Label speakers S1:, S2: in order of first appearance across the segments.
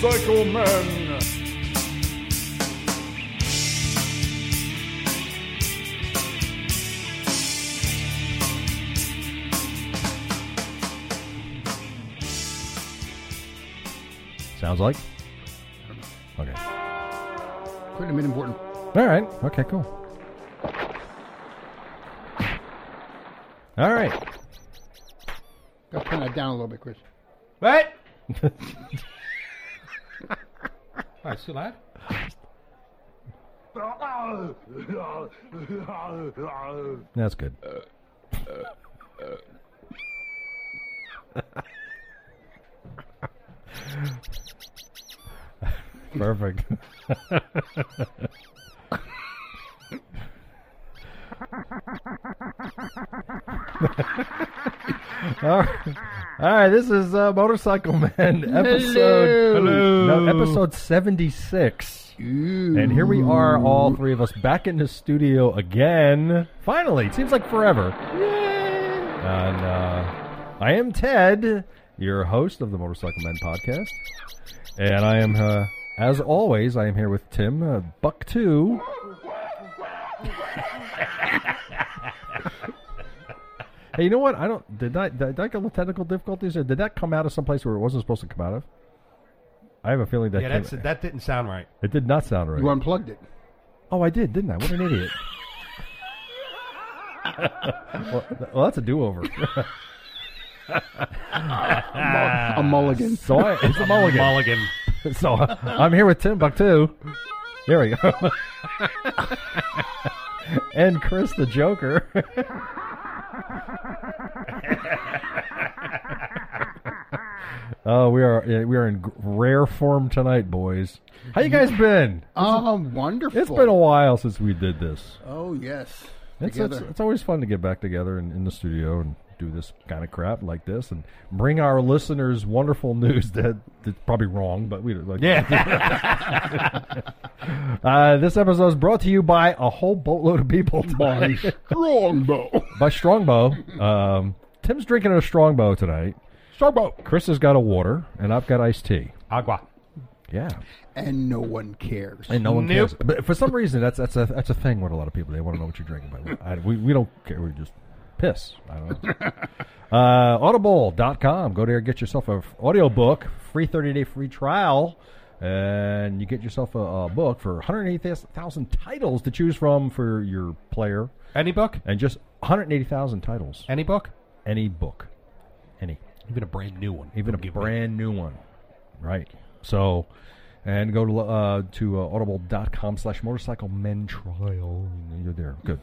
S1: Psycho Man.
S2: Sounds like? Okay.
S3: Couldn't have been important.
S2: All right. Okay, cool. All right.
S3: Gotta turn that down a little bit, Chris.
S4: What? Why, it's too loud?
S2: That's good. Perfect. All right. All right, this is uh, Motorcycle Man episode
S3: Hello.
S2: No, episode 76. And here we are all three of us back in the studio again. Finally, it seems like forever. And uh, I am Ted, your host of the Motorcycle Men podcast, and I am, uh, as always, I am here with Tim uh, Buck Two. hey, you know what? I don't did I did I get little technical difficulties, or did that come out of someplace where it wasn't supposed to come out of? I have a feeling that
S4: yeah,
S2: came-
S4: that's, that didn't sound right.
S2: it did not sound right.
S3: You unplugged it.
S2: Oh, I did, didn't I? What an idiot. well, th- well, that's a do-over.
S3: a mulligan.
S2: So I, it's a mulligan.
S4: Mulligan.
S2: So uh, I'm here with Timbuktu. There we go. and Chris the Joker. Oh, we are yeah, we are in g- rare form tonight, boys. How you guys been?
S3: Oh, wonderful.
S2: It's been a while since we did this.
S3: Oh, yes.
S2: It's, it's,
S3: Together.
S2: it's always fun to get back together in, in the studio and do this kind of crap like this and bring our listeners wonderful news that that's probably wrong, but we like yeah. uh, this episode is brought to you by a whole boatload of people.
S3: By Strongbow.
S2: by Strongbow. Um, Tim's drinking a Strongbow tonight.
S3: Strongbow.
S2: Chris has got a water, and I've got iced tea.
S4: Agua.
S2: Yeah,
S3: And no one cares.
S2: and no one
S4: Nope.
S2: cares. But for some reason, that's that's a that's a thing with a lot of people. They want to know what you're drinking, but I, we we don't care. We just piss. I don't know. Uh, audible.com. Go there, get yourself a f- audiobook, free 30-day free trial, and you get yourself a, a book for 180,000 titles to choose from for your player,
S4: Any book?
S2: and just 180,000 titles.
S4: Any book?
S2: Any book. Any.
S4: Even a brand new one.
S2: Even a brand new one. Right. So, and go to uh, to uh, audible.com slash motorcycle men trial. You're there. Good.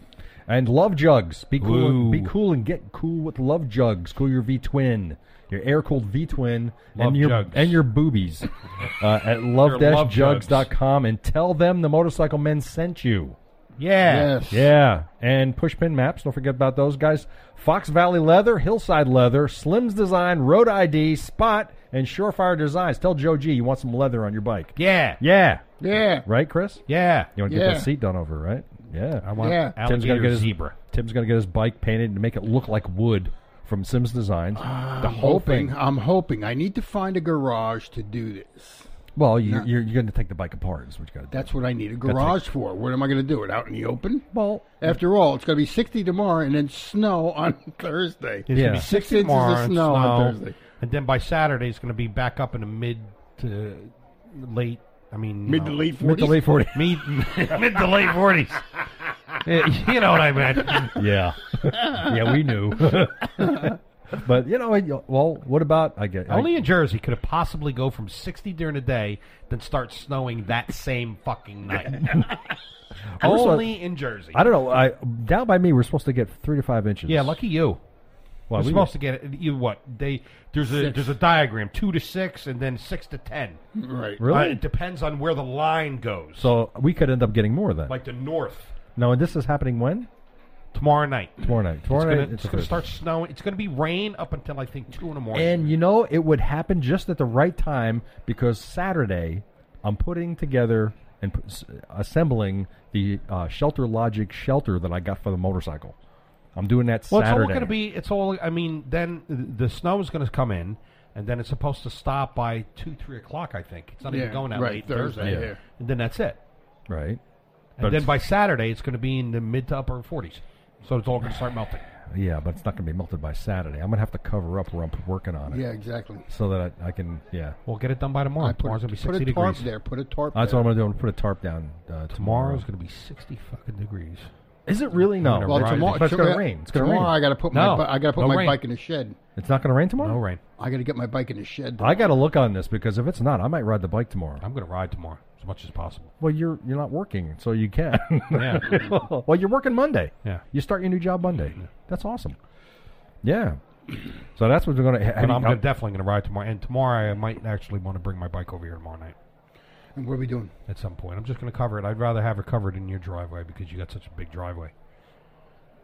S2: And love jugs. Be cool. And, be
S4: Woo.
S2: cool and get cool with love jugs. Cool your V twin, your air cooled V twin,
S4: Love
S2: and your
S4: jugs.
S2: and your boobies uh, at love
S4: love
S2: jugs.com and tell them the motorcycle men sent you.
S4: Yeah.
S3: Yes.
S2: Yeah, and pushpin maps. Don't forget about those guys. Fox Valley Leather, Hillside Leather, Slim's Design, Road ID, Spot, and Surefire Designs. Tell Joe G you want some leather on your bike.
S4: Yeah. Yeah.
S2: Yeah,
S3: Yeah.
S2: right, Chris.
S4: Yeah.
S2: You want to get
S3: Yeah.
S2: that seat done over, right? Yeah,
S4: I want
S3: Yeah.
S2: Tim's gonna
S4: alligator
S2: get his
S4: zebra.
S2: Tim's gonna get his bike painted and make it look like wood from Sims Designs. the
S3: I'm hoping. I'm hoping. I need to find a garage to do this.
S2: Well, you, you're, you're gonna take the bike apart. Is what you got to do.
S3: That's what I need a garage for. What am I going to do? It out in the open?
S2: well,
S3: After all, it's going to be 60 tomorrow and then snow on Thursday.
S4: It's
S2: Yeah.
S4: gonna be
S3: Six
S4: six
S3: inches of
S4: tomorrow and
S3: snow on Thursday.
S4: and then by Saturday it's gonna be back up in the mid to late. I mean,
S3: Mid
S4: no,
S3: to late 40s.
S2: mid to late forty.
S4: mid, mid to late forties. you know what I meant.
S2: Yeah, yeah, we knew. but you know, it- well, what about I guess I-
S4: Only in Jersey could it possibly go from sixty during the day, then start snowing that same fucking night.
S2: Also-
S4: Only in Jersey.
S2: I don't know. I down by me, we're supposed to get three to five inches.
S4: yeah, lucky you.
S2: Well,
S4: You're
S2: we-
S4: supposed to get it. You what? They there's a there's a diagram two to six and then six to ten.
S3: Right.
S2: Really?
S4: Uh, it depends on where the line goes.
S2: so we could end up getting more then.
S4: like the north
S2: no, and this is happening when
S4: tomorrow night.
S2: tomorrow night.
S4: It's
S2: Tomorrow
S4: gonna,
S2: night
S4: it's
S2: the
S4: gonna
S2: fifth.
S4: start snowing. It's gonna be rain up until I think two in the morning.
S2: And you know, it would happen just at the right time because Saturday, I'm putting together and pu- s- assembling the uh, Shelter Logic shelter that I got for the motorcycle. I'm doing that
S4: well, it's
S2: Saturday.
S4: all gonna be. It's all. I mean, then the snow is gonna come in. and then it's supposed to stop by two, three o'clock. I think it's not even
S3: Yeah,
S4: going that
S3: right,
S4: late
S3: Thursday,
S4: Thursday,
S3: yeah.
S4: and then that's it.
S2: Right.
S4: And
S2: But
S4: then
S2: it's-
S4: by Saturday, it's going to be in the mid to upper 40s. So it's all going to start melting.
S2: Yeah, but it's not going to be melted by Saturday. I'm going to have to cover up where I'm working on it.
S3: Yeah, exactly.
S2: So that I, I can, yeah.
S4: We'll get it done by tomorrow.
S3: I put,
S4: Tomorrow's
S3: a-
S4: going to be
S3: put
S4: 60
S3: a tarp
S4: degrees.
S3: there. Put a tarp.
S2: That's what
S3: there.
S2: I'm going to do. I'm going to put a tarp down uh, tomorrow.
S4: Tomorrow's going to be 60 fucking degrees.
S2: Is it really? No.
S4: Well,
S3: Well,
S4: Right.
S3: tomorrow
S2: But it's going to
S3: tomorrow-
S2: rain. It's going to rain.
S3: tomorrow I got to put
S4: No,
S3: my bi- I got to put
S4: no
S3: my
S4: rain.
S3: bike in the shed.
S2: It's not going to rain tomorrow?
S4: No rain.
S3: I got to get my bike in the shed.
S2: I got to look on this because if it's not, I might ride the bike tomorrow.
S4: I'm going to ride tomorrow as much as possible.
S2: Well, you're you're not working, so you can.
S4: Yeah.
S2: well, you're working Monday.
S4: Yeah.
S2: You start your new job Monday. That's awesome. Yeah. So that's what we're going to.
S4: But I'm gonna, definitely going to ride tomorrow. And tomorrow, I might actually want to bring my bike over here tomorrow night
S3: and what are we doing?
S4: at some point. I'm just going to cover it. I'd rather have it covered in your driveway because you got such a big driveway.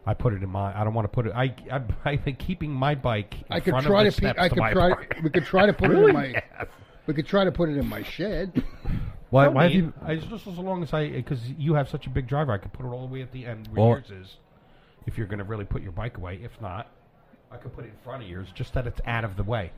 S4: I put it in my. I don't want to put it. I, I I've been keeping my bike. In
S3: I could
S4: front
S3: try
S4: of
S3: to.
S4: the
S3: pe-
S4: steps
S3: I
S4: to
S3: could
S4: my
S3: try.
S4: apartment.
S3: We could try to put it in my. We could try to put it in my shed.
S2: Why,
S4: No
S2: why have
S4: need.
S2: you?
S4: I it's just as long as I because you have such a big driver, I could put it all the way at the end where
S2: Well-
S4: yours is. If you're going to really put your bike away, if not, I could put it in front of yours, just that it's out of the way.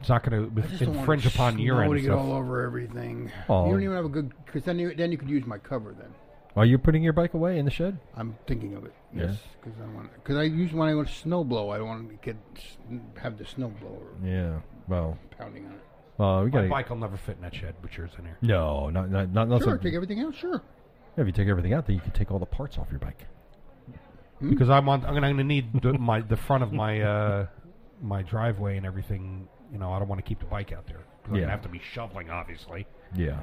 S4: It's not going
S3: I just
S4: to
S3: don't want
S4: infringe
S3: it
S4: upon your end.
S3: snowing
S4: and
S3: all
S4: stuff.
S3: over everything.
S2: Oh.
S3: You don't even have a good because then you, then you could use my cover. Then
S2: Are you putting your bike away in the shed?
S3: I'm thinking of it.
S2: Yeah.
S3: Yes, because I want because I use when I want to snow blow. I don't want to get s- have the snow blower
S2: Yeah. Well,
S3: pounding on it.
S2: well, we got
S4: My
S2: to.
S4: bike will never fit in that shed, but yours in here.
S2: No, not not not, not
S3: Sure,
S2: something-
S3: take everything out. Sure.
S2: If you take everything out, then you can take all the parts off your bike.
S4: Because I'm on, I'm going to need the, my the front of my uh, my driveway and everything. You know, I don't want to keep the bike out there. 'Cause I'm going
S2: Yeah.
S4: to have to be shoveling, obviously.
S2: Yeah.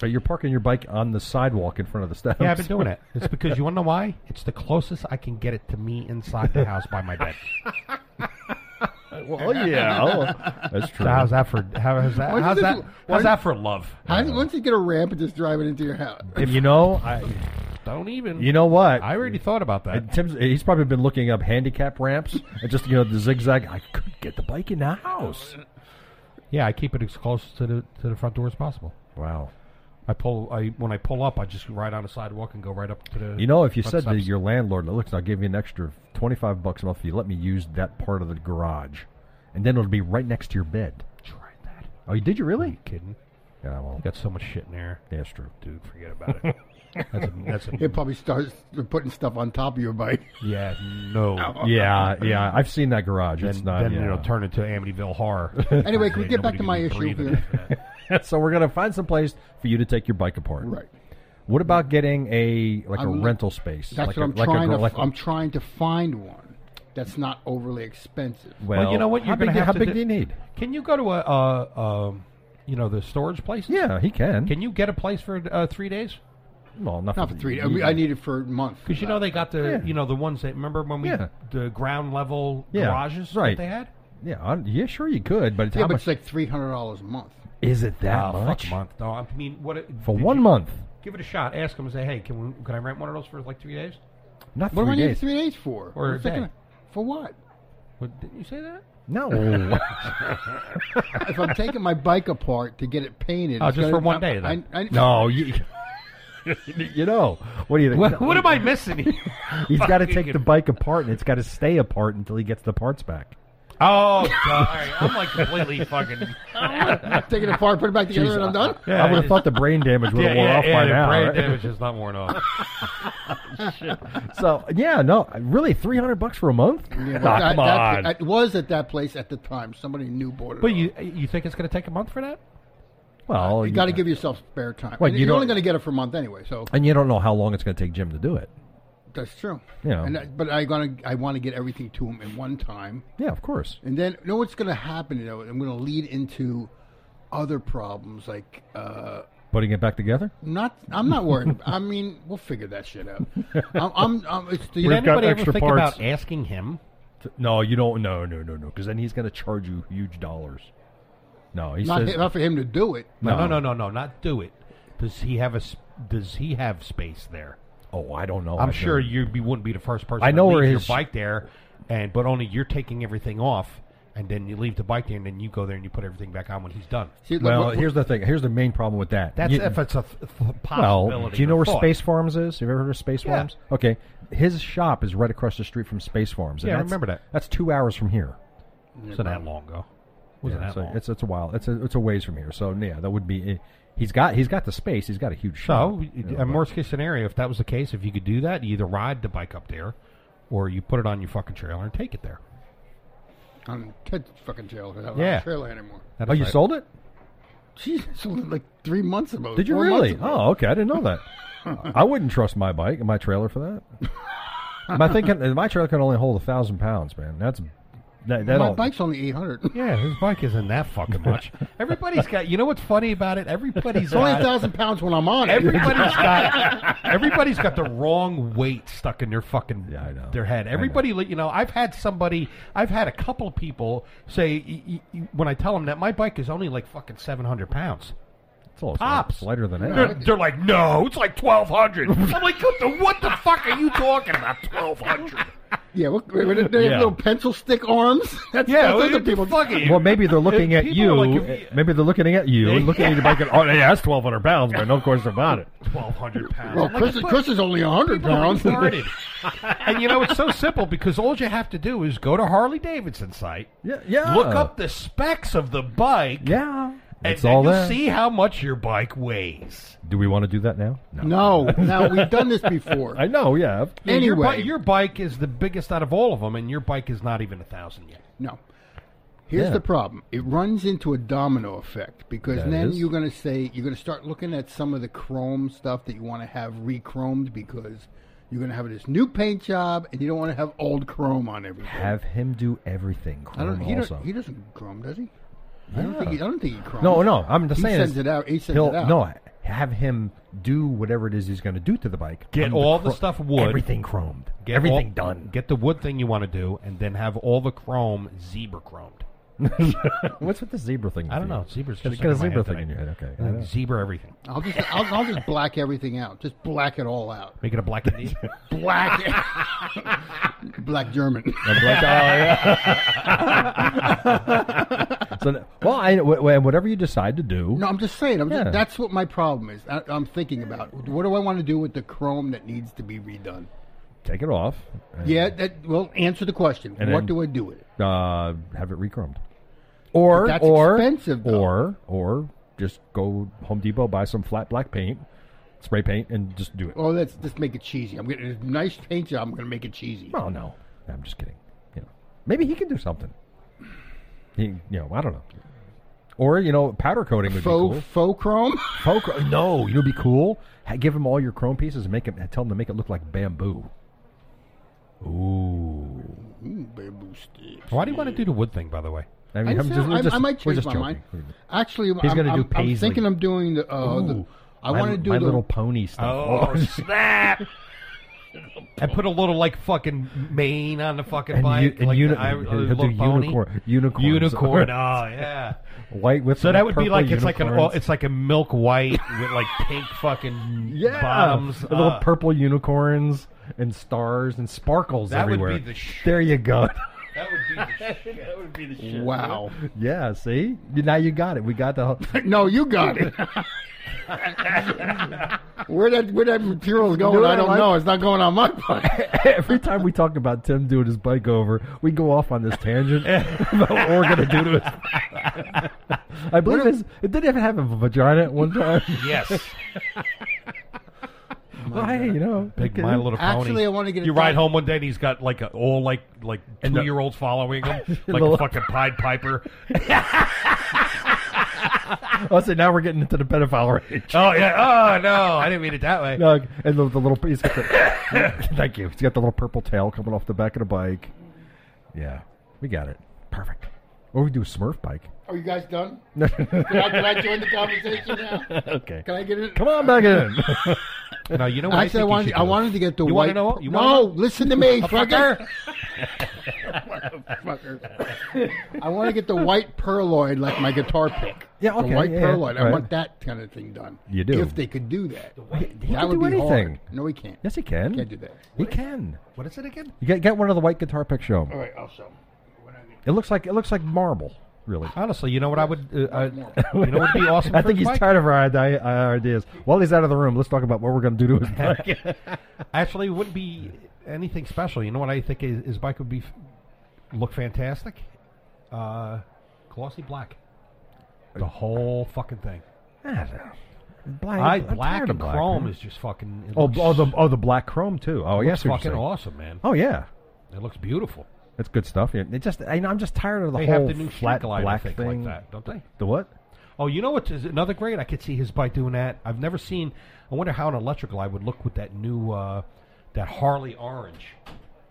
S2: But you're parking your bike on the sidewalk in front of the steps.
S4: Yeah, I've been doing it. It's because you want to know why? It's the closest I can get it to me inside the house by my bed.
S2: well, yeah, oh, that's
S4: So
S2: true.
S4: how's that for? How, how's that?
S3: Why
S4: How's
S3: does
S4: that?
S3: it- why-
S4: How's that for love?
S3: How, do- once you get a ramp and just drive it into your house.
S2: If you know, I,
S4: Don't even.
S2: you know what?
S4: I already thought about that.
S2: And Tim's he's probably been looking up handicap ramps and just you know the zigzag. I could get the bike in the house.
S4: yeah, I keep it as close to the to the front door as possible.
S2: Wow.
S4: I pull. I when I pull up, I just ride on the sidewalk and go right up to the.
S2: You know, if you
S4: front
S2: said to
S4: steps.
S2: your landlord, "Look, I'll give you an extra twenty-five bucks a month if you let me use that part of the garage," and then it'll be right next to your bed.
S4: Try that.
S2: Oh, you did you
S4: Are you
S2: really?
S4: kidding?
S2: Yeah, well,
S4: I Mm. got so much shit in there,
S2: yeah, that's true.
S4: dude. Forget about it. that's a, that's a,
S3: It probably starts putting stuff on top of your bike.
S4: yeah. No.
S2: Yeah, yeah, I've seen that garage. It's
S4: Then,
S2: not.
S4: then
S2: yeah.
S4: it'll turn into Amityville horror.
S3: Anyway, can we
S4: Ain't
S3: get back
S4: nobody
S3: to my
S4: gonna
S3: issue
S4: breathe it.
S3: here?
S2: so we're gonna find some place for you to take your bike apart.
S3: Right.
S2: What about getting a like a
S3: I'm-
S2: rental space?
S3: That's
S2: like
S3: what
S2: a,
S3: I'm
S2: like a
S3: trying
S2: gar-
S3: to.
S2: like a-
S3: I'm trying to find one that's not overly expensive.
S2: well,
S4: Well, you know what? You're
S2: how big,
S4: gonna
S2: do-
S4: have
S2: how
S4: to
S2: big
S4: do-
S2: do you need?
S4: Can you go to a, uh, um, you know, the storage place?
S2: Yeah, he can.
S4: Can you get a place for uh, three days?
S2: well, not,
S3: Not for three. I, mean, I need it for a month.
S4: Because you know they got the
S2: Yeah.
S4: you know the ones that remember when we
S2: Yeah.
S4: the ground level
S2: Yeah,
S4: garages
S2: right.
S4: that they had.
S2: Yeah, I, yeah, sure you could, but it's
S3: yeah,
S2: how
S3: but
S2: much
S3: it's like three hundred dollars a month.
S2: is it that
S4: Oh, fuck,
S2: much
S4: month. No, I mean what it,
S2: for
S4: did
S2: one
S4: you-
S2: month?
S4: Give it a shot. Ask them and say, hey, can we, can I rent one of those for like three days?
S2: Not
S3: What
S2: three
S3: do I need
S2: days.
S3: three days for?
S4: Or a
S3: What's that
S4: day.
S3: gonna- For what?
S4: What, didn't you say that?
S2: No,
S3: if I'm taking my bike apart to get it painted,
S4: Oh,
S3: it's
S4: just
S3: gonna-
S4: for one
S3: I-
S4: day, then.
S3: I, I,
S2: no, you. you know what do you think?
S4: What, what am I missing? here?
S2: He's got to take the bike apart, and it's got to stay apart until he gets the parts back.
S4: oh, God. all right. I'm like completely fucking.
S3: I'm taking it apart, put it back together, and I'm done.
S4: Yeah,
S2: I would have
S4: it-
S2: thought the brain damage would have worn off by
S4: the
S2: now.
S4: brain
S2: right?
S4: damage is not worn off.
S2: So yeah, no, really, three hundred bucks for a month?
S3: Yeah,
S2: Nah,
S3: but that-
S2: come on.
S3: that- It was at that place at the time. Somebody new bought it.
S4: But
S3: up.
S4: you you think it's going to take a month for that?
S2: well,
S3: you got to give yourself spare time.
S2: Well,
S3: And
S2: you
S3: you're
S2: don't-
S3: only going to get it for a month anyway, so
S2: and you don't know how long it's going to take Jim to do it.
S3: that's true.
S2: Yeah.
S3: And I, but I gonna I want to get everything to him in one time,
S2: Yeah, of course.
S3: and then you know what's going to happen? You know, I'm going to lead into other problems like. uh
S2: Putting it back together.
S3: not, I'm not worried. I mean, we'll figure that shit out. I'm, I'm, I'm it's the,
S4: Did
S2: We've got
S4: anybody ever
S2: extra
S4: think
S2: parts.
S4: about asking him?
S2: No, you don't. No, no, no, no. Because then he's going to charge you huge dollars. No, he
S3: not,
S2: says.
S3: not for him to do it.
S4: No, no, no, no, no, not do it. Does he have a? s- Does he have space there?
S2: Oh, I don't know.
S4: I'm
S2: I
S4: sure
S2: don't-
S4: you be- wouldn't be the first person.
S2: I
S4: to
S2: know
S4: leave
S2: where
S4: your
S2: his-
S4: bike there, and but only you're taking everything off, and then you leave the bike there, and then you go there and you put everything back on when he's done.
S3: See, look,
S2: Well,
S3: what-
S2: here's the thing. Here's the main problem with that.
S4: That's
S2: You-
S4: if it's a th- th- possibility.
S2: well, do you
S4: or
S2: know where
S4: thought.
S2: Space Farms is? Have you ever heard of Space
S4: Yeah.
S2: Farms? Okay, his shop is right across the street from Space Farms. and
S4: Yeah, I
S2: that's-
S4: remember that.
S2: That's two hours from here.
S4: Wasn't that long ago? Wasn't
S2: Yeah,
S4: that
S2: so
S4: long?
S2: it's it's a while. It's a it's a ways from here. So yeah, that would be. eh, He's got he's got the space. He's got a huge shot.
S4: so,
S2: you know,
S4: in
S2: but-
S4: worst case scenario, if that was the case, if you could do that, you either ride the bike up there, or you put it on your fucking trailer and take it there.
S3: on Ted's fucking trailer because I don't
S4: Yeah.
S3: have a trailer anymore.
S4: That
S2: Oh,
S4: is
S2: you
S4: right.
S2: sold it?
S3: Jeez, I sold it like three months ago.
S2: Did you
S3: four
S2: really?
S3: months ago.
S2: Oh, okay. I didn't know that. I wouldn't trust my bike and my trailer for that. my thing, can, my trailer can only hold a thousand pounds, man. That's that.
S3: my
S2: That'll,
S3: bike's only eight hundred.
S4: Yeah, his bike isn't that fucking much. Everybody's got. You know what's funny about it? Everybody's
S3: It's only
S4: got-
S3: a thousand pounds when I'm on it.
S4: Everybody's got everybody's got the wrong weight stuck in their fucking
S2: Yeah, I know.
S4: their head.
S2: I know.
S4: Everybody, li- you know, I've had somebody, I've had a couple of people say y- y- y- when I tell them that my bike is only like fucking seven hundred pounds.
S2: it's a little
S4: Pops.
S2: lighter than
S4: They're,
S2: that.
S4: they're like, no, it's like twelve hundred. I'm like, what the, what the fuck are you talking about? Twelve hundred?
S3: yeah, look, they have
S2: Yeah.
S3: little pencil stick arms. That's,
S4: Yeah,
S3: that's
S4: what
S3: other
S4: the
S3: people.
S4: fuck are you?
S2: Well, maybe they're looking at
S4: People
S2: you. eh,
S4: are like, if-
S2: maybe they're looking at you and looking at your bike. And, oh, yeah, that's twelve hundred pounds, man. No question about it.
S4: Twelve hundred pounds.
S3: Well,
S4: I'm like,
S3: Chris,
S4: "What
S3: Chris is only hundred pounds.
S4: People are retarded. and you know it's so simple because all you have to do is go to Harley Davidson site,
S2: Yeah, yeah.
S4: look up the specs of the bike,
S2: Yeah,
S4: and
S2: that's
S4: then
S2: all
S4: you'll
S2: there.
S4: see how much your bike weighs.
S2: Do we want to do that now?
S3: no, now we've done this before.
S2: I know. Yeah.
S4: And your, bi-
S3: Anyway.
S4: your bike is the biggest out of all of them, and your bike is not even a thousand yet.
S3: No. Here's
S2: Yeah.
S3: the problem. It runs into a domino effect because
S2: That
S3: then
S2: is.
S3: you're going to say you're going to start looking at some of the chrome stuff that you want to have re-chromed because you're going to have this new paint job and you don't want to have old chrome on everything.
S2: Have him do everything.
S3: I don't.
S2: Chrome
S3: He,
S2: also.
S3: don't, he doesn't chrome, does he? I don't think. He, I don't think he chromes.
S2: No, no. I'm just
S3: He
S2: saying.
S3: sends
S2: is
S3: it out. He sends
S2: he'll-
S3: it out.
S2: No, have him do whatever it is he's going to do to the bike.
S4: Get
S2: I'm
S4: all the
S2: chro-
S4: stuff wood.
S2: Everything chromed.
S4: Get
S2: everything
S4: all-
S2: done.
S4: Get the wood thing you want to do, and then have all the chrome zebra chromed.
S2: What's with the zebra thing?
S4: I don't know. Zebra's
S2: Got
S4: just
S2: a
S4: like in my
S2: zebra
S4: head
S2: thing in your
S4: tonight.
S2: head. Okay.
S4: I think Zebra everything.
S3: I'll just. I'll, I'll just black everything out. Just black it all out.
S4: Make it a black and deep.
S3: Black. black German.
S2: I'm like, oh, yeah. oh, so, well, I, wh- wh- whatever you decide to do.
S3: No, I'm just saying. I'm
S2: Yeah.
S3: just, that's what my problem is. I, I'm thinking about what do I want to do with the chrome that needs to be redone.
S2: Take it off. and,
S3: Yeah, that well, answer the question.
S2: And
S3: what
S2: then-
S3: do I do with it?
S2: Uh, have it rechromed. Or
S3: But that's
S2: or
S3: expensive, though.
S2: or or just go Home Depot buy some flat black paint, spray paint, and just do it.
S3: Oh, let's just make it cheesy. I'm getting a nice paint job. I'm going to make it cheesy.
S2: Oh no, I'm just kidding. You know, maybe he can do something. He, you know, I don't know. Or you know, powder coating would
S3: Faux
S2: be
S3: faux chrome.
S2: cool. Faux cro- no, you know, be cool. Ha- give him all your chrome pieces and make him. Tell him to make it look like bamboo. Ooh.
S3: Ooh, bamboo sticks.
S4: Why do you want to do the wood thing, by the way?
S2: I
S3: I,
S2: mean, I'm
S3: said-
S2: just, we're
S3: I-
S2: just,
S3: I might
S2: we're
S3: change
S2: just
S3: my
S2: joking.
S3: mind. Actually,
S2: He's
S3: I'm,
S2: gonna do
S3: I'm- I'm
S2: paisley.
S3: thinking I'm doing the. Uh, the
S2: Ooh.
S3: I
S2: My-
S3: want to do
S2: my
S3: the,
S2: little pony stuff.
S4: Oh, snap! And put a little like fucking mane on the fucking
S2: And
S4: bike,
S2: u- and
S4: like
S2: uni-
S4: the, I,
S2: he'll
S4: uh,
S2: do
S4: little pony.
S2: unicorn- unicorns.
S4: unicorn. Oh yeah.
S2: white with
S4: So that would be like it's like an all,
S2: all.
S4: it's like a milk white with like pink fucking
S2: yeah,
S4: bottoms.
S2: the little
S4: Uh,
S2: purple unicorns and stars and sparkles
S4: That would
S2: everywhere.
S4: be the shit.
S2: there you go.
S4: That would be the shit. that would be the shit.
S3: Wow.
S2: yeah, see, now you got it. We got the whole.
S3: no, you got it. where that where that material is going,
S2: what
S3: I
S2: I
S3: don't
S2: like?
S3: know. It's not going on my bike.
S2: Every time we talk about Tim doing his bike over, we go off on this tangent about what we're gonna do to it. I believe it's, it didn't even have a vagina at one time.
S4: Yes.
S2: well, hey, you know,
S4: Big
S2: okay.
S4: My Little Pony.
S3: Actually, I wanna get it
S4: You ride
S3: done.
S4: home one day and he's got like a, all like like
S2: And the-
S4: two year olds following him, like
S2: Little-
S4: a fucking Pied Piper.
S2: Oh, so now we're getting into the pedophile range.
S4: Oh yeah. Oh no, I didn't mean it that way.
S2: No, and the, the little he's got the, thank you. He's got the little purple tail coming off the back of the bike. Yeah, we got it. Perfect. Or we do a Smurf bike.
S3: Are you guys done? can, I, can I join the conversation now?
S2: Okay.
S3: Can I get in?
S2: Come on back in.
S4: No, you know what?
S3: I said I
S4: think you
S3: wanted,
S4: should
S3: I
S4: do?
S3: wanted to get the
S4: You wanna
S3: white.
S4: know
S3: pr-
S4: what- you wanna
S3: no,
S4: know-
S3: listen to me,
S4: Fucker.
S3: fucker. Fucker. I want to get the white perloid like my guitar pick.
S2: Yeah, okay,
S3: The white
S2: yeah, yeah,
S3: perloid. I
S2: right.
S3: want that kind of thing done.
S2: You do.
S3: If they could do that.
S2: he
S3: that
S2: can
S3: would
S2: do
S3: be
S2: anything.
S3: hard. No, he can't.
S2: yes, he can.
S3: Can't do that.
S2: He can.
S4: What is it again?
S2: You get get one of the white guitar pick show. 'em.
S3: All right, I'll show him.
S2: It looks like it looks like marble. Really.
S4: Honestly, you know what I would. Uh, I, you know what would be awesome.
S2: I
S4: for
S2: think
S4: his
S2: he's
S4: bike?
S2: tired of our, ide- our ideas. While he's out of the room, let's talk about what we're going to do to his bike.
S4: Actually, it wouldn't be anything special. You know what I think his, his bike would be? Look fantastic. uh, glossy black. The whole fucking thing.
S2: Black,
S4: I
S2: I'm
S4: black
S2: tired of
S4: and chrome
S2: man.
S4: is just fucking. it
S2: Oh,
S4: looks-
S2: b- oh, the oh the black chrome too. Oh, yes,
S4: looks fucking awesome, man.
S2: Oh yeah,
S4: It looks beautiful.
S2: that's good stuff. Yeah, It just I know I'm just tired of the
S4: They
S2: whole
S4: have the new
S2: flat
S4: flat glide, I
S2: black
S4: think,
S2: thing.
S4: like that, don't they?
S2: The what?
S4: Oh, you know what is another great? I could see his bike doing that. I've never seen. I wonder how an electric glide would look with that new, uh, that Harley orange,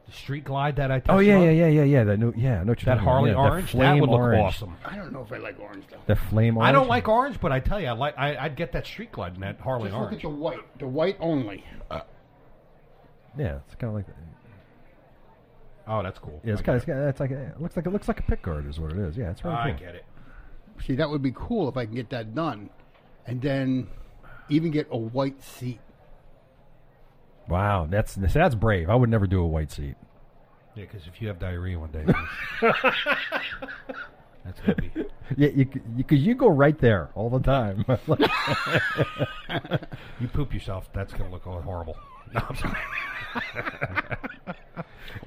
S4: the street glide that I.
S2: Oh
S4: tested
S2: yeah,
S4: on.
S2: yeah, yeah, yeah, yeah. That new, yeah, I know what you're
S4: That
S2: talking about.
S4: Harley
S2: Yeah,
S4: orange
S2: that,
S4: that
S2: flame
S4: would look
S2: orange.
S4: awesome.
S3: I don't know if I like orange though.
S2: That flame orange.
S4: I don't like orange, but I tell you, I like. I, I'd get that street glide and that Harley
S3: Just look at
S4: orange.
S3: the white, the white only.
S2: Uh. Yeah, it's kind of like.
S4: Oh, that's cool.
S2: Yeah, it's
S4: I
S2: kind of.
S4: get
S2: It's, it's like it looks like it looks like a pick guard is what it is. Yeah, it's
S4: it.
S2: really
S4: I
S2: cool.
S4: get it.
S3: See, that would be cool if I can get that done, and then even get a white seat.
S2: Wow, that's that's brave. I would never do a white seat.
S4: Yeah, because if you have diarrhea one day, that's heavy.
S2: Yeah, you because you, 'cause you go right there all the time. Like,
S4: You poop yourself, that's gonna look all horrible. No, I'm sorry.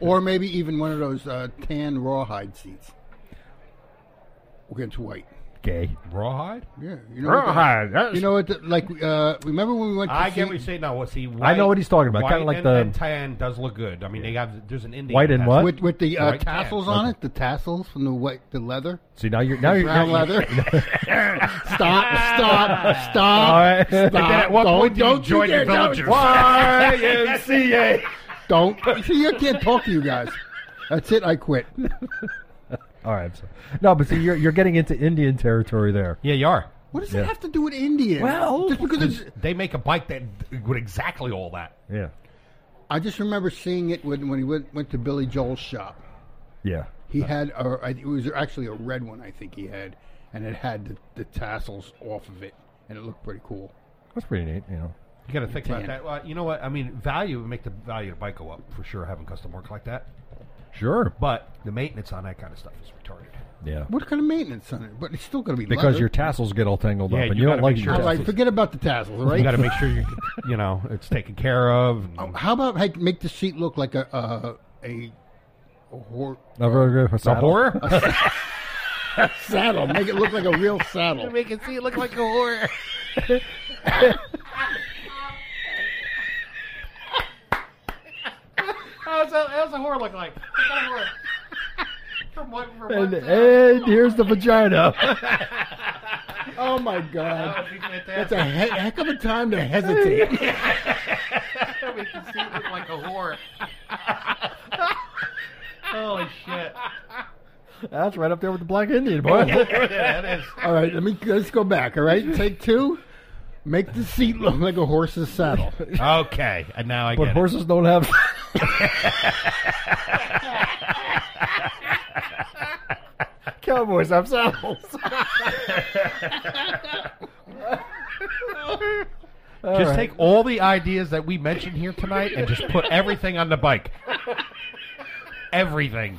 S3: Or maybe even one of those uh, tan rawhide seats. We'll get to white.
S2: gay.
S4: Rawhide?
S3: Yeah, you know. what the-
S2: Rawhide, that's-
S3: You know what? The, like, uh, remember when we went? To
S4: I get
S3: see-
S4: what you say. No, well, see,
S2: I know
S4: white-
S2: what he's talking about,
S4: white
S2: kinda like
S4: and-
S2: the-
S4: and tan does look good. I mean, they have there's an Indian
S2: White and
S4: tassel.
S2: what?
S3: with with the
S4: The
S3: uh,
S4: white pants.
S3: tassels on it, the tassels from the white, the leather,
S2: See now you're now you're
S3: brown
S2: now you're-
S3: leather. stop! Stop! Stop!
S2: right. And
S3: Stop! don't, don't you dare, don't,
S2: YMCA.
S3: don't. See, I can't talk to you guys. That's it. I quit.
S2: All right. So, no, but see, you're you're getting into Indian territory there.
S4: Yeah, you are.
S3: What does
S2: Yeah.
S3: it have to do with Indian?
S2: Well,
S3: just because it's,
S4: They make a bike that with exactly all that.
S2: Yeah.
S3: I just remember seeing it when when he went went to Billy Joel's shop.
S2: Yeah.
S3: He had a, I- it was actually a red one, I think he had, and it had the, the tassels off of it, and it looked pretty cool.
S2: That's pretty neat. You know.
S4: You got to think about
S3: Tan.
S4: that. Well, you know what? I mean, value would make the value of the bike go up for sure. Having custom work like that,
S2: Sure.
S4: but the maintenance on that kind of stuff is retarded.
S2: Yeah.
S3: What kind of maintenance on it? But it's still going to be
S2: Because
S3: leather.
S2: your tassels get all tangled
S4: Yeah,
S2: up, and
S4: you
S2: you, don't
S4: gotta
S2: like
S4: make
S2: your
S3: All
S4: sure-
S2: tassels.
S3: right, forget about the tassels, all
S4: You
S3: right?
S4: got to make sure you, you know, it's taken care of. and-
S3: Oh, How about like, make the seat look like a uh, a, a hor-
S2: oh.
S4: a horror.
S3: saddle? Make it look like a real saddle.
S4: Make it see it look like a horror. how's, that, how's Oh, a horror look like? What kind of horror? From what? From
S2: And,
S4: what?
S2: and here's the vagina.
S3: Oh my god,
S4: That'd be
S3: that's a
S4: fantastic.
S3: he- heck of a time to hesitate.
S4: We can see it look like a horror. Holy shit!
S2: That's right up there with the black Indian boy.
S4: Yeah, that is.
S3: All right, let me let's go back. All right, take two. Make the seat look like a horse's saddle.
S4: Okay, and now I
S2: But
S4: get
S2: horses don't have. Cowboys have saddles.
S4: it. Just take all the ideas that we mentioned here tonight and just put everything on the bike. Everything.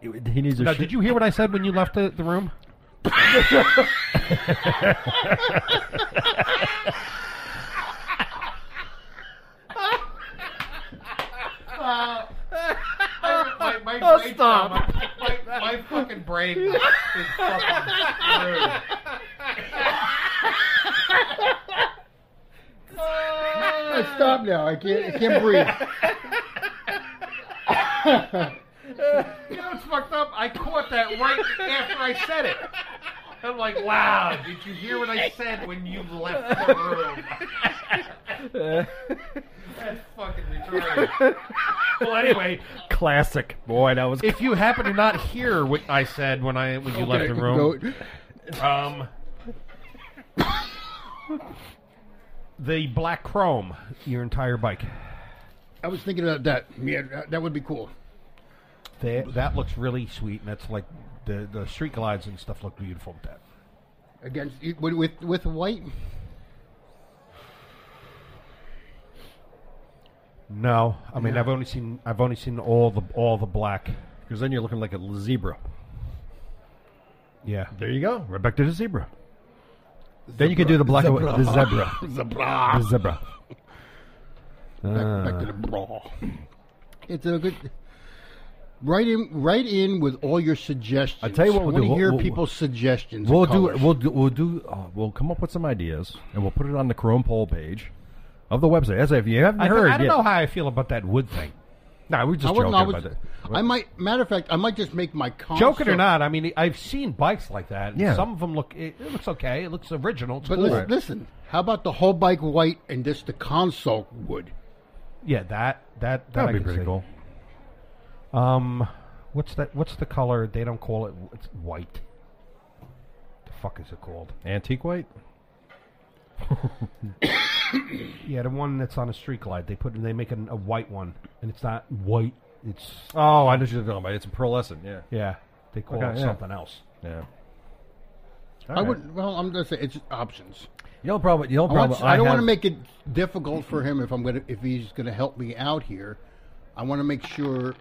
S2: He needs a.
S4: Now,
S2: sh-
S4: did you hear what I said when you left the, the room? my, my brain Oh, stop. My, my fucking brain is fucking screwed.
S3: I stop now. I can't. I can't breathe.
S4: You know what's fucked up? I caught that right after I said it. I'm like, wow, did you hear what I said when you left the room? That's fucking retarded. Well, anyway,
S2: Classic boy, that was.
S4: if you happen to not hear what I said when I when you left the room,
S3: Go-
S4: um, the black chrome, your entire bike,
S3: I was thinking about that. Yeah, that- that would be cool.
S4: that, that looks really sweet, and that's like the the street glides and stuff look beautiful with that.
S3: Against with with, with white.
S4: No, I mean I've only seen I've only seen all the all the black.
S2: Because then you're looking like a zebra.
S4: Yeah,
S2: There you go. Right back to the zebra. Then you could do the black and white. The zebra.
S3: Zabra.
S2: The zebra. Ah.
S3: Back, back to the brawl. It's a good. Write in, write in with all your suggestions.
S2: I tell you what we'll do.
S3: want to
S2: We'll-
S3: hear
S2: we'll-
S3: people's suggestions.
S2: We'll
S3: of
S2: do,
S3: colors.
S2: we'll do. We'll do. uh, We'll come up with some ideas, and we'll put it on the Chrome poll page of the website. As if you haven't
S4: I,
S2: heard,
S4: I don't
S2: yet-
S4: know how I feel about that wood thing.
S2: Nah, we're
S3: I
S2: just joking
S3: wouldn't- I
S2: about
S3: would-
S2: that.
S3: I might. Matter of fact, I might just make my console.
S4: Joking or not, I mean, I've seen bikes like that. and
S2: Yeah.
S4: Some of them look. It, it looks okay. It looks original. It's
S3: But
S4: cool.
S3: listen, listen. How about the whole bike white and just the console wood?
S4: Yeah, that that that I
S2: That'd be
S4: can
S2: pretty
S4: see.
S2: cool.
S4: Um, what's that? What's the color? They don't call it. It's white. The fuck is it called?
S2: Antique white.
S4: Yeah, the one that's on a street glide. They put. They make an, a white one, and it's not white. It's
S2: Oh, I know what you're talking about. It's pearlescent. Yeah.
S4: yeah. They call
S2: Okay,
S4: it
S2: yeah.
S4: something else.
S2: Yeah.
S3: I would. Well, I'm gonna say it's options.
S2: You don't probably. You don't
S3: I, want-
S2: probably.
S3: I don't want
S2: have-
S3: to make it difficult for him if I'm gonna if he's gonna help me out here. I want to make sure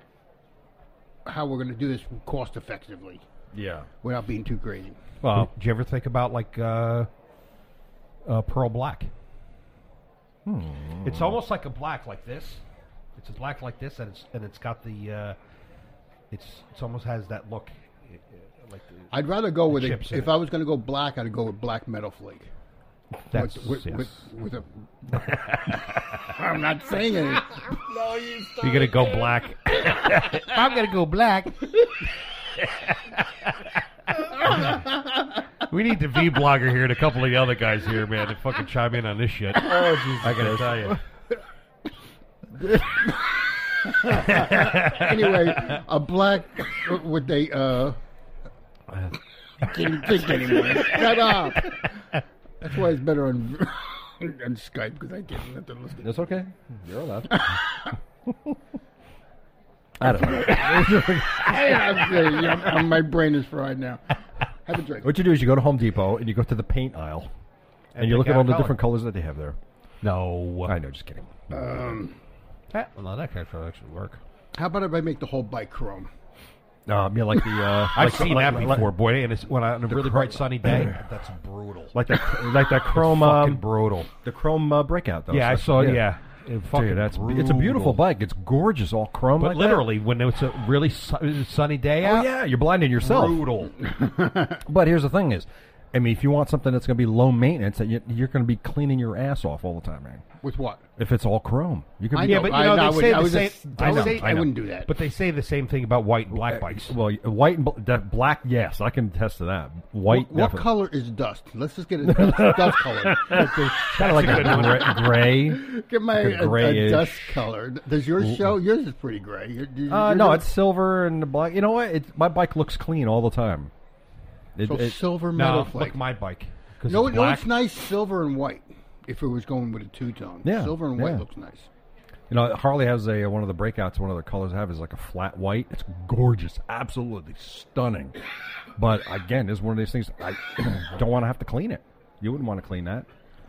S3: how we're gonna do this cost effectively
S2: Yeah.
S3: without being too crazy.
S2: Well,
S4: Did you ever think about like uh, uh, pearl black?
S2: Hmm.
S4: It's almost like a black like this. It's a black like this, and it's and it's got the. Uh, it's it's almost has that look, uh, uh, like the,
S3: I'd rather go with a,
S4: chips in
S3: if
S4: it.
S3: I was gonna go black, I'd go with black metal flake.
S4: that's
S3: with,
S4: yes.
S3: with, with a. I'm not saying it.
S4: You're gonna go black. I'm gonna go black. we need the V blogger here and a couple of the other guys here, man, to fucking chime in on this shit. Oh Jesus! I gotta tell you.
S3: Anyway, a black with a. Uh, can't think anymore. Shut up. That's why it's better on on Skype because I can't let them listen.
S2: it's okay. You're allowed. I don't know.
S3: Hey, I'm kidding. I'm- I'm- my brain is fried now. Have a drink.
S2: what you do is you go to Home Depot and you go to the paint aisle, and, you
S4: pick
S2: look at
S4: out
S2: all
S4: a
S2: the
S4: color.
S2: different colors that they have there.
S4: No.
S2: I know. Just kidding.
S3: Um,
S4: Eh, well, no, that character actually work.
S3: How about if I make the whole bike chrome?
S2: Um, yeah, like the uh,
S4: I've
S2: like,
S4: seen
S2: like,
S4: that
S2: like-
S4: before, boy, and it's when I, on a really
S2: cr-
S4: bright sunny day. That's brutal.
S2: like that, like that chrome,
S4: fucking
S2: um,
S4: brutal.
S2: the chrome uh, breakout. Though,
S4: Yeah, I saw.
S2: especially.
S4: Yeah, It fucking
S2: Dude, that's
S4: brutal.
S2: it's a beautiful bike. It's gorgeous, all chrome.
S4: But
S2: like that.
S4: literally, when it's a really su- sunny day
S2: oh
S4: out,
S2: yeah, you're blinding yourself.
S4: brutal.
S2: But here's the thing: is I mean, if you want something that's going to be low maintenance, that you, you're going to be cleaning your ass off all the time, man.
S3: With what?
S2: If it's all chrome, you could
S3: I
S2: be.
S3: know,
S4: but you
S3: I,
S4: know,
S3: I
S4: they
S3: would,
S4: say
S3: I
S4: the
S3: would
S4: same-
S3: just-
S4: I
S3: I,
S4: know,
S3: say-
S4: I
S3: I
S4: know.
S3: wouldn't do that. Uh,
S4: But they say the same thing about white and black bikes.
S2: Well, white and bl- that black, yes, I can attest to that. White,
S3: what color is dust? Let's just get a dust, dust color.
S2: Kind of like a gray. gray.
S3: Get my
S2: Like a
S3: a, a,
S2: grayish.
S3: dust color. Does yours show? Yours is pretty gray. Your- your-
S2: Uh,
S3: your-
S2: no, it's silver and black. You know what? It's, my bike looks clean all the time. It-
S3: so
S2: it-
S3: silver metal
S4: no,
S3: flake.
S4: look my bike. 'Cause
S3: no,
S4: it's
S3: no,
S4: black.
S3: it's nice silver and white. If it was going with a two tone,
S2: Yeah,
S3: silver and white
S2: yeah.
S3: looks nice.
S2: You know, Harley has a one of the breakouts. One of the colors I have is like a flat white. It's gorgeous, absolutely stunning. But again, it's one of these things I don't want to have to clean it. You wouldn't want to clean that.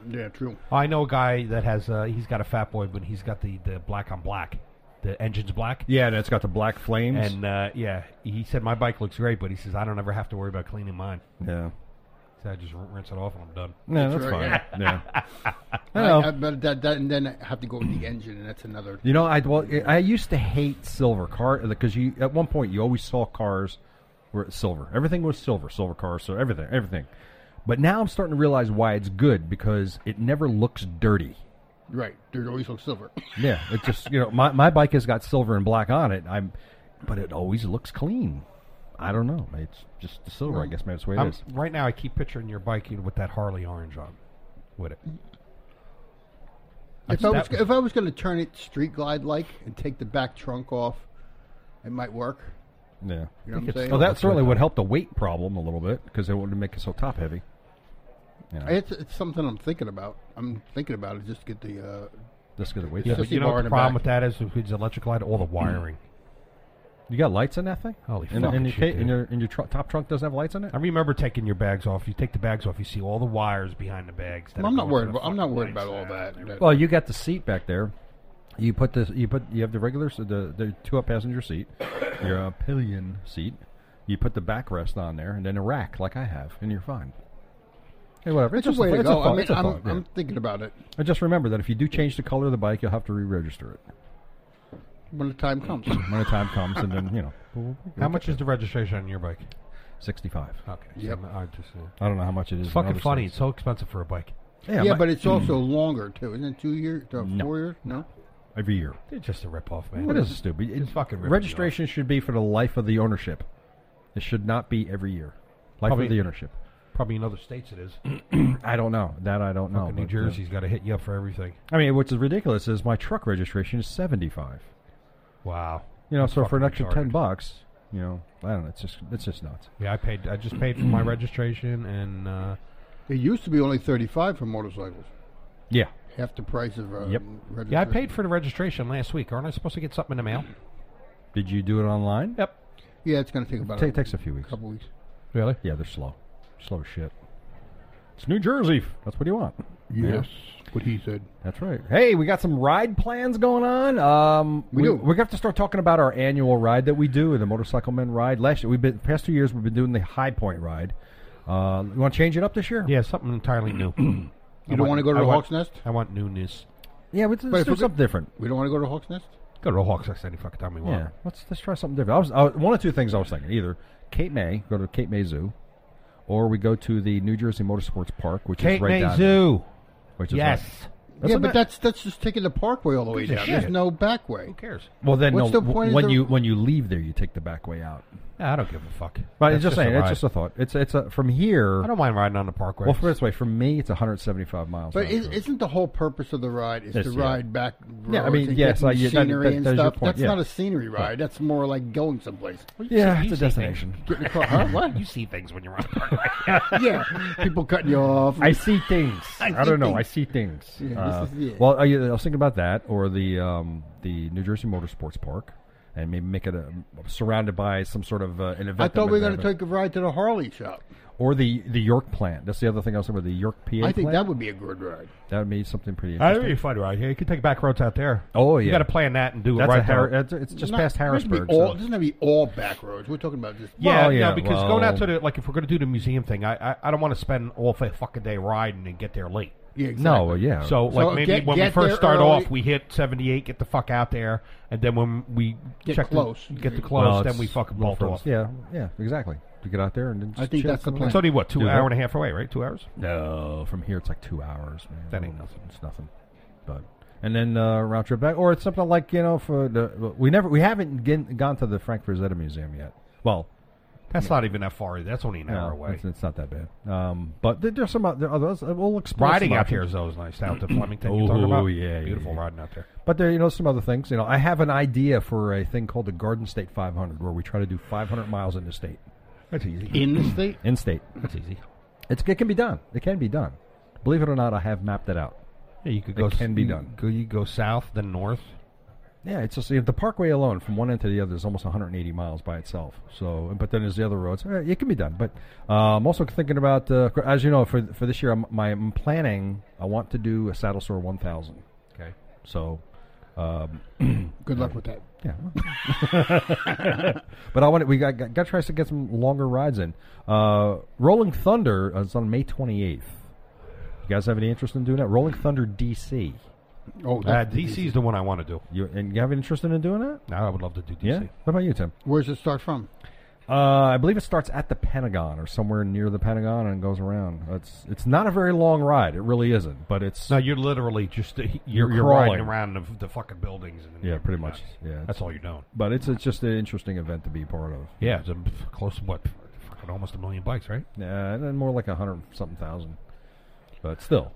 S3: Yeah, true.
S4: I know a guy that has. Uh, he's got a fat boy, but he's got the, the black on black. The engine's black.
S2: Yeah, and it's got the black flames.
S4: And uh, yeah, he said my bike looks great, but he says I don't ever have to worry about cleaning mine.
S2: yeah,
S4: So I just r- rinse it off and I'm done.
S2: no, that's
S3: Sure,
S2: fine.
S3: yeah.
S2: Yeah.
S3: I,
S2: No.
S3: I, but that, that, and then I have to go with the engine, and that's another.
S2: You know, I well, I used to hate silver car because you at one point you always saw cars were silver. Everything was silver, silver cars, so everything, everything. But now I'm starting to realize why it's good because it never looks dirty.
S3: Right, there's always looks silver.
S2: Yeah, it just you know my, my bike has got silver and black on it. I'm, but it always looks clean. I don't know. It's just the silver, I guess. Maybe that's the way it
S4: I'm,
S2: is.
S4: right now, I keep picturing your bike you know, with that Harley orange on, with it.
S3: If I was
S4: That-
S3: if I was going to turn it street glide like and take the back trunk off, it might work.
S2: Yeah.
S3: You know what I'm
S4: it's
S3: saying?
S2: Well, that
S4: Let's
S2: certainly
S4: go
S2: would
S4: down.
S2: help the weight problem a little bit because it wouldn't make it so top heavy.
S3: It's, it's something I'm thinking about. I'm thinking about it just to get the. Uh,
S2: Just because the weight.
S4: Yeah,
S3: Just
S4: but
S3: the
S4: you know
S3: bar
S4: what
S3: in
S4: the
S3: the
S4: problem
S3: back. Mm.
S4: with that is with the electric light, all the wiring.
S2: You got lights in that thing?
S4: Holy
S2: and,
S4: fuck,
S2: And
S4: it
S2: your,
S4: should
S2: ca-
S4: do.
S2: and your, and your tru- top trunk doesn't have lights in it?
S4: I remember taking your bags off. You take the bags off, you see all the wires behind the bags. that
S3: I'm
S4: are
S3: not
S4: going
S3: worried.
S4: to the
S3: About, I'm not
S4: fucking
S3: worried about
S4: lights.
S3: all that. that-
S2: Well, you got the seat back there. You put this. You put. You have the regular. So the the two up passenger seat. Your uh, pillion seat. You put the backrest on there, and then a rack like I have, and you're fine. Hey, whatever.
S3: it's
S2: It's,
S3: a
S2: just
S3: way
S2: thought-
S3: to
S2: it's
S3: go.
S2: thought-
S3: I mean,
S2: it's a
S3: I'm,
S2: thought, yeah.
S3: I'm thinking about it.
S2: And just remember that if you do change the color of the bike, you'll have to re-register it.
S3: when the time comes.
S2: when the time comes, and then you know, we'll-
S4: How much is the registration on your bike?
S2: sixty-five.
S4: Okay. so
S3: Yep.
S4: I just, uh,
S2: I don't know how much it is.
S4: it's
S2: on
S4: fucking
S2: other
S4: funny.
S2: sites.
S4: It's so expensive for a bike.
S3: Yeah,
S2: my-
S3: but it's also longer too. Isn't it two years, uh,
S2: mm. No.
S3: four years? No.
S2: every year.
S4: They're just a ripoff, man.
S2: What is stupid? It-
S4: It's fucking ripping you off.
S2: registration should be for the life of the ownership. It should not be every year. Life
S4: Probably-
S2: of the ownership.
S4: Probably in other states it is.
S2: I don't know that. I don't know.
S4: Fucking New
S2: but, uh,
S4: Jersey's got to hit you up for everything.
S2: I mean, what's ridiculous is my truck registration is seventy-five.
S4: Wow.
S2: You know,
S4: That's
S2: so for an
S4: fucking
S2: extra ten
S4: retarded.
S2: bucks, you know, I don't know. It's just it's just nuts.
S4: Yeah, I paid. I just paid for my registration, and uh,
S3: It used to be only thirty-five for motorcycles,
S2: Yeah.
S3: half the price of. Uh,
S2: Yep.
S3: registration.
S4: yeah, I paid for the registration last week. Aren't I supposed to get something in the mail?
S2: Did you do it online?
S4: Yep.
S3: Yeah, it's going to take about
S2: It takes a few weeks.
S3: couple weeks.
S4: Really?
S2: Yeah, they're slow. Slow as shit. It's New Jersey. That's what you want.
S3: Yes, what he said.
S2: That's right. Hey, we got some ride plans going on. Um,
S3: We do.
S2: We're gonna have to start talking about our annual ride that we do, the Motorcycle Men ride. Last year, we've been past two years, we've been doing the High Point ride. Uh, you want to change it up this year?
S4: Yeah, something entirely new.
S3: You don't want to go to
S4: I
S3: the
S4: want-
S3: Hawks Nest?
S4: I want newness.
S2: yeah. Let's, let's
S3: But if
S2: do
S3: we're go-
S2: something different.
S3: We don't want to go to the Hawks Nest.
S4: Go to the Hawks Nest any fucking time we want.
S2: Yeah, let's let's try something different. I was, I was one of two things I was thinking: either Cape May, go to Cape May Zoo, or we go to the New Jersey Motorsports Park, which is
S4: Cape
S2: right
S4: May
S2: down
S4: Zoo.
S2: Which is right-
S4: Yes.
S2: That's
S3: yeah,
S2: a
S3: but
S2: ni-
S3: that's that's just taking the parkway all the way
S4: Gives a
S3: down.
S4: shit.
S3: There's no back way.
S4: Who cares?
S2: well. Then
S3: What's
S2: no,
S3: the
S2: w-
S3: point of
S2: when
S3: the-
S2: you when you leave there, you take the back way out.
S4: Yeah, I don't give a fuck.
S2: But
S4: That's
S2: it's just, saying,
S4: a
S2: it's
S4: ride.
S2: just a thought. It's it's a, from here.
S4: I don't mind riding on the parkway.
S2: Well, for this way, for me, it's 175 miles.
S3: But
S2: round
S3: is,
S2: trip.
S3: isn't the whole purpose of the ride is
S2: Yes,
S3: to
S2: yeah.
S3: ride back?
S2: Yeah, I
S3: roads
S2: mean,
S3: and
S2: yes,
S3: get some
S2: I- yeah, that-
S3: scenery
S2: that-
S3: and
S2: that is your
S3: stuff.
S2: point,
S3: That's
S2: yeah.
S3: not a scenery ride. That's more like going someplace.
S2: yeah,
S4: You
S2: it's a
S4: see things.
S2: destination.
S3: Get in the car. Huh? What?
S4: You see things when you're on the parkway.
S3: yeah, people cutting you off.
S2: I see things. I,
S3: I see
S2: don't know.
S3: things.
S2: I see things.
S3: Yeah,
S2: Uh,
S3: this is it.
S2: Well, I, I was thinking about that, or the um, the New Jersey Motorsports Park, and maybe make it a, surrounded by some sort of uh, an event.
S3: I
S2: that
S3: thought we were
S2: was
S3: going to
S2: there,
S3: take a ride to the Harley shop.
S2: but- or the the York plant. That's the other thing I was thinking about. The York PA.
S3: I think
S2: plant.
S3: that would be a good ride.
S2: that would be something pretty
S4: That'd
S2: interesting.
S4: be a fun ride. Yeah, you could take back roads out there.
S2: Oh, yeah.
S4: You got to plan that and do
S2: that's
S4: it right
S2: a Har-
S4: there.
S2: that's- it's just
S3: Not-
S2: past
S3: it doesn't have to
S2: Harrisburg.
S3: be all-
S2: so-
S3: It doesn't have to be all back roads. We're talking about just
S4: Yeah,
S2: Well, yeah,
S4: no, because going out to
S2: well-
S4: the like if we're going to do the museum thing, I I, I don't want to spend all fa- fucking day riding and get there late.
S3: Yeah, exactly.
S2: no, well, yeah.
S4: So like maybe
S3: get-
S4: when we
S3: get
S4: first
S3: there
S4: start
S3: early.
S4: off, we hit seventy eight, get the fuck out there, and then when we
S3: Get
S4: check the-
S3: close.
S4: get the close,
S2: Well, it's
S4: then we fucking
S2: a little
S4: bolt
S2: further-
S4: off.
S2: Yeah, yeah, exactly. To get out there and then just
S3: I think
S2: chill.
S3: that's the plan.
S4: It's only what two
S2: Do
S4: hour
S2: that.
S4: and a half away, right? Two hours.
S2: No, from here it's like two hours, man.
S4: That ain't nothing.
S2: It's nothing. But and then uh, round trip back, or it's something like you know for the we never we haven't gen- gone to the Frank Frazetta Museum yet. Well,
S4: That's not even that far. either. That's only an
S2: no,
S4: hour away.
S2: It's, it's not that bad. Um, but there, there's some other others. We'll explore
S4: Riding
S2: some
S4: out here
S2: options.
S4: is always nice. Out to Flemington, you're talking
S2: Oh,
S4: about.
S2: yeah, yeah,
S4: beautiful
S2: yeah.
S4: riding out there.
S2: But there, you know, some other things. You know, I have an idea for a thing called the Garden State 500, where we try to do 500 miles in the state,
S4: That's easy.
S3: in the state.
S2: in state.
S4: That's easy.
S2: It's, it can be done. It can be done. Believe it or not, I have mapped it out.
S4: Yeah, you could
S2: It
S4: go.
S2: can be
S4: you
S2: done.
S4: Go, you go south, then north.
S2: Yeah, it's just you know, the parkway alone from one end to the other is almost 180 miles by itself. So, but then there's the other roads. Eh, It can be done, but uh, I'm also thinking about uh, as you know for for this year. I'm, my I'm planning. I want to do a saddle sore 1,000.
S4: Okay.
S2: So, um,
S3: Good luck with that.
S2: yeah. but I want to, we got got, got to try to get some longer rides in. Uh, Rolling Thunder uh, is on May 28th. You guys have any interest in doing that? Rolling Thunder DC.
S3: Oh,
S4: Uh,
S3: that's the
S4: DC is the one I want to do.
S2: You and you have an interest in doing that?
S4: No, I would love to do DC.
S2: Yeah. What about you, Tim?
S3: Where's it start from?
S2: Uh, I believe it starts at the Pentagon or somewhere near the Pentagon and goes around. It's it's not a very long ride. It really isn't, but it's
S4: No, you're literally just you're,
S2: You're
S4: you're, riding
S2: crawling.
S4: around the, the fucking buildings. And
S2: Yeah, pretty much. Yeah, it's-
S4: that's all you're doing.
S2: but it's it's just an interesting event to be part of.
S4: Yeah, it's a, close to what, fucking almost a million bikes, right?
S2: Yeah, and then more like a hundred something thousand, but still,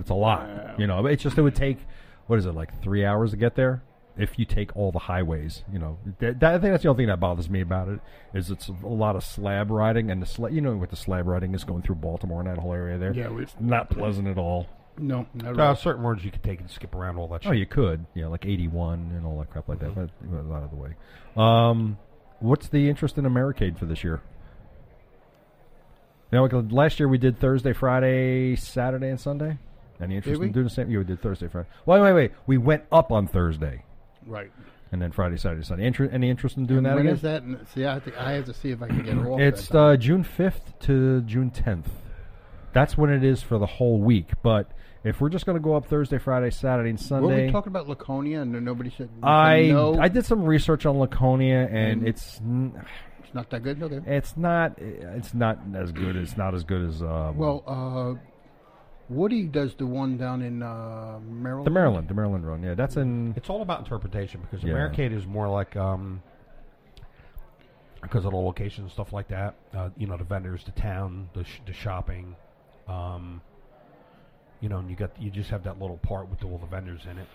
S2: it's a lot. You know, it's just it would take what is it like three hours to get there if you take all the highways. You know, that, that- I think that's the only thing that bothers me about it is it's a lot of slab riding and the sla- you know what the slab riding is going through Baltimore and that whole area there.
S3: Yeah, we-
S2: it's not pleasant at all.
S3: No, not at
S2: Uh,
S4: There are
S3: all.
S4: Uh, certain roads you could take and skip around all that
S2: Oh,
S4: shit.
S2: you could, yeah, like eighty-one and all that crap like that. But it
S3: Mm-hmm.
S2: was out of the way. Um, what's the interest in Americade for this year? You know, like last year we did Thursday, Friday, Saturday, and Sunday. Any interest
S3: we?
S2: in doing the same? Yeah, we did Thursday, Friday. Wait, wait, wait. We went up on Thursday,
S3: right.
S2: and then Friday, Saturday, Sunday. Inter- any interest in doing that?
S3: When
S2: again?
S3: is that? in- See, I have to, I have to see if I can get it off.
S2: It's
S3: that.
S2: uh, June fifth to June tenth. That's when it is for the whole week. But if we're just going to go up Thursday, Friday, Saturday, and
S3: Were
S2: uh, Sunday,
S3: we talking about Laconia and then nobody said
S2: I
S3: no?
S2: I did some research on Laconia, and
S3: And-
S2: it's n-
S3: It's not that good. Okay.
S2: it's not it's not as good. It's not as good as um,
S3: Well, uh, Woody does the one down in uh, Maryland.
S2: the Maryland, the Maryland run. Yeah, that's in
S4: It's all about interpretation because
S2: Mm. Yeah.
S4: Americade is more like um, because of the location and stuff like that. Uh, you know, the vendors, the town, the sh- the shopping. Um, you know, and you got you just have that little part with all the vendors in it.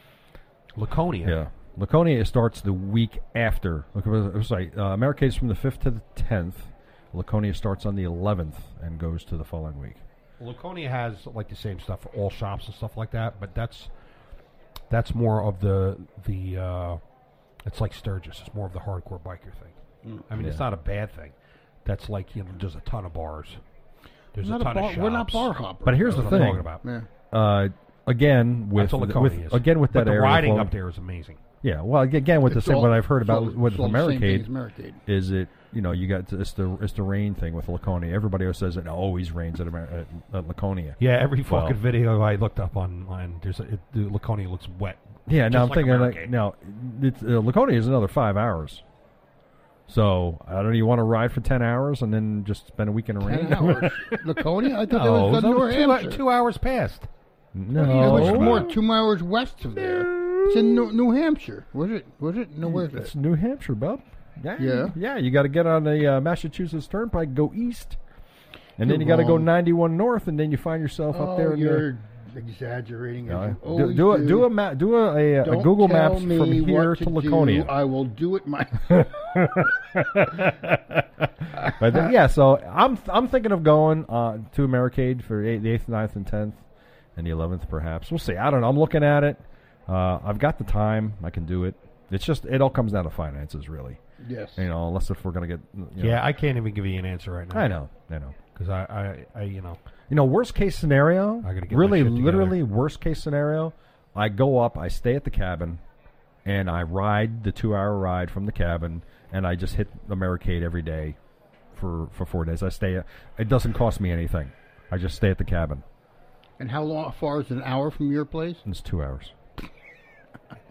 S4: Laconia.
S2: Yeah. Laconia starts the week after. Look, I'm Sorry, uh, Americade is from the 5th to the 10th. Laconia starts on the 11th and goes to the following week.
S4: Laconia has like the same stuff for all shops and stuff like that, but that's that's more of the the uh, it's like Sturgis. It's more of the hardcore biker thing.
S3: Mm.
S4: I mean, it's
S2: Yeah.
S4: not a bad thing. That's like you know, there's a ton of bars. There's
S3: Not
S4: a
S3: a
S4: ton
S3: bar-
S4: of shops.
S3: we're not bar hoppers.
S2: But here's
S4: That's
S2: the
S4: what I'm
S2: thing.
S4: talking about.
S3: Yeah.
S2: Uh, again with,
S4: That's all Laconia
S2: with
S4: is.
S2: again with
S4: But
S2: that
S4: the
S2: area
S4: riding
S2: flowing-
S4: up there is amazing.
S2: Yeah, well, ag- again with the
S3: It's
S2: same
S3: all-
S2: what I've heard
S3: it's
S2: about
S3: all-
S2: with
S3: it's all the same thing
S2: Americade
S3: as Americade.
S2: is it you know you got it's the it's the rain thing with Laconia. Everybody always says it always rains at, Amer- at, at Laconia.
S4: Yeah, every
S2: Well-
S4: fucking video I looked up online, there's a, it, the Laconia looks wet.
S2: Yeah, now
S4: Just
S2: I'm
S4: like
S2: thinking like
S4: Americade.
S2: now it's, uh, Laconia is another five hours. So I don't know. You want to ride for ten hours and then just spend a week in the rain?
S3: Ten hours. Laconia? I thought
S4: No,
S2: Oh,
S3: that was done
S4: that was
S3: New
S4: two, hou-
S3: Hampshire.
S4: two hours past.
S3: Yeah, but it's
S2: no,
S3: more two hours west of there. It's in New, New Hampshire. Was it? Was it? No, where is
S2: it's
S3: it?
S2: New Hampshire, bub. Yeah,
S3: Yeah.
S2: yeah. You got to get on the uh, Massachusetts Turnpike, go east, and then you
S3: You're
S2: got to go
S3: wrong.
S2: 91 north, and then you find yourself up there.
S3: Oh,
S2: in the,
S3: you're exaggerating. as
S2: Uh,
S3: you
S2: do, do a
S3: always
S2: do a ma- do a, a, a
S3: Don't
S2: Google
S3: tell
S2: Maps
S3: me
S2: from here
S3: what
S2: to,
S3: do.
S2: Laconia.
S3: I will do it my.
S2: But th- yeah, so I'm I'm thinking of going uh, to Americade for eight, the eighth, 9th, and tenth, and the eleventh perhaps. We'll see. I don't know. I'm looking at it. Uh, I've got the time. I can do it. It's just it all comes down to finances, really.
S3: yes.
S2: You know, unless if we're gonna get. You know,
S4: Yeah. I can't even give you an answer right now.
S2: I know. I know.
S4: because I, I, I, you know,
S2: You know, worst case scenario.
S4: I gotta get my
S2: really,
S4: shit together.
S2: literally, worst case scenario. I go up. I stay at the cabin, and I ride the two-hour ride from the cabin, and I just hit Americade every day for for four days. I stay. It doesn't cost me anything. I just stay at the cabin.
S3: And how long? Far is it an hour from your place?
S2: And it's two hours.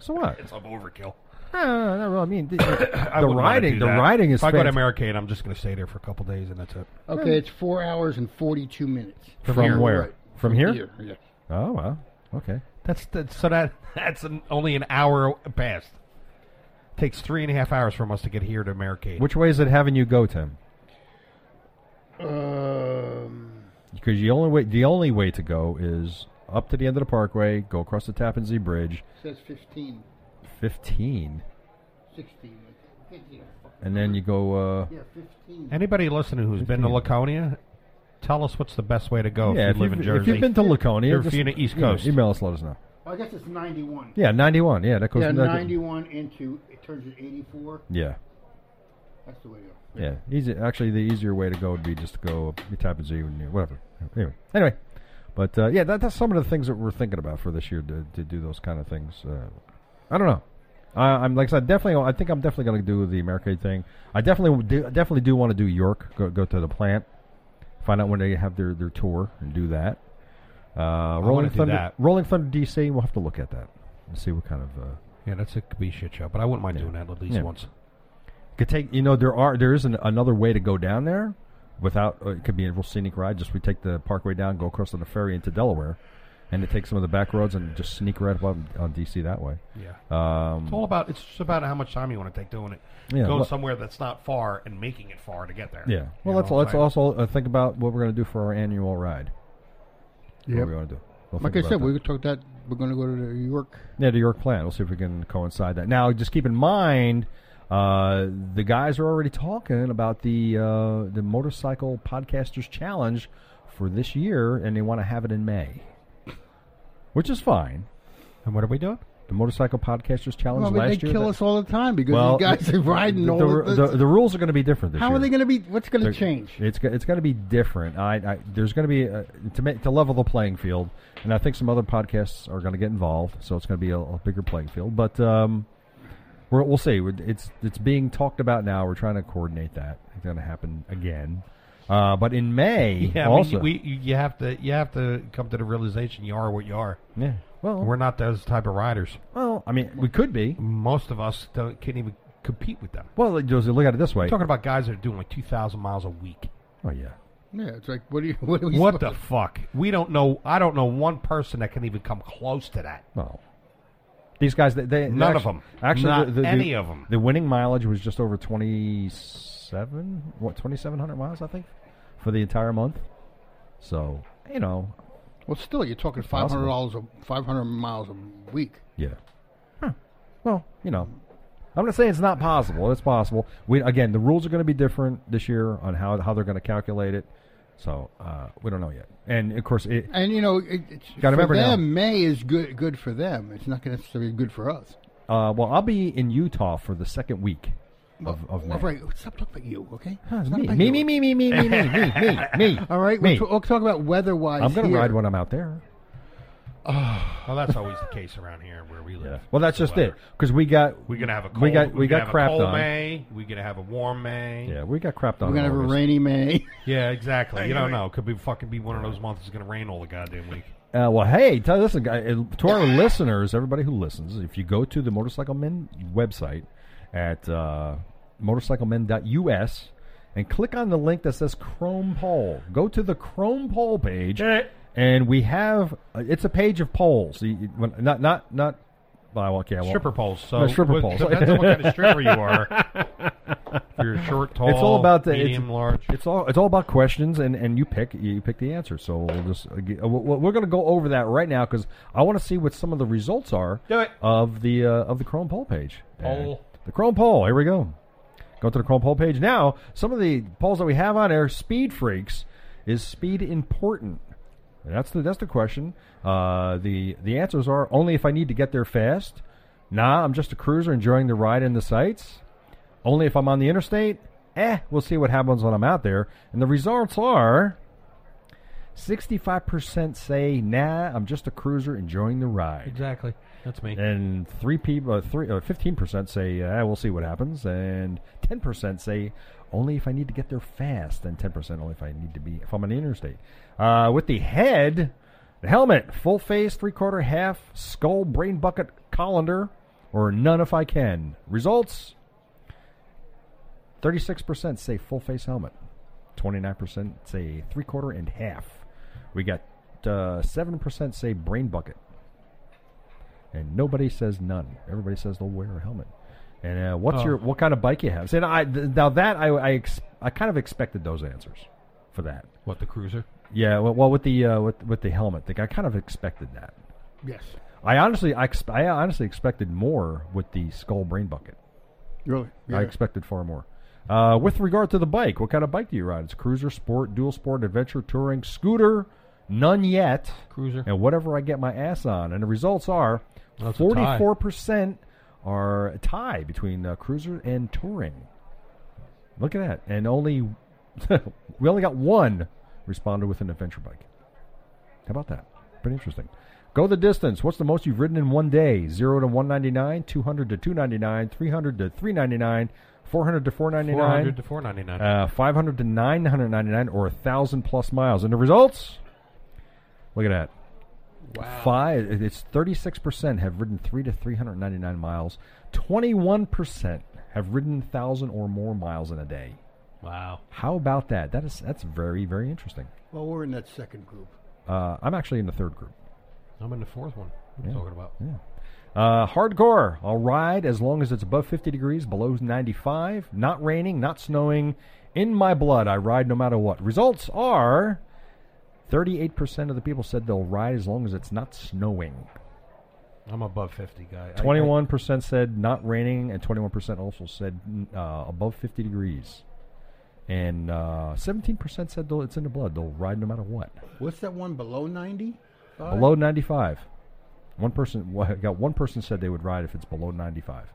S2: So what?
S4: it's up overkill.
S2: No, no, no, no, I mean, the, the
S4: wouldn't wanna
S2: riding.
S4: do
S2: The
S4: that.
S2: riding is.
S4: If I go to
S2: fantastic.
S4: Americade, I'm just going to stay there for a couple days and that's it.
S3: Okay, it's four hours and forty-two minutes.
S2: From
S3: here.
S2: where?
S3: Right.
S2: From here?
S3: Yeah.
S2: Oh well. Okay.
S4: That's that, so that that's an, only an hour past. Takes three and a half hours from us to get here to Americade.
S2: Which way is it having you go, Tim?
S3: Um,
S2: Because the only way the only way to go is up to the end of the parkway, go across the Tappan Zee Bridge,
S3: says 15,
S2: fifteen,
S3: 16. Yeah, fuck.
S2: and then you go. Uh,
S3: Yeah, 15.
S4: Anybody listening who's been to
S2: 15.
S4: Laconia, tell us what's the best way to go
S2: yeah,
S4: Oh, if you live
S2: you've,
S4: in Jersey.
S2: if you've been to Laconia,
S4: Or if
S2: just,
S4: you're in the East
S2: you know,
S4: Coast.
S2: email us, let us know.
S3: I guess it's 91.
S2: Yeah, ninety-one. Yeah, that goes.
S3: Yeah,
S2: that-
S3: 91 into, it turns at 84.
S2: Yeah,
S3: That's the way to go.
S2: yeah. Easy. Actually, the easier way to go would be just to go up the Tappan Zee and you- whatever. Anyway, anyway, but uh, yeah, that, that's some of the things that we're thinking about for this year to, to do those kind of things. Uh, I don't know. I, I'm like I said, definitely. I think I'm definitely going to do the Americade thing. I definitely do, definitely do want to do York. Go, go to the plant, find out when they have their, their tour and do that. Uh, Rolling
S4: do
S2: Thunder,
S4: that.
S2: Rolling Thunder DC. We'll have to look at that and see what kind of. Uh,
S4: yeah, that's a could be a shit show, but I wouldn't mind
S2: Yeah.
S4: doing that at least
S2: Yeah.
S4: once.
S2: could take you know there are there is an, another way to go down there without uh, it could be a real scenic ride. Just we take the parkway down, go across on the ferry into Delaware, and it takes some of the back roads and just sneak right up on, on DC that way.
S4: Yeah,
S2: Um,
S4: it's all about it's just about how much time you want to take doing it.
S2: Yeah,
S4: Going
S2: well-
S4: somewhere that's not far and making it far to get there.
S2: yeah. Well,
S4: You
S2: let's
S4: know what
S2: let's
S4: I'm saying?
S2: also uh, think about what we're going to do for our annual ride. What we want to do. We'll
S3: Like I
S2: think about
S3: said,
S2: that.
S3: we took that. We're going to go to the York.
S2: Yeah, the York plan. We'll see if we can coincide that. Now, just keep in mind, uh, the guys are already talking about the uh, the motorcycle podcasters challenge for this year, and they want to have it in May, which is fine.
S4: And what are we doing?
S2: The motorcycle podcasters challenge
S3: Well, but
S2: last
S3: they
S2: year.
S3: kill
S2: that-
S3: us all the time because
S2: well,
S3: these guys are riding
S2: the,
S3: all
S2: the,
S3: the,
S2: the, the rules are going to be different this
S3: How
S2: year.
S3: are they going to be? What's going to
S2: They're-
S3: change?
S2: It's go- it's going to be different. I, I there's going to be uh to make, to level the playing field, and I think some other podcasts are going to get involved, so it's going to be a, a bigger playing field. But um, we're, we'll see. We're- It's it's being talked about now. We're trying to coordinate that. It's going to happen again. Uh, but in May,
S4: Yeah, I mean,
S2: also.
S4: we you you have to you have to come to the realization you are what you are.
S2: yeah. Well,
S4: We're not those type of riders.
S2: well, I mean, we could be.
S4: Most of us don't, can't even compete with them.
S2: Well, like, Josie, look at it this way.
S4: We're talking about guys that are doing like two thousand miles a week.
S2: Oh, yeah.
S3: Yeah, it's like what do you? What, are we
S4: What the
S3: supposed
S4: fuck? We don't know. I don't know one person that can even come close to that.
S2: Well, these guys, they, they
S4: None
S2: actu-
S4: of 'em.
S2: Actually,
S4: Not
S2: the, the,
S4: any
S2: the,
S4: of 'em.
S2: The winning mileage was just over twenty seven, what twenty seven hundred miles, I think, for the entire month. So you know,
S3: to- Well, still, you're talking five
S2: possible.
S3: hundred dollars, five hundred miles a week.
S2: yeah. Huh. Well, you know, I'm not saying it's not possible. It's possible. We again, the rules are going to be different this year on how how they're going to calculate it. So uh, we don't know yet. And of course, it,
S3: And you know, it, it's
S2: Gotta
S3: for
S2: remember now.
S3: them, May is good good for them. It's not going to necessarily be good for us.
S2: uh, well, I'll be in Utah for the second week of, of May.
S3: All right, stop talking about you, okay?
S2: Huh,
S3: It's
S2: it's
S3: not
S2: me,
S3: about
S2: me,
S3: you.
S2: me, me, me, me, me, me, me, me, me.
S3: All right,
S2: me.
S3: we'll, t- we'll talk about weather-wise.
S2: I'm going to
S3: here.
S2: ride when I'm out there.
S4: Well, that's always the case around here where we live.
S2: Well, that's
S4: The
S2: just it
S4: weather.
S2: because we got
S4: We're gonna have a cold,
S2: we got we
S4: we're
S2: got
S4: gonna have a
S2: crapped
S4: cold
S2: on.
S4: May. We're gonna have a warm May.
S2: Yeah, we got crapped on.
S3: We're gonna
S2: in
S3: have a
S2: August.
S3: rainy May.
S4: Yeah, exactly. You don't know. Could be fucking be one of those months. It's gonna rain all the goddamn week.
S2: Uh, well, hey, tell listen, guy, uh, to our listeners, everybody who listens, if you go to the Motorcycle Men website at uh, motorcyclemen.us and click on the link that says Chrome Poll, go to the Chrome Poll page,
S4: Eh.
S2: and we have uh, it's a page of polls. You- you- when- not not not. Well, okay, I won't.
S4: Stripper poles. So
S2: No, stripper
S4: what-
S2: poles.
S4: Depends on what kind of stripper you are. if you're short, tall,
S2: It's all about the it's-
S4: medium, large.
S2: It's all it's all about questions, and, and you pick you pick the answer. So we'll just uh, ge- uh, we'll- we're going to go over that right now because I want to see what some of the results are
S4: Do it.
S2: of the uh, of the Chrome poll page.
S4: Poll.
S2: And the Chrome poll. Here we go. Go to the Chrome poll page now. Some of the polls that we have on air. Speed freaks is speed important. That's the that's the question. Uh, the the answers are only if I need to get there fast. Nah, I'm just a cruiser enjoying the ride and the sights. Only if I'm on the interstate. Eh, we'll see what happens when I'm out there. And the results are 65% say, nah, I'm just a cruiser enjoying the ride.
S4: Exactly. That's me.
S2: And three people, uh, three, uh, 15% say, uh, we'll see what happens. And 10% say, only if I need to get there fast. And 10% only if I need to be, if I'm on the interstate. Uh, with the head, the helmet, full face, three quarter, half, skull, brain bucket, colander, or none if I can. Results 36% say full face helmet. 29% say three quarter and half. We got uh, 7% say brain bucket. And nobody says none. Everybody says they'll wear a helmet. And uh, what's
S4: Oh.
S2: your what kind of bike you have? See, now, I, th- now that I I, ex- I kind of expected those answers for that.
S4: What the cruiser?
S2: Yeah, well, well with the uh, with with the helmet, like, I kind of expected that.
S3: yes,
S2: I honestly I, ex- I honestly expected more with the skull brain bucket.
S3: really.
S2: I
S3: Yeah.
S2: expected far more. Uh, with regard to the bike, what kind of bike do you ride? It's cruiser, sport, dual sport, adventure, touring, scooter, none yet,
S4: Cruiser.
S2: and whatever I get my ass on. And the results are
S4: That's a tie.
S2: forty-four percent are a tie between uh, cruiser and touring. Look at that, and only we only got one responded with an adventure bike. How about that? Pretty interesting. Go the distance. What's the most you've ridden in one day? 0 to 199, 200 to 299, 300 to 399, 400 to
S4: Four hundred to
S2: 499,
S4: four ninety nine.
S2: uh, 500 to 999, or 1,000 plus miles. And the results? Look at that.
S4: Uh,
S3: Wow.
S2: Five. It's 36% have ridden 3 to 399 miles. 21% have ridden 1,000 or more miles in a day.
S4: wow.
S2: How about that? That is that's very very interesting.
S3: Well, we're in that second group.
S2: Uh, I'm actually in the third group.
S4: I'm in the fourth one. What are you talking about?
S2: Yeah. Uh, hardcore. I'll ride as long as it's above 50 degrees, below 95, not raining, not snowing. In my blood, I ride no matter what. Results are 38% of the people said they'll ride as long as it's not snowing.
S4: I'm above fifty guy. I-
S2: 21% said not raining, and 21% also said mm, uh, above 50 degrees. And uh, 17% said they'll, it's in the blood. They'll ride no matter what.
S3: What's that one below ninety?
S2: below 95. One person wa- got one person said they would ride if it's below 95.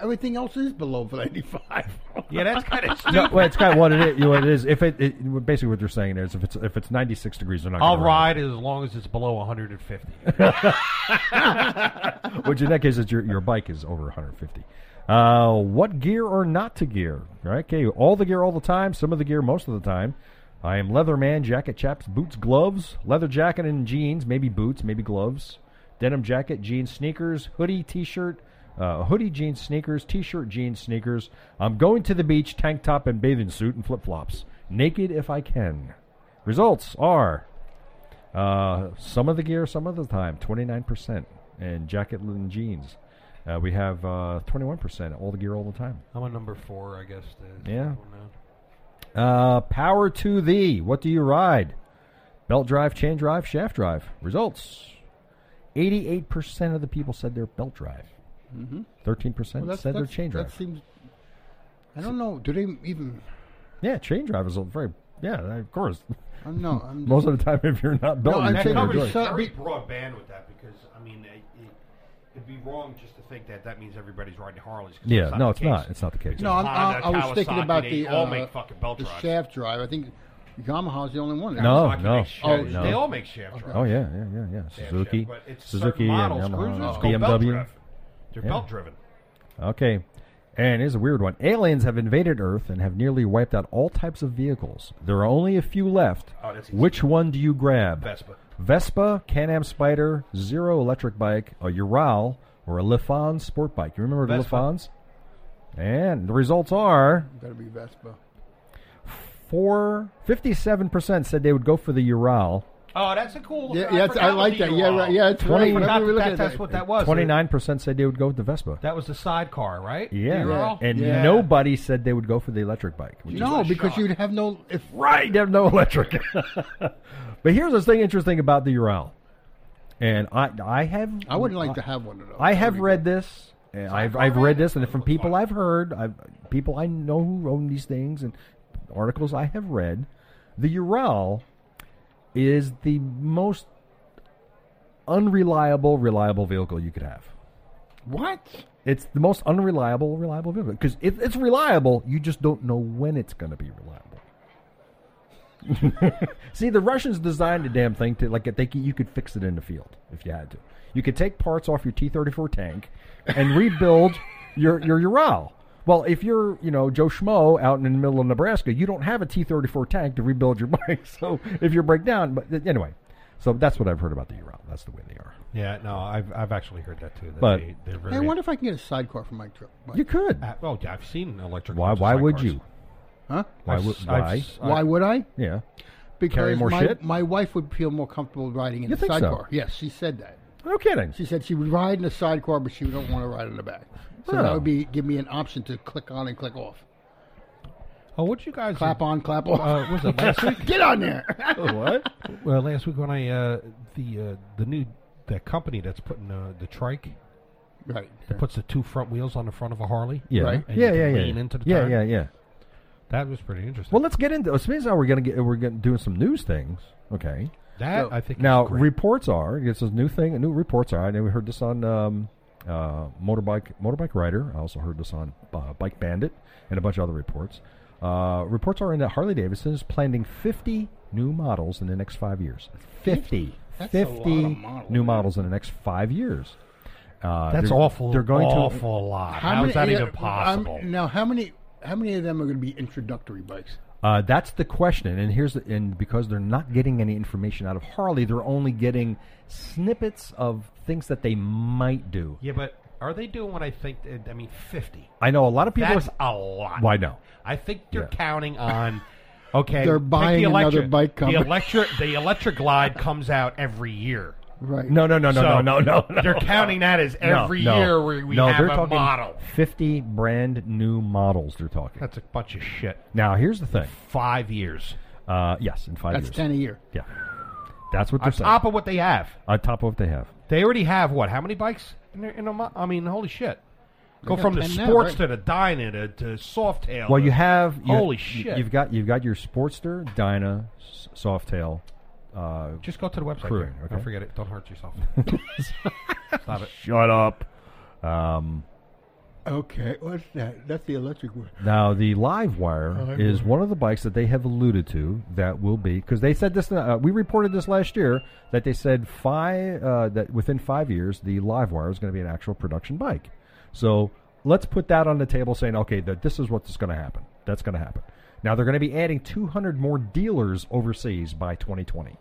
S3: Everything else is below ninety-five.
S4: I- yeah, that's kind of
S2: No,
S4: stupid.
S2: well, it's kind of what it is. You know, what it is. If it, it basically what they're saying is if it's if it's 96 degrees, they're not.
S4: I'll
S2: gonna
S4: ride as long as it's below 150.
S2: Which in that case, is your your bike is over 150. Uh, what gear or not to gear? Right? Okay, all the gear all the time. Some of the gear most of the time. I am Leatherman, jacket, chaps, boots, gloves, leather jacket and jeans, maybe boots, maybe gloves, denim jacket, jeans, sneakers, hoodie, t-shirt, uh, hoodie, jeans, sneakers, t-shirt, jeans, sneakers. I'm going to the beach, tank top and bathing suit and flip-flops, naked if I can. Results are uh, some of the gear, some of the time, 29%, and jacket and jeans. Uh, we have uh, 21%, all the gear, all the time.
S4: I'm a number four, I guess. to-
S2: Yeah.
S4: I don't know.
S2: Uh, power to thee. What do you ride? Belt drive, chain drive, shaft drive. Results: eighty-eight percent of the people said their belt drive.
S3: Mhm.
S2: Thirteen percent
S3: Well, that's,
S2: said their
S3: that's-
S2: chain drive.
S3: That seems. I don't know. Do they even?
S2: yeah, chain drive is a very yeah. Of course,
S3: I don't know. I'm
S2: most of the time if you're not belt,
S3: No,
S2: you
S3: I'm
S4: That
S3: saying-
S2: can't
S3: Probably
S2: enjoy
S4: covers
S2: it.
S3: so-
S4: very broad band with that because I mean it, it, it'd be wrong just to think that that means everybody's riding Harleys. 'cause
S2: Yeah,
S4: that's
S2: no,
S4: the
S2: it's not.
S4: case.
S2: It's not the case.
S4: Because
S3: No, I'm,
S4: Honda,
S3: I, I was thinking
S4: Kawasaki,
S3: about
S4: they
S3: the
S4: all
S3: uh,
S4: make fucking belt
S3: the
S4: drives.
S3: shaft drive. I think Yamaha's the only one. that
S2: No,
S4: Kawasaki
S2: Oh, no,
S4: makes shaft-
S3: no.
S4: they all make shaft drives.
S2: Oh yeah, yeah, yeah, yeah.
S4: They have
S2: Suzuki,
S4: shaft, but it's
S2: Suzuki,
S4: certain models,
S2: and
S3: Oh,
S4: cruisers
S2: Yamaha,
S4: go belt
S2: BMW.
S4: driven. They're
S2: Yeah.
S4: belt driven.
S2: Okay. And here's a weird one. Aliens have invaded Earth and have nearly wiped out all types of vehicles. There are only a few left.
S4: Oh, that's easy.
S2: Which one do you grab?
S4: Vespa.
S2: Vespa, Can-Am Spider, Zero electric bike, a Ural, or a LeFon sport bike. You remember the
S4: Vespa.
S2: LeFons? And the results are
S3: Got to be Vespa.
S2: four, 57% said they would go for the Ural.
S4: Oh, that's a cool.
S3: Yeah,
S4: I
S3: yeah, it's-
S4: forgot
S3: I
S4: what
S3: like
S4: the
S3: that.
S4: Ural-
S3: Yeah, right. Yeah, it's right.
S4: I forgot
S3: Whenever we
S4: that,
S3: look
S4: that-
S3: at
S4: that's
S3: that-
S4: what that was.
S2: 29% said they would go with the Vespa.
S4: That was the sidecar, right?
S2: yeah.
S4: Ural?
S2: And
S3: Yeah.
S2: nobody said they would go for the electric bike. which is
S3: No,
S4: what a
S3: because
S4: shock.
S3: you'd have no. If
S2: Right, they have no electric. but here's the thing interesting about the Ural, and I I have
S3: I wouldn't like to have one of those.
S2: I have
S3: That'd be
S2: read this. And I've I've read this, and from people I've heard, I've, people I know who own these things, and articles I have read, the Ural is the most unreliable, reliable vehicle you could have.
S3: good. What?
S2: It's the most unreliable, reliable vehicle because if it's reliable, you just don't know when it's going to be reliable. See, the Russians designed the damn thing to like they could, you could fix it in the field if you had to. You could take parts off your T thirty four tank and rebuild your your Ural. Well, if you're you know Joe Schmo out in the middle of Nebraska, you don't have a T thirty four tank to rebuild your bike. So if you break down, but uh, anyway, so that's what I've heard about the Ural. That's the way they are.
S4: Yeah, no, I've, I've actually heard that too. That
S2: But-
S4: they, they're very.
S3: Hey, I wonder if I can get a sidecar for my trip.
S2: You could.
S4: Uh, well, I've seen electric.
S2: Why?
S4: cars and
S2: Why would
S4: sidecars.
S2: you?
S3: Huh?
S2: Why
S4: I've
S2: would?
S4: s- I've
S2: Why?
S4: s-
S3: Why would I?
S2: Yeah.
S3: Because
S2: more
S3: my,
S2: shit?
S3: my wife would feel more comfortable riding in
S2: You
S3: a
S2: think so?
S3: sidecar. Yes, she said that.
S2: No kidding.
S3: She said she would ride in a sidecar, but she don't want to ride in the back. So
S2: Oh.
S3: that would be give me an option to click on and click off,
S4: Oh, what you guys
S3: clap on, clap off.
S4: Uh, what was it last week?
S3: get on there.
S2: what?
S4: Well, last week when I uh, the uh, the new that company that's putting uh, the trike
S3: right.
S4: that puts the two front wheels on the front of a Harley.
S2: Yeah.
S3: Right?
S4: And
S2: Yeah,
S4: you
S2: yeah,
S4: can
S2: yeah.
S4: lean into the
S2: yeah,
S4: tire.
S2: yeah, yeah.
S4: That was pretty interesting.
S2: Well, let's get into. So now we're gonna get we're gonna doing some news things. Okay.
S4: that
S3: so-
S4: I think
S2: Now
S4: is great.
S2: reports are it's this new thing. New reports are. I know we heard this on um, uh, motorbike motorbike rider. I also heard this on uh, Bike Bandit and a bunch of other reports. Uh, reports are in that Harley Davidson is planning 50 new models in the next five years. 50.
S3: That's a lot of
S2: 50
S3: models.
S2: new models in the next five years. Uh,
S4: that's
S2: they're-
S4: awful.
S2: They're going
S4: awful
S2: to
S4: lot. How is that
S3: yeah,
S4: even
S3: I'm-
S4: possible?
S3: now, how many how many of them are going to be introductory bikes?
S2: Uh, that's the question, and here's the, and because they're not getting any information out of Harley, they're only getting snippets of things that they might do.
S4: yeah, but are they doing what I think? uh, I mean, fifty.
S2: I know a lot of people.
S4: That's
S2: are-
S4: a lot.
S2: Why no?
S4: I think they're
S2: Yeah.
S4: counting on. Okay,
S3: They're
S4: take the
S3: buying another
S4: electric-
S3: bike
S4: The
S3: company.
S4: electric, the electric glide comes out every year.
S3: Right.
S2: no, no, no, no,
S4: So,
S2: no, no, no.
S4: They're counting that as
S2: No,
S4: every
S2: no.
S4: year we, we
S2: no,
S4: have
S2: they're
S4: a
S2: talking
S4: model.
S2: Fifty brand new models. They're talking.
S4: That's a bunch of shit.
S2: now, here's the thing.
S4: Five years.
S2: Uh, yes, in five
S3: that's
S2: years.
S3: ten a year.
S2: Yeah, that's what they're
S4: On
S2: saying.
S4: top of what they have.
S2: On top of what they have.
S4: They already have, what, how many bikes? In their, in a mo- I mean, holy shit. Go
S3: got
S4: from the
S3: 10 now,
S4: sports
S3: right?
S4: to the dining to, to Softail.
S2: Well,
S4: to-
S2: you have you,
S4: Holy
S2: you-
S4: shit.
S2: You've got you've got your Sportster, Dyna, S- Softail, uh,
S4: Just go to the website.
S2: Crewing,
S4: there.
S2: okay.
S4: Don't forget it. Don't hurt yourself. Stop it.
S2: Shut up. Um,
S3: Okay, what's that? That's the electric one.
S2: now the live wire is one of the bikes that they have alluded to that will be because they said this. Uh, we reported this last year that they said five uh, that within five years the live wire is going to be an actual production bike. So let's put that on the table, saying okay, that this is what's going to happen. That's going to happen. Now they're going to be adding 200 more dealers overseas by 2020.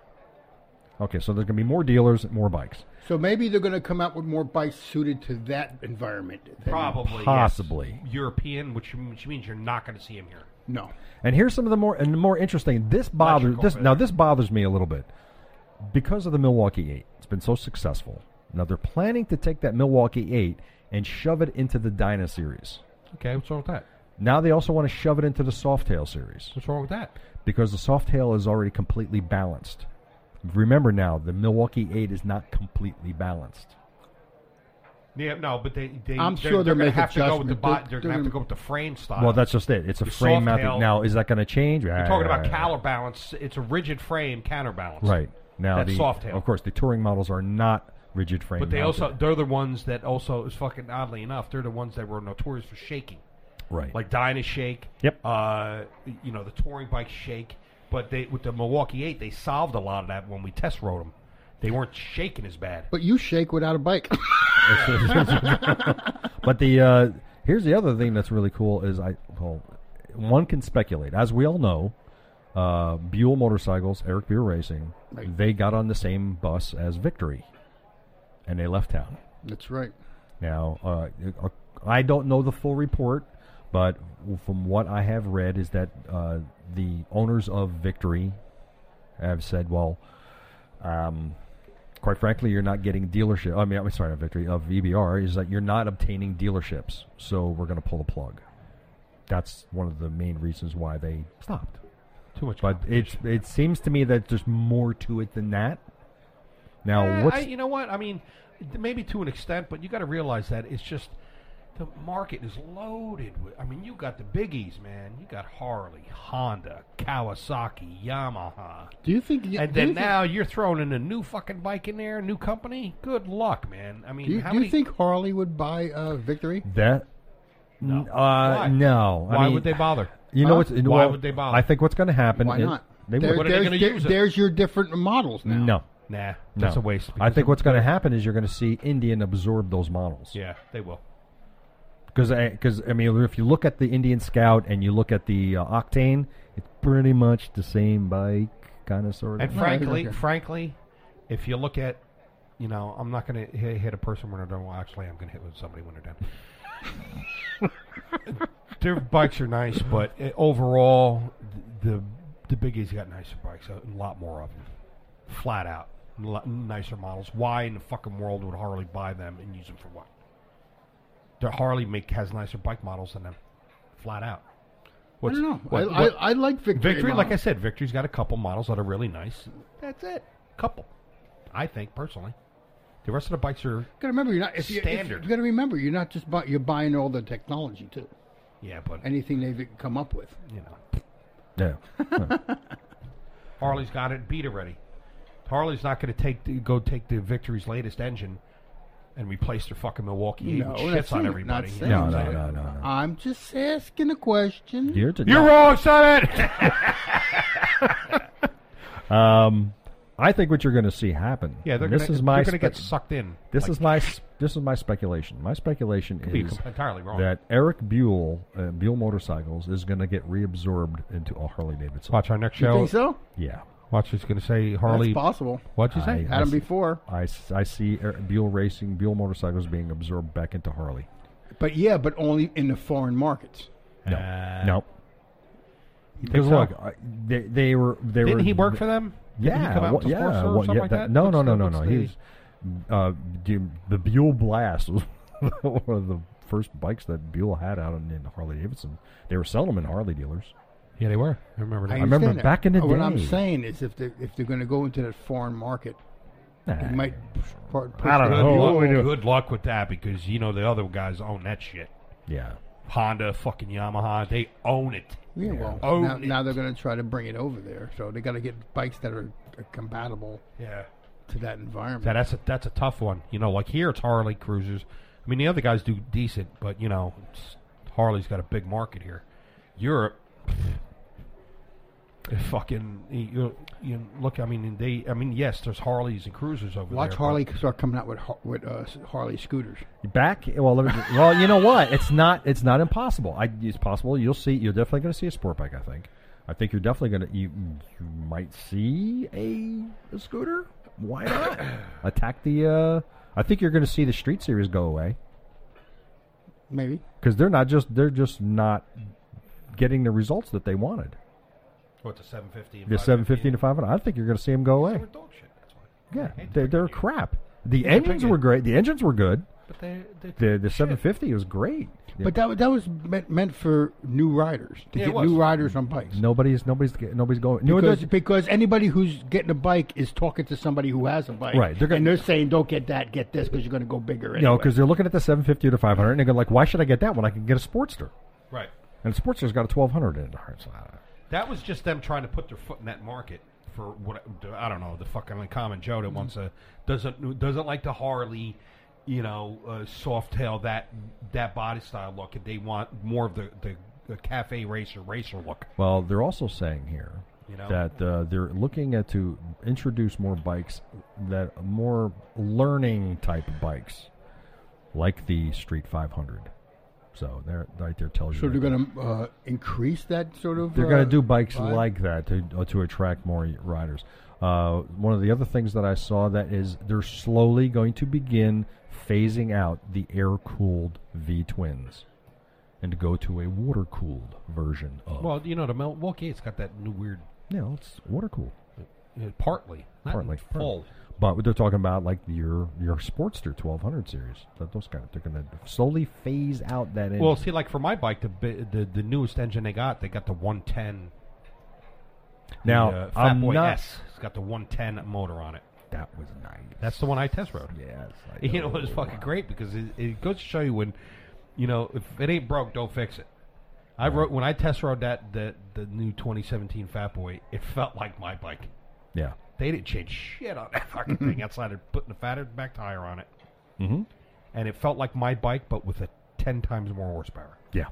S2: Okay, so there's going to be more dealers, and more bikes,
S3: So maybe they're going to come out with more bikes suited to that environment. than-
S4: Probably. yes.
S2: Possibly.
S4: European, which, which means you're not going to see him here.
S3: No.
S2: and here's some of the more and the more interesting. This bothers
S4: Electrical
S2: this
S4: bit.
S2: now. This bothers me a little bit because of the Milwaukee Eight. It's been so successful. Now they're planning to take that Milwaukee Eight and shove it into the Dyna series.
S4: Okay, what's wrong with that?
S2: Now they also want to shove it into the Softail series.
S4: What's wrong with that?
S2: because the soft tail is already completely balanced. Remember now, the Milwaukee 8 is not completely balanced.
S4: Yeah, no, but they, they
S3: I'm
S4: they're,
S3: sure they'll
S4: they're gonna
S3: make
S4: have to go with the
S3: adjustments.
S4: bot.
S3: They're-
S4: They're, gonna have to
S3: they're-
S4: go with the frame style.
S2: Well, that's just it. It's a
S4: Uh, The
S2: frame
S4: soft
S2: mounted.
S4: tail-
S2: Now, is that going to change?
S4: You're talking about counterbalance. It's a rigid frame counterbalance.
S2: Right. Now,
S4: That's
S2: the,
S4: soft tail.
S2: Of course, the touring models are not rigid frame
S4: But they
S2: mounted.
S4: also they're the ones that also is fucking oddly enough they're the ones that were notorious for shaking,
S2: Right.
S4: like Dyna Shake.
S2: Yep.
S4: Uh, you know the touring bike shake, but they with the Milwaukee Eight they solved a lot of that when we test rode them. They weren't shaking as bad.
S3: But you shake without a bike.
S2: But the uh, here's the other thing that's really cool is I well, one can speculate as we all know, uh, Buell Motorcycles, Eric Buell Racing,
S3: Right.
S2: they got on the same bus as Victory, and they left town.
S3: That's right.
S2: Now, uh, I don't know the full report, but from what I have read is that uh, the owners of Victory have said, well, um, quite frankly, you're not getting dealership. I mean, I'm sorry, not Victory of EBR is that you're not obtaining dealerships, so we're going to pull the plug. That's one of the main reasons why they stopped.
S4: Too much.
S2: But it's it seems to me that there's more to it than that. Now,
S4: Eh,
S2: what's
S4: I, you know what? I mean, th- maybe to an extent, but you got to realize that it's just the market is loaded with. I mean, you got the biggies, man. You got Harley, Honda, Kawasaki, Yamaha,
S3: Do you think? do
S4: and
S3: you
S4: then
S3: think-
S4: now you're throwing in a new fucking bike in there, new company. Good luck, man. I mean,
S3: Do you,
S4: how
S3: do you
S4: many?
S3: think Harley would buy uh, Victory?
S2: that?
S4: No.
S2: N- Uh,
S4: Why?
S2: no. I
S4: Why
S2: mean-
S4: would they bother?
S2: You know
S3: Huh?
S2: what's? you know
S4: Why
S2: what-
S4: would they bother?
S2: I think what's going to happen.
S3: Why
S2: is-
S3: not?
S2: They
S3: There-
S2: would.
S4: What are they
S3: there's,
S4: gonna
S3: there-
S4: use it?
S3: there's your different models now.
S2: No,
S4: Nah,
S2: no.
S4: that's a waste.
S2: I
S4: because
S2: think
S4: of-
S2: what's going to happen is you're going to see Indian absorb those models.
S4: Yeah, they will.
S2: Because because I mean, if you look at the Indian Scout and you look at the uh, Octane, it's pretty much the same bike, kind of sort of.
S4: And
S3: No,
S4: frankly,
S3: okay.
S4: frankly, if you look at, you know, I'm not going to hit, hit a person when they're done. Well, actually, I'm going to hit with somebody when they're done. Their bikes are nice, but uh, overall, the the biggies got nicer bikes, a lot more of them, flat out, Lo- nicer models. Why in the fucking world would Harley buy them and use them for what? The Harley make has nicer bike models than them, flat out.
S3: I
S4: What's-
S3: don't know.
S4: what-
S3: I,
S4: what-
S3: I, I like Victory.
S4: Victory,
S3: models.
S4: like I said, Victory's got a couple models that are really nice. That's it. Couple. I think personally. The rest of the bikes are
S3: You gotta remember, you're not if you,
S4: Standard.
S3: you gotta remember, you're not just buy, you're buying all the technology too.
S4: yeah, but
S3: Anything they've come up with.
S4: you know.
S2: yeah.
S4: Harley's got it beat already. Harley's not gonna take the, go take the Victory's latest engine and replace their fucking
S3: No,
S4: Milwaukee eight
S3: not
S4: which shits
S3: saying-
S4: on
S3: not
S4: everybody.
S3: saying
S2: No,
S4: what
S2: no,
S4: I'm saying?
S2: no, no, no.
S3: I'm just asking a question.
S2: You're, to-
S4: Uh, You're wrong, Summit!
S2: Um, I think what you're going to see happen.
S4: yeah, they're
S2: and this
S4: gonna,
S2: is my
S4: they're gonna get
S2: spec-
S4: sucked in.
S2: This
S4: Like,
S2: is my s- this is my speculation. My speculation
S4: be
S2: is
S4: com- entirely wrong.
S2: that Eric Buell, uh, Buell Motorcycles, is going to get reabsorbed into a Harley Davidson.
S4: watch our next
S3: You
S4: show.
S3: think so?
S2: Yeah,
S4: Watch it's gonna say Harley
S3: That's possible.
S4: What'd you say? Uh,
S2: I-
S3: Had them
S2: see.
S3: before,
S2: I, s- I see er, Buell Racing, Buell Motorcycles being absorbed back into Harley.
S3: but yeah, but only in the foreign markets.
S2: No,
S4: Uh,
S2: no.
S4: You think
S2: Because
S4: so?
S2: look, I, they, they were they were.
S4: Didn't he work for them? Didn't
S2: Yeah,
S4: he come out
S2: what-
S4: to
S2: yeah,
S4: Forza or
S2: what-
S4: something
S2: yeah,
S4: like
S2: that-
S4: that?
S2: No,
S4: What's
S2: no,
S4: the-
S2: no, no,
S4: what's
S2: no.
S4: the-
S2: He's uh, the, the Buell Blast was one of the first bikes that Buell had out in, in Harley Davidson. They were selling them in Harley dealers.
S4: yeah, they were. I remember. That.
S2: remember
S3: understand that.
S2: back in the
S3: What I'm
S2: day.
S3: saying is, if they if they're going to go into that foreign market,
S2: Nah.
S3: it might. part-
S2: I don't
S4: Good,
S2: know.
S4: luck,
S2: What we do?
S4: Oh, good luck with that because you know the other guys own that shit.
S2: Yeah.
S4: Honda, fucking Yamaha, they own it.
S3: Yeah, well,
S4: Oh,
S3: now,
S4: it-
S3: now they're going to try to bring it over there, so they got to get bikes that are, are compatible
S4: Yeah,
S3: to that environment.
S4: that, that's a that's a tough one. You know, like here it's Harley cruisers. I mean, the other guys do decent, but you know, it's, Harley's got a big market here. Europe, fucking you, you look. I mean, they. I mean, yes, there's Harleys and cruisers over
S3: Watch
S4: there.
S3: Harley start coming out with Har- with uh, Harley scooters.
S2: Back well, let me- well, you know what? It's not it's not impossible. I it's possible. You'll see. You're definitely going to see a sport bike. I think. I think you're definitely going to you, you might see a, a scooter. Why not attack the? Uh, I think you're going to see the street series go away
S3: Maybe
S2: because they're not just they're just not getting the results that they wanted.
S4: But, what the 750?
S2: The 750 to 500. I think you're going to see them go away.
S4: dog shit. That's why.
S2: Yeah,
S4: I hate
S2: they're,
S4: the
S2: they're
S4: freaking-
S2: crap. The
S4: They're
S2: engines
S4: big.
S2: were great. The engines were good.
S4: But they, they,
S2: The the
S4: shit.
S2: 750 was great.
S3: but that wa- that was meant, meant for new riders to
S4: Yeah, it
S3: get
S4: was.
S3: new riders on bikes.
S2: nobody's nobody's get- nobody's going. no,
S3: Because,
S2: there's-
S3: because anybody who's getting a bike is talking to somebody who has a bike,
S2: Right, they're gonna-
S3: and they're saying, "Don't get that, get this, because you're going to go bigger." Anyway.
S2: No, because they're looking at the 750 to 500, and they're going like, "Why should I get that when I can get a Sportster?"
S4: Right.
S2: And a Sportster's got a 1200 in it. All right, so uh, I don't know.
S4: That was just them trying to put their foot in that market for what I don't know the fucking common Joe
S2: Mm-hmm.
S4: that wants a doesn't doesn't like the Harley, you know, uh, soft tail that that body style look, and they want more of the the, the cafe racer racer look.
S2: Well, they're also saying here
S4: You know?
S2: that uh, they're looking at to introduce more bikes that more learning type bikes, like the Street 500. So there, right there tells you.
S3: so
S2: right
S3: they're
S2: there.
S3: going to uh, increase that sort of.
S2: They're going
S3: uh,
S2: to do bikes
S3: vibe?
S2: like that to uh, to attract more riders. Uh, one of the other things that I saw that is they're slowly going to begin phasing out the air cooled V twins, and go to a water cooled version of.
S4: Well, you know, the Milwaukee it's got that new weird
S2: no, it's water cooled,
S4: uh, partly, not
S2: partly,
S4: full.
S2: But they're talking about like your your Sportster 1200 series. That those kind of they're going to slowly phase out that. Engine.
S4: Well, see, like for my bike, the bi- the the newest engine they got, they got the 110.
S2: now
S4: the, uh,
S2: I'm
S4: Fatboy
S2: not.
S4: S. It's got the 110 motor on it.
S2: That was nice.
S4: That's the one I test rode.
S2: yeah. it's like,
S4: you know, it's
S2: oh,
S4: fucking
S2: wow.
S4: great because it, it goes to show you when, you know, if it ain't broke, don't fix it. I wrote when I test rode that the the new 2017 Fat Boy, it felt like my bike.
S2: Yeah.
S4: They didn't change shit on that fucking thing outside of putting a fatter back tire on it,
S2: Mm-hmm.
S4: and it felt like my bike, but with a ten times more horsepower.
S2: Yeah.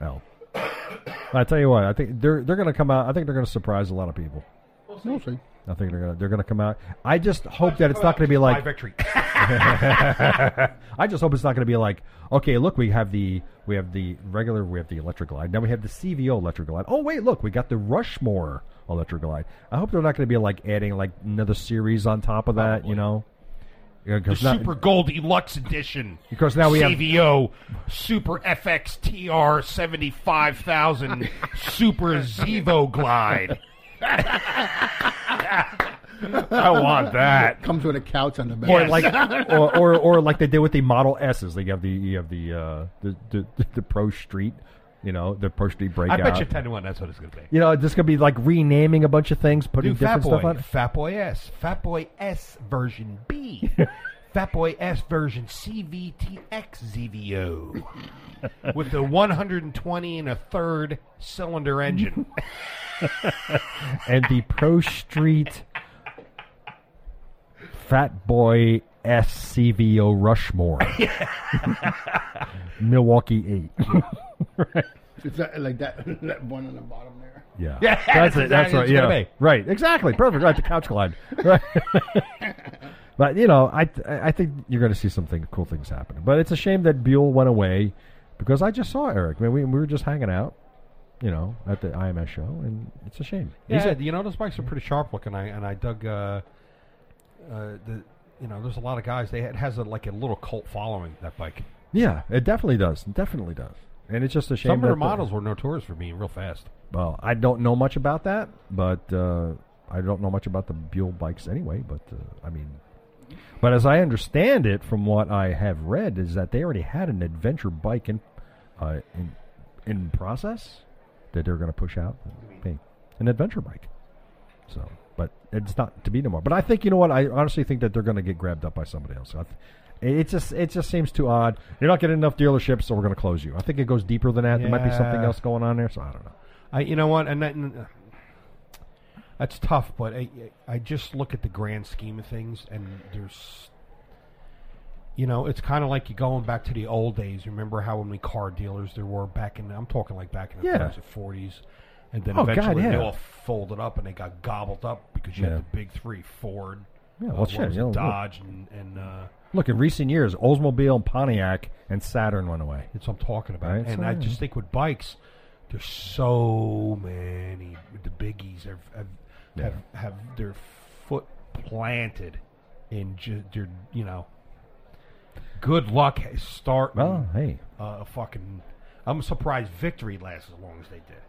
S2: Well, I tell you what, I think they're they're going to come out. I think they're going to surprise a lot of people.
S3: We'll see.
S2: I think they're going to they're going to come out. I just hope that it's not going to be
S4: my
S2: like.
S4: victory.
S2: I just hope it's not going to be like. Okay, look, we have the we have the regular, we have the electric glide. Now we have the CVO electric glide. Oh wait, look, we got the Rushmore electric glide. I hope they're not going to be like adding like another series on top of that. You
S4: Probably.
S2: know, Yeah,
S4: the
S2: 'cause not-
S4: Super Gold Deluxe Edition.
S2: Because now we have-
S4: CVO Super FX TR seventy five thousand Super Zevo Glide. I want that.
S3: Comes with a couch on the back.
S2: or like or, or or like they did with the Model S's. They have the you have the uh, the, the the Pro Street, you know, the Pro Street
S4: I
S2: breakout.
S4: bet you ten to one. That's what it's gonna be.
S2: You know, this could be like renaming a bunch of things, putting
S4: New
S2: different
S4: Fatboy,
S2: stuff on.
S4: Fatboy S, Fatboy S version B, Fatboy S version CVTX ZVO, with the 120 and a third cylinder engine.
S2: And the Pro Street Fat Boy SCVO Rushmore, Milwaukee Eight.
S3: It's that, like that, that one on the bottom there.
S2: Yeah,
S4: Yeah,
S2: that's
S4: that's
S2: it. That's right.
S4: exactly what it's
S2: Yeah,
S4: gonna be.
S2: right. Exactly. Perfect. Right. The couch glide. Right. but you know, I I think you're going to see some thing, cool things happening. But it's a shame that Buell went away because I just saw Eric. I mean, we, we were just hanging out, you know, at the IMS show, and it's a shame.
S4: Yeah,
S2: He's a-
S4: you know those bikes are pretty sharp looking. I and I dug uh, uh, the you know there's a lot of guys. They it has a, like a little cult following that bike.
S2: yeah, it definitely does. It definitely does. And it's just a shame.
S4: Some of their
S2: that the-
S4: models were notorious for being real fast.
S2: well, I don't know much about that, but uh, I don't know much about the Buell bikes anyway. But uh, I mean, but as I understand it, from what I have read, is that they already had an adventure bike in uh, in, in process that they're going to push out. Hey, an adventure bike. So, but it's not to be no more. But I think you know what? I honestly think that they're going to get grabbed up by somebody else. I th- it just it just seems too odd. You're not getting enough dealerships, so we're going to close you. I think it goes deeper than that. There might be something
S4: Yeah.
S2: else going on there. So I don't know.
S4: I you know what and that, and, uh, that's tough. But I I just look at the grand scheme of things and there's. You know, it's kind of like you going back to the old days. Remember how many car dealers there were back in? I'm talking like back in the
S2: Yeah.
S4: 30s and 40s, And then
S2: Oh, God,
S4: eventually they
S2: yeah.
S4: all folded up and they got gobbled up because you
S2: Yeah.
S4: had the big three Ford,
S2: Yeah,
S4: uh,
S2: well,
S4: what
S2: shit,
S4: was it,
S2: yeah, look.
S4: Dodge, and, and uh,
S2: Look, in recent years, Oldsmobile and Pontiac and Saturn went away.
S4: that's what I'm talking about.
S2: Right,
S4: and
S2: so,
S4: I
S2: yeah.
S4: just think with bikes, there's so many. The biggies have have,
S2: Yeah.
S4: have, have their foot planted in ju- their, you know. Good luck starting
S2: Well, hey,
S4: uh, a fucking. I'm surprised victory lasts as long as they did.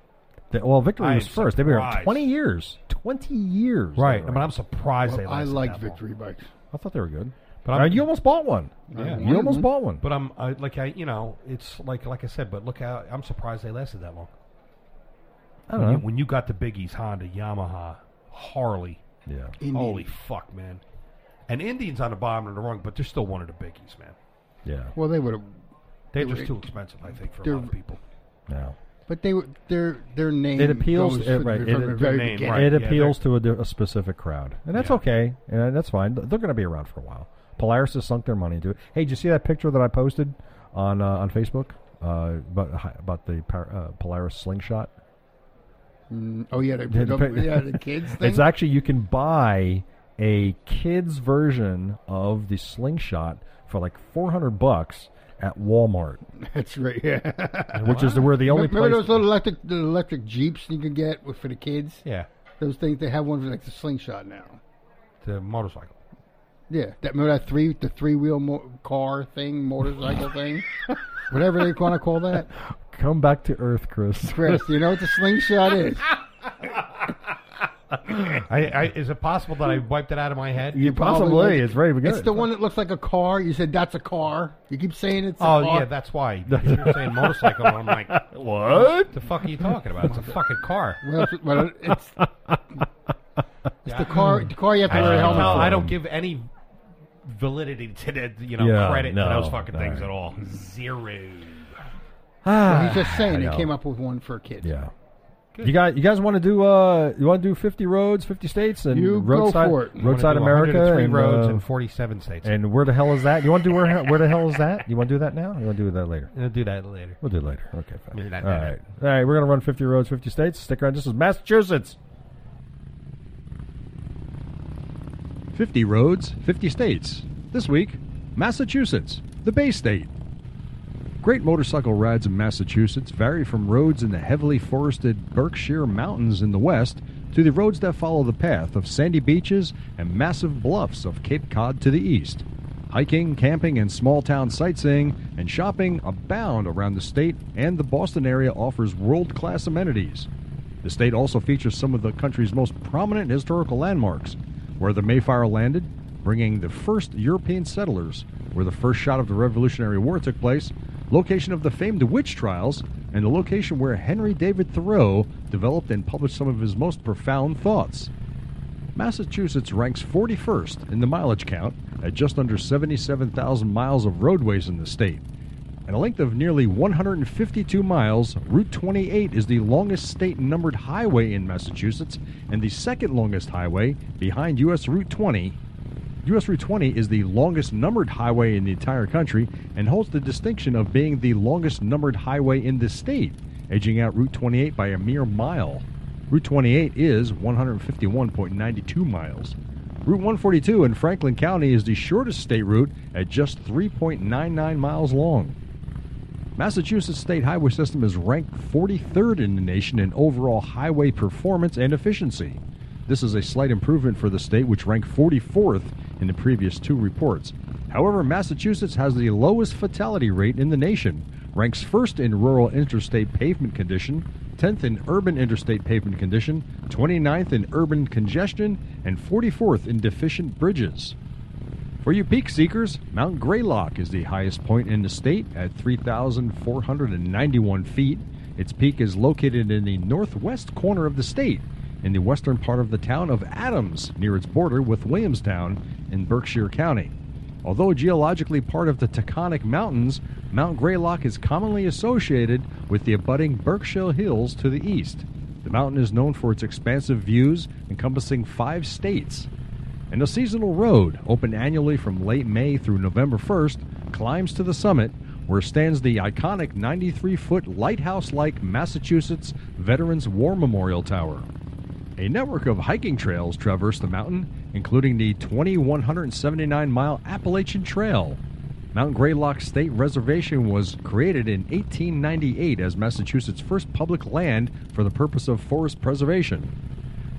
S2: the, well, Victory
S4: I
S2: was
S4: am
S2: first. They've been around
S4: surprised.
S2: twenty years. Twenty years. they
S4: Right.
S2: were
S4: I mean,
S2: around.
S4: I'm surprised they.
S3: Well, I
S4: lasted
S3: like
S4: that long.
S3: victory bikes.
S2: I thought they were good.
S4: But
S2: All
S4: I'm-
S2: right, you almost bought one.
S3: Yeah.
S2: You almost bought one.
S4: But I'm I, like I, you know, it's like like I said. But look how I'm surprised they lasted that long.
S2: I
S4: When you,
S2: don't know.
S4: when you got the biggies, Honda, Yamaha, Harley,
S2: Yeah.
S3: Indian.
S4: holy fuck, man, and Indians on the bottom of the rung, but they're still one of the biggies, man.
S2: Yeah.
S3: Well, they would have,
S4: They're
S3: They
S4: just
S3: were-
S4: too expensive, I think, for a
S3: they're-
S4: lot of people.
S2: Now.
S3: but they were their their name.
S2: It appeals-
S3: goes
S2: it-
S3: from-
S2: right,
S3: from
S2: it-
S3: the
S2: their
S3: very
S4: name,
S3: beginning.
S4: Right,
S2: it
S4: yeah,
S2: appeals to a, di- a specific crowd, and that's
S4: Yeah.
S2: okay, and uh, that's fine. They're going to be around for a while. Polaris has sunk their money into it. Hey, did you see that picture that I posted on uh, on Facebook uh, about hi- about the Par- uh, Polaris slingshot?
S3: Mm, Oh yeah, they
S2: They-
S3: put up,
S2: they-
S3: yeah, the kids thing.
S2: It's actually you can buy a kid's version of the slingshot for like four hundred bucks at Walmart,
S3: That's right. Yeah.
S2: which is the, where the only
S3: Remember
S2: place.
S3: those little electric the electric jeeps you could get with- for the kids?
S4: Yeah,
S3: Those things they have one for like the slingshot now.
S4: the motorcycle.
S3: Yeah, that remember that three the three wheel mo- car thing, motorcycle thing, whatever they want to call that.
S2: Come back to Earth, Chris.
S3: Chris, you know what the slingshot is?
S4: I, I, is it possible that I wiped it out of my head?
S2: You possibly it's very good.
S3: It's the one that looks like a car. You said that's a car. You keep saying it's.
S4: Oh
S3: a car.
S4: yeah, that's why. You're saying motorcycle, and I'm like,
S2: What?
S4: the fuck are you talking about? It's a fucking car.
S3: Well, it's, well, it's, it's the car. The car you have to
S4: I,
S3: wear a
S4: should
S3: helmet.
S4: tell-
S2: for
S4: I
S2: him.
S4: don't give any validity to that, you know,
S2: Yeah,
S4: credit
S2: no,
S4: to those fucking
S2: no.
S4: things at all. Zero.
S3: for. He's just saying
S2: I
S3: they
S2: know.
S3: came up with one for kids.
S2: Yeah.
S4: Good.
S2: You guys, you guys want to do uh, you want to do fifty roads, fifty states, and
S3: You go
S2: roadside,
S3: for it.
S2: roadside America,
S4: three
S2: and,
S4: roads
S2: uh,
S4: in forty-seven states. And,
S2: and where the hell is that? You want to do where where the hell is that? You want to do that now? Or you want to do that later?
S4: I'll do that later.
S2: We'll do it later. Okay, fine.
S4: Yeah, that-
S2: All
S4: that-
S2: right, all right. We're gonna run fifty roads, fifty states. Stick around. This is Massachusetts. 50 roads, 50 states. This week, Massachusetts, the Bay State. Great motorcycle rides in Massachusetts vary from roads in the heavily forested Berkshire Mountains in the west to the roads that follow the path of sandy beaches and massive bluffs of Cape Cod to the east. Hiking, camping, and small town sightseeing and shopping abound around the state, and the Boston area offers world class amenities. The state also features some of the country's most prominent historical landmarks, where the Mayflower landed, bringing the first European settlers, where the first shot of the Revolutionary War took place, location of the famed witch trials, and the location where Henry David Thoreau developed and published some of his most profound thoughts. Massachusetts ranks 41st in the mileage count at just under 77,000 miles of roadways in the state. At a length of nearly 152 miles, Route 28 is the longest state numbered highway in Massachusetts and the second longest highway behind U.S. Route 20. U.S. Route 20 is the longest numbered highway in the entire country and holds the distinction of being the longest numbered highway in the state, edging out Route 28 by a mere mile. Route 28 is 151.92 miles. Route 142 in Franklin County is the shortest state route at just 3.99 miles long. Massachusetts state highway system is ranked 43rd in the nation in overall highway performance and efficiency. This is a slight improvement for the state, which ranked 44th in the previous two reports. However, Massachusetts has the lowest fatality rate in the nation, ranks first in rural interstate pavement condition, 10th in urban interstate pavement condition, 29th in urban congestion, and 44th in deficient bridges. For you peak seekers, Mount Greylock is the highest point in the state at 3,491 feet. Its peak is located in the northwest corner of the state, in the western part of the town of Adams, near its border with Williamstown in Berkshire County. Although geologically part of the Taconic Mountains, Mount Greylock is commonly associated with the abutting Berkshire Hills to the east. The mountain is known for its expansive views encompassing five states. And a seasonal road, open annually from late May through November 1st, climbs to the summit, where stands the iconic 93 foot lighthouse like Massachusetts Veterans War Memorial Tower. A network of hiking trails traverse the mountain, including the 2,179 mile Appalachian Trail. Mount Greylock State Reservation was created in 1898 as Massachusetts' first public land for the purpose of forest preservation.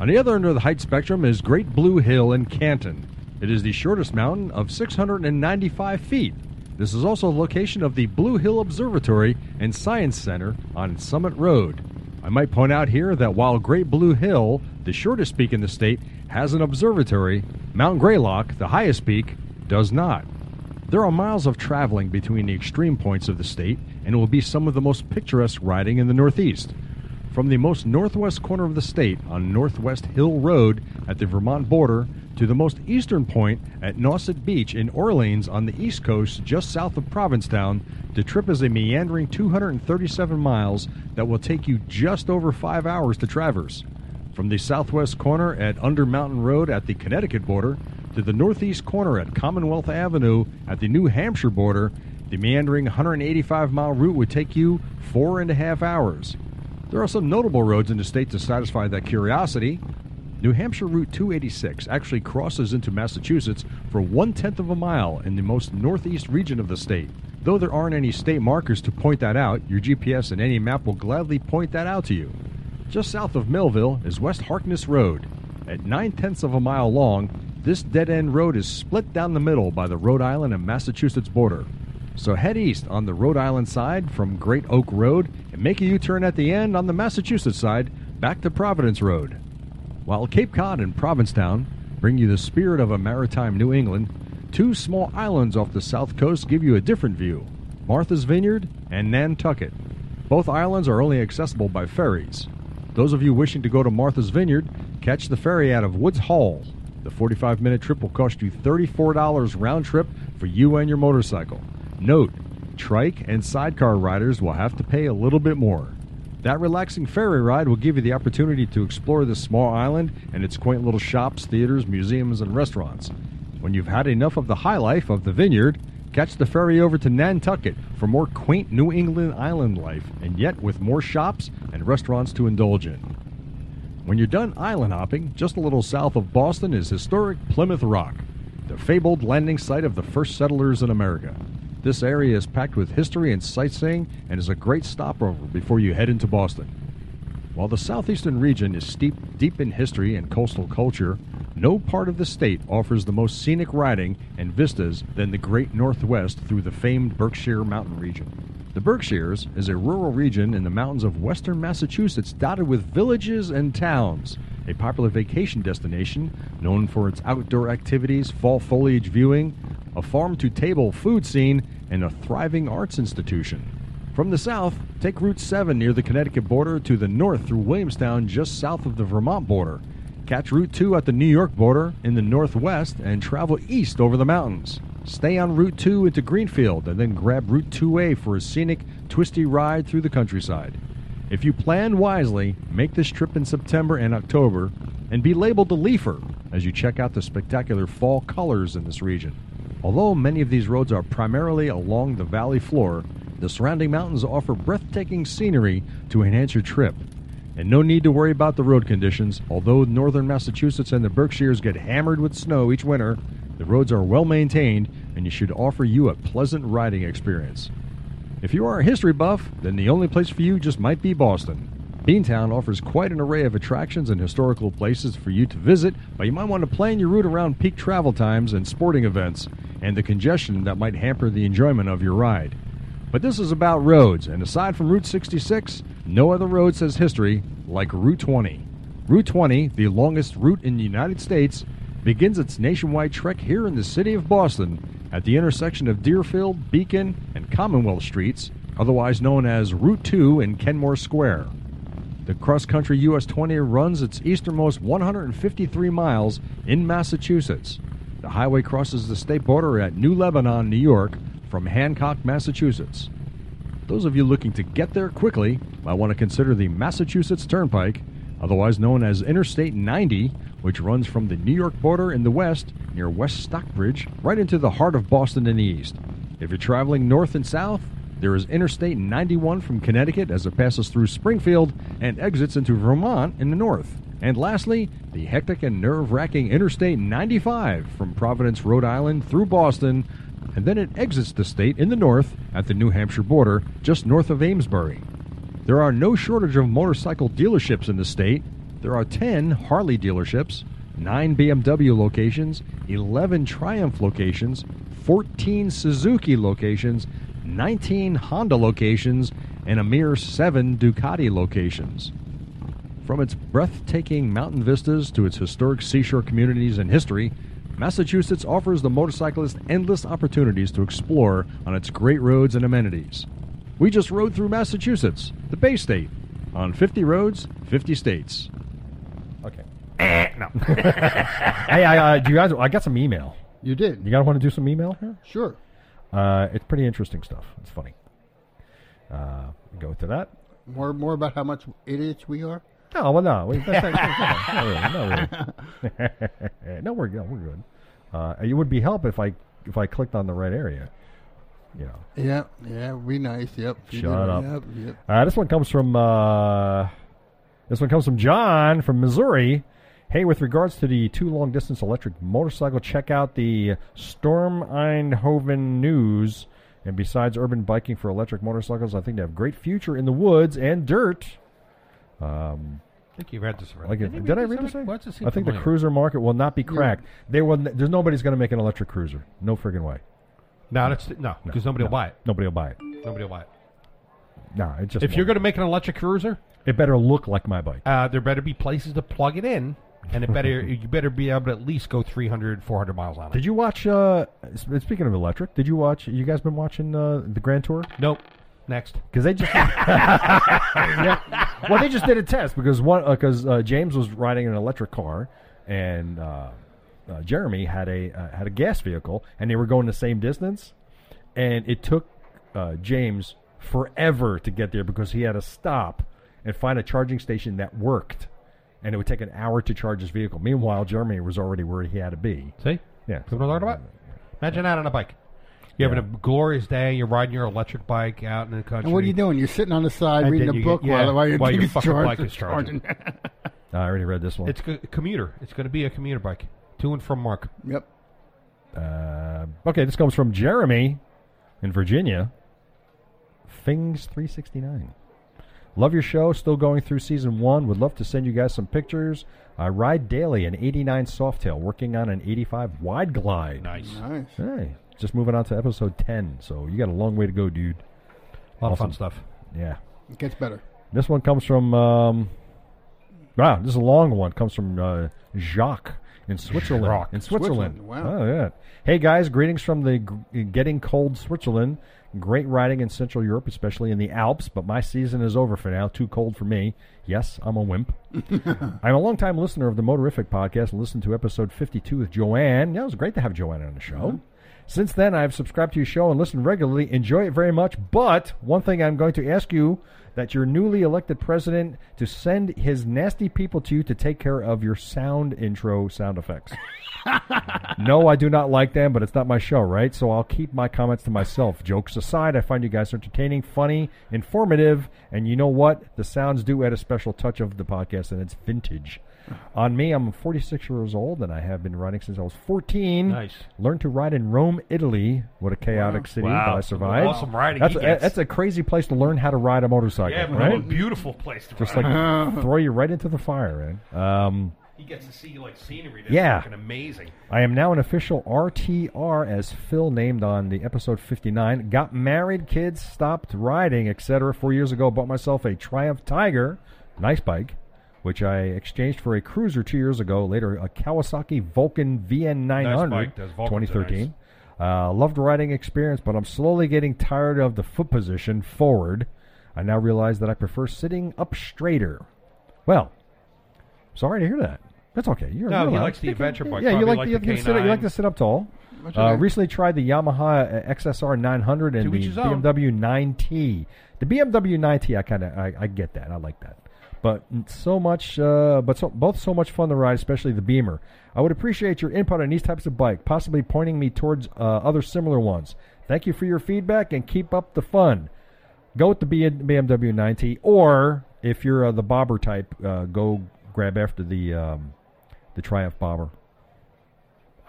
S2: On the other end of the height spectrum is Great Blue Hill in Canton. It is the shortest mountain of 695 feet. This is also the location of the Blue Hill Observatory and Science Center on Summit Road. I might point out here that while Great Blue Hill, the shortest peak in the state, has an observatory, Mount Greylock, the highest peak, does not. There are miles of traveling between the extreme points of the state, and it will be some of the most picturesque riding in the Northeast. From the most northwest corner of the state on Northwest Hill Road at the Vermont border to the most eastern point at Nauset Beach in Orleans on the east coast just south of Provincetown, the trip is a meandering 237 miles that will take you just over five hours to traverse. From the southwest corner at Under Mountain Road at the Connecticut border to the northeast corner at Commonwealth Avenue at the New Hampshire border, the meandering 185 mile route would take you four and a half hours. There are some notable roads in the state to satisfy that curiosity. New Hampshire Route 286 actually crosses into Massachusetts for one tenth of a mile in the most northeast region of the state. Though there aren't any state markers to point that out, your GPS and any map will gladly point that out to you. Just south of Millville is West Harkness Road. At nine tenths of a mile long, this dead end road is split down the middle by the Rhode Island and Massachusetts border. So head east on the Rhode Island side from Great Oak Road and make a U turn at the end on the Massachusetts side back to Providence Road. While Cape Cod and Provincetown bring you the spirit of a maritime New England, two small islands off the south coast give you a different view Martha's Vineyard and Nantucket. Both islands are only accessible by ferries. Those of you wishing to go to Martha's Vineyard, catch the ferry out of Woods Hall. The 45 minute trip will cost you $34 round trip for you and your motorcycle. Note, trike and sidecar riders will have to pay a little bit more. That relaxing ferry ride will give you the opportunity to explore this small island and its quaint little shops, theaters, museums, and restaurants. When you've had enough of the high life of the vineyard, catch the ferry over to Nantucket for more quaint New England island life, and yet with more shops and restaurants to indulge in. When you're done island hopping, just a little south of Boston is historic Plymouth Rock, the fabled landing site of the first settlers in America. This area is packed with history and sightseeing and is a great stopover before you head into Boston. While the southeastern region is steeped deep in history and coastal culture, no part of the state offers the most scenic riding and vistas than the Great Northwest through the famed Berkshire Mountain region. The Berkshires is a rural region in the mountains of western Massachusetts dotted with villages and towns, a popular vacation destination known for its outdoor activities, fall foliage viewing, a farm to table food scene, and a thriving arts institution. From the south, take Route 7 near the Connecticut border to the north through Williamstown just south of the Vermont border. Catch Route 2 at the New York border in the northwest and travel east over the mountains. Stay on Route 2 into Greenfield and then grab Route 2A for a scenic, twisty ride through the countryside. If you plan wisely, make this trip in September and October and be labeled a leafer as you check out the spectacular fall colors in this region. Although many of these roads are primarily along the valley floor, the surrounding mountains offer breathtaking scenery to enhance your trip. And no need to worry about the road conditions. Although northern Massachusetts and the Berkshires get hammered with snow each winter, the roads are well maintained and you should offer you a pleasant riding experience. If you are a history buff, then the only place for you just might be Boston. Beantown offers quite an array of attractions and historical places for you to visit, but you might want to plan your route around peak travel times and sporting events and the congestion that might hamper the enjoyment of your ride. But this is about roads, and aside from Route 66, no other road says history like Route 20. Route 20, the longest route in the United States, begins its nationwide trek here in the city of Boston at the intersection of Deerfield, Beacon, and Commonwealth Streets, otherwise known as Route 2 in Kenmore Square. The cross country US 20 runs its easternmost 153 miles in Massachusetts. The highway crosses the state border at New Lebanon, New York, from Hancock, Massachusetts. Those of you looking to get there quickly might want to consider the Massachusetts Turnpike, otherwise known as Interstate 90, which runs from the New York border in the west near West Stockbridge right into the heart of Boston in the east. If you're traveling north and south, there is Interstate 91 from Connecticut as it passes through Springfield and exits into Vermont in the north. And lastly, the hectic and nerve wracking Interstate 95 from Providence, Rhode Island through Boston, and then it exits the state in the north at the New Hampshire border just north of Amesbury. There are no shortage of motorcycle dealerships in the state. There are 10 Harley dealerships, 9 BMW locations, 11 Triumph locations, 14 Suzuki locations, 19 Honda locations, and a mere 7 Ducati locations. From its breathtaking mountain vistas to its historic seashore communities and history, Massachusetts offers the motorcyclist endless opportunities to explore on its great roads and amenities. We just rode through Massachusetts, the Bay State, on 50 roads, 50 states. Okay.
S4: no.
S2: Hey, I, uh, do you guys? I got some email.
S3: You
S2: You
S3: did.
S2: guys want to do some email here?
S3: Sure.
S2: Uh, it's pretty interesting stuff. It's funny. Uh, go to that.
S3: More more about how much idiots we are.
S2: No, well, no. We, that's, that's, that's, no, not really. no, we're good. We're good. Uh, it would be help if I if I clicked on the right area. You know.
S3: Yeah, yeah, be nice. Yep. You
S2: Shut
S3: did.
S2: up.
S3: Yep, yep.
S2: Uh, this one comes from uh, this one comes from John from Missouri. Hey, with regards to the two long distance electric motorcycle, check out the Storm Eindhoven News. And besides urban biking for electric motorcycles, I think they have great future in the woods and dirt. Um,
S4: I think you read this already.
S2: like it- did I read this? right?
S4: Why does it seem
S2: I think the
S4: familiar?
S2: cruiser market will not be cracked. They will. n- There's nobody's going to make an electric cruiser. No friggin' way.
S4: No, that's no, because nobody
S2: no.
S4: will buy it.
S2: Nobody will buy it.
S4: Nobody will buy it.
S2: No, it just.
S4: If you're
S2: won't.
S4: going to make an electric cruiser,
S2: it better look like my bike.
S4: uh, there better be places to plug it in, and it better you better be able to at least go 300, 400 miles on it.
S2: Did you watch? Uh, s- speaking of electric, did you watch? You guys been watching uh, the Grand Tour?
S4: nope. Next.
S2: Because they just Yeah. well, they just did a test because one because uh, James was riding an electric car and uh, uh, Jeremy had a uh, had a gas vehicle and they were going the same distance, and it took uh, James forever to get there because he had to stop and find a charging station that worked, and it would take an hour to charge his vehicle. Meanwhile, Jeremy was already where he had to be.
S4: See?
S2: Yeah.
S4: See what I'm talking about? Imagine that on a bike. You're having a glorious day. You're riding your electric bike out in the country.
S3: And what are you doing? You're sitting on the side
S4: And
S3: reading
S4: then
S3: a
S4: you
S3: book
S4: get- yeah,
S3: while, while, your
S4: while your
S3: thing is
S4: fucking
S3: charged-
S4: bike is charging.
S2: I already read this one.
S4: It's a commuter. It's going to be a commuter bike to and from Mark.
S3: yep.
S2: Uh, okay, this comes from Jeremy in Virginia. Things three sixty nine. Love your show. Still going through season one. Would love to send you guys some pictures. I ride daily an eighty nine Softail, working on an eighty five Wide Glide.
S4: Nice.
S3: Nice.
S2: Hey, just moving on to episode ten. So you got a long way to go, dude.
S4: A lot of
S2: Awesome.
S4: fun stuff.
S2: Yeah.
S3: It gets better.
S2: This one comes from. Um, wow, this is a long one. Comes from uh, Jacques in Switzerland.
S4: Jacques.
S2: In Switzerland.
S3: Switzerland, wow.
S2: Oh yeah. Hey guys, greetings from the g- getting cold Switzerland. Great riding in Central Europe, especially in the Alps. But my season is over for now. Too cold for me. Yes, I'm a wimp. I'm a longtime listener of the Motorific podcast and listened to episode 52 with Joanne. Yeah, it was great to have Joanne on the show.
S3: Uh-huh.
S2: Since then, I've subscribed to your show and listened regularly. Enjoy it very much. But one thing I'm going to ask you that your newly elected president to send his nasty people to you to take care of your sound intro sound effects. no, I do not like them, but it's not my show, right? So I'll keep my comments to myself. Jokes aside, I find you guys entertaining, funny, informative, and you know what? The sounds do add a special touch of the podcast, and it's vintage. On me, I'm 46 years old, and I have been riding since I was 14.
S4: Nice.
S2: Learned to ride in Rome, Italy. What a chaotic city,
S4: Wow.
S2: but I survived.
S4: Awesome riding
S2: That's,
S4: he
S2: a,
S4: gets.
S2: that's a crazy place to learn how to ride a motorcycle,
S4: Yeah,
S2: right?
S4: a beautiful place to
S2: Just like throw you right into the fire, man. Um,
S4: He gets to see like scenery that's
S2: Yeah.
S4: fucking amazing.
S2: I am now an official RTR, as Phil named on the episode 59. Got married, kids, stopped riding, etc. Four years ago, bought myself a Triumph Tiger, nice bike, which I exchanged for a cruiser two years ago. Later, a Kawasaki Vulcan VN900,
S4: bike. Those Vulcans are
S2: 2013. Uh, loved riding experience, but I'm slowly getting tired of the foot position forward. I now realize that I prefer sitting up straighter. Well, sorry to hear that. That's okay. You're
S4: No,
S2: you're
S4: he
S2: allowed.
S4: likes the
S2: You can-
S4: adventure bike.
S2: Yeah, you
S4: Probably
S2: like,
S4: like
S2: you,
S4: the
S2: can sit, you like
S4: K9.
S2: to sit up tall.
S3: That's
S2: Uh,
S3: okay.
S2: recently tried the Yamaha uh, XSR 900 and
S4: To each
S2: the
S4: his own.
S2: BMW 9T. The BMW 9T, I kind of I, I get that. I like that. But so much, uh, but so, both so much fun to ride, especially the Beamer. I would appreciate your input on these types of bike, possibly pointing me towards uh, other similar ones. Thank you for your feedback and keep up the fun. Go with the B- BMW 90, or if you're uh, the bobber type, uh, go grab after the um, the Triumph bobber.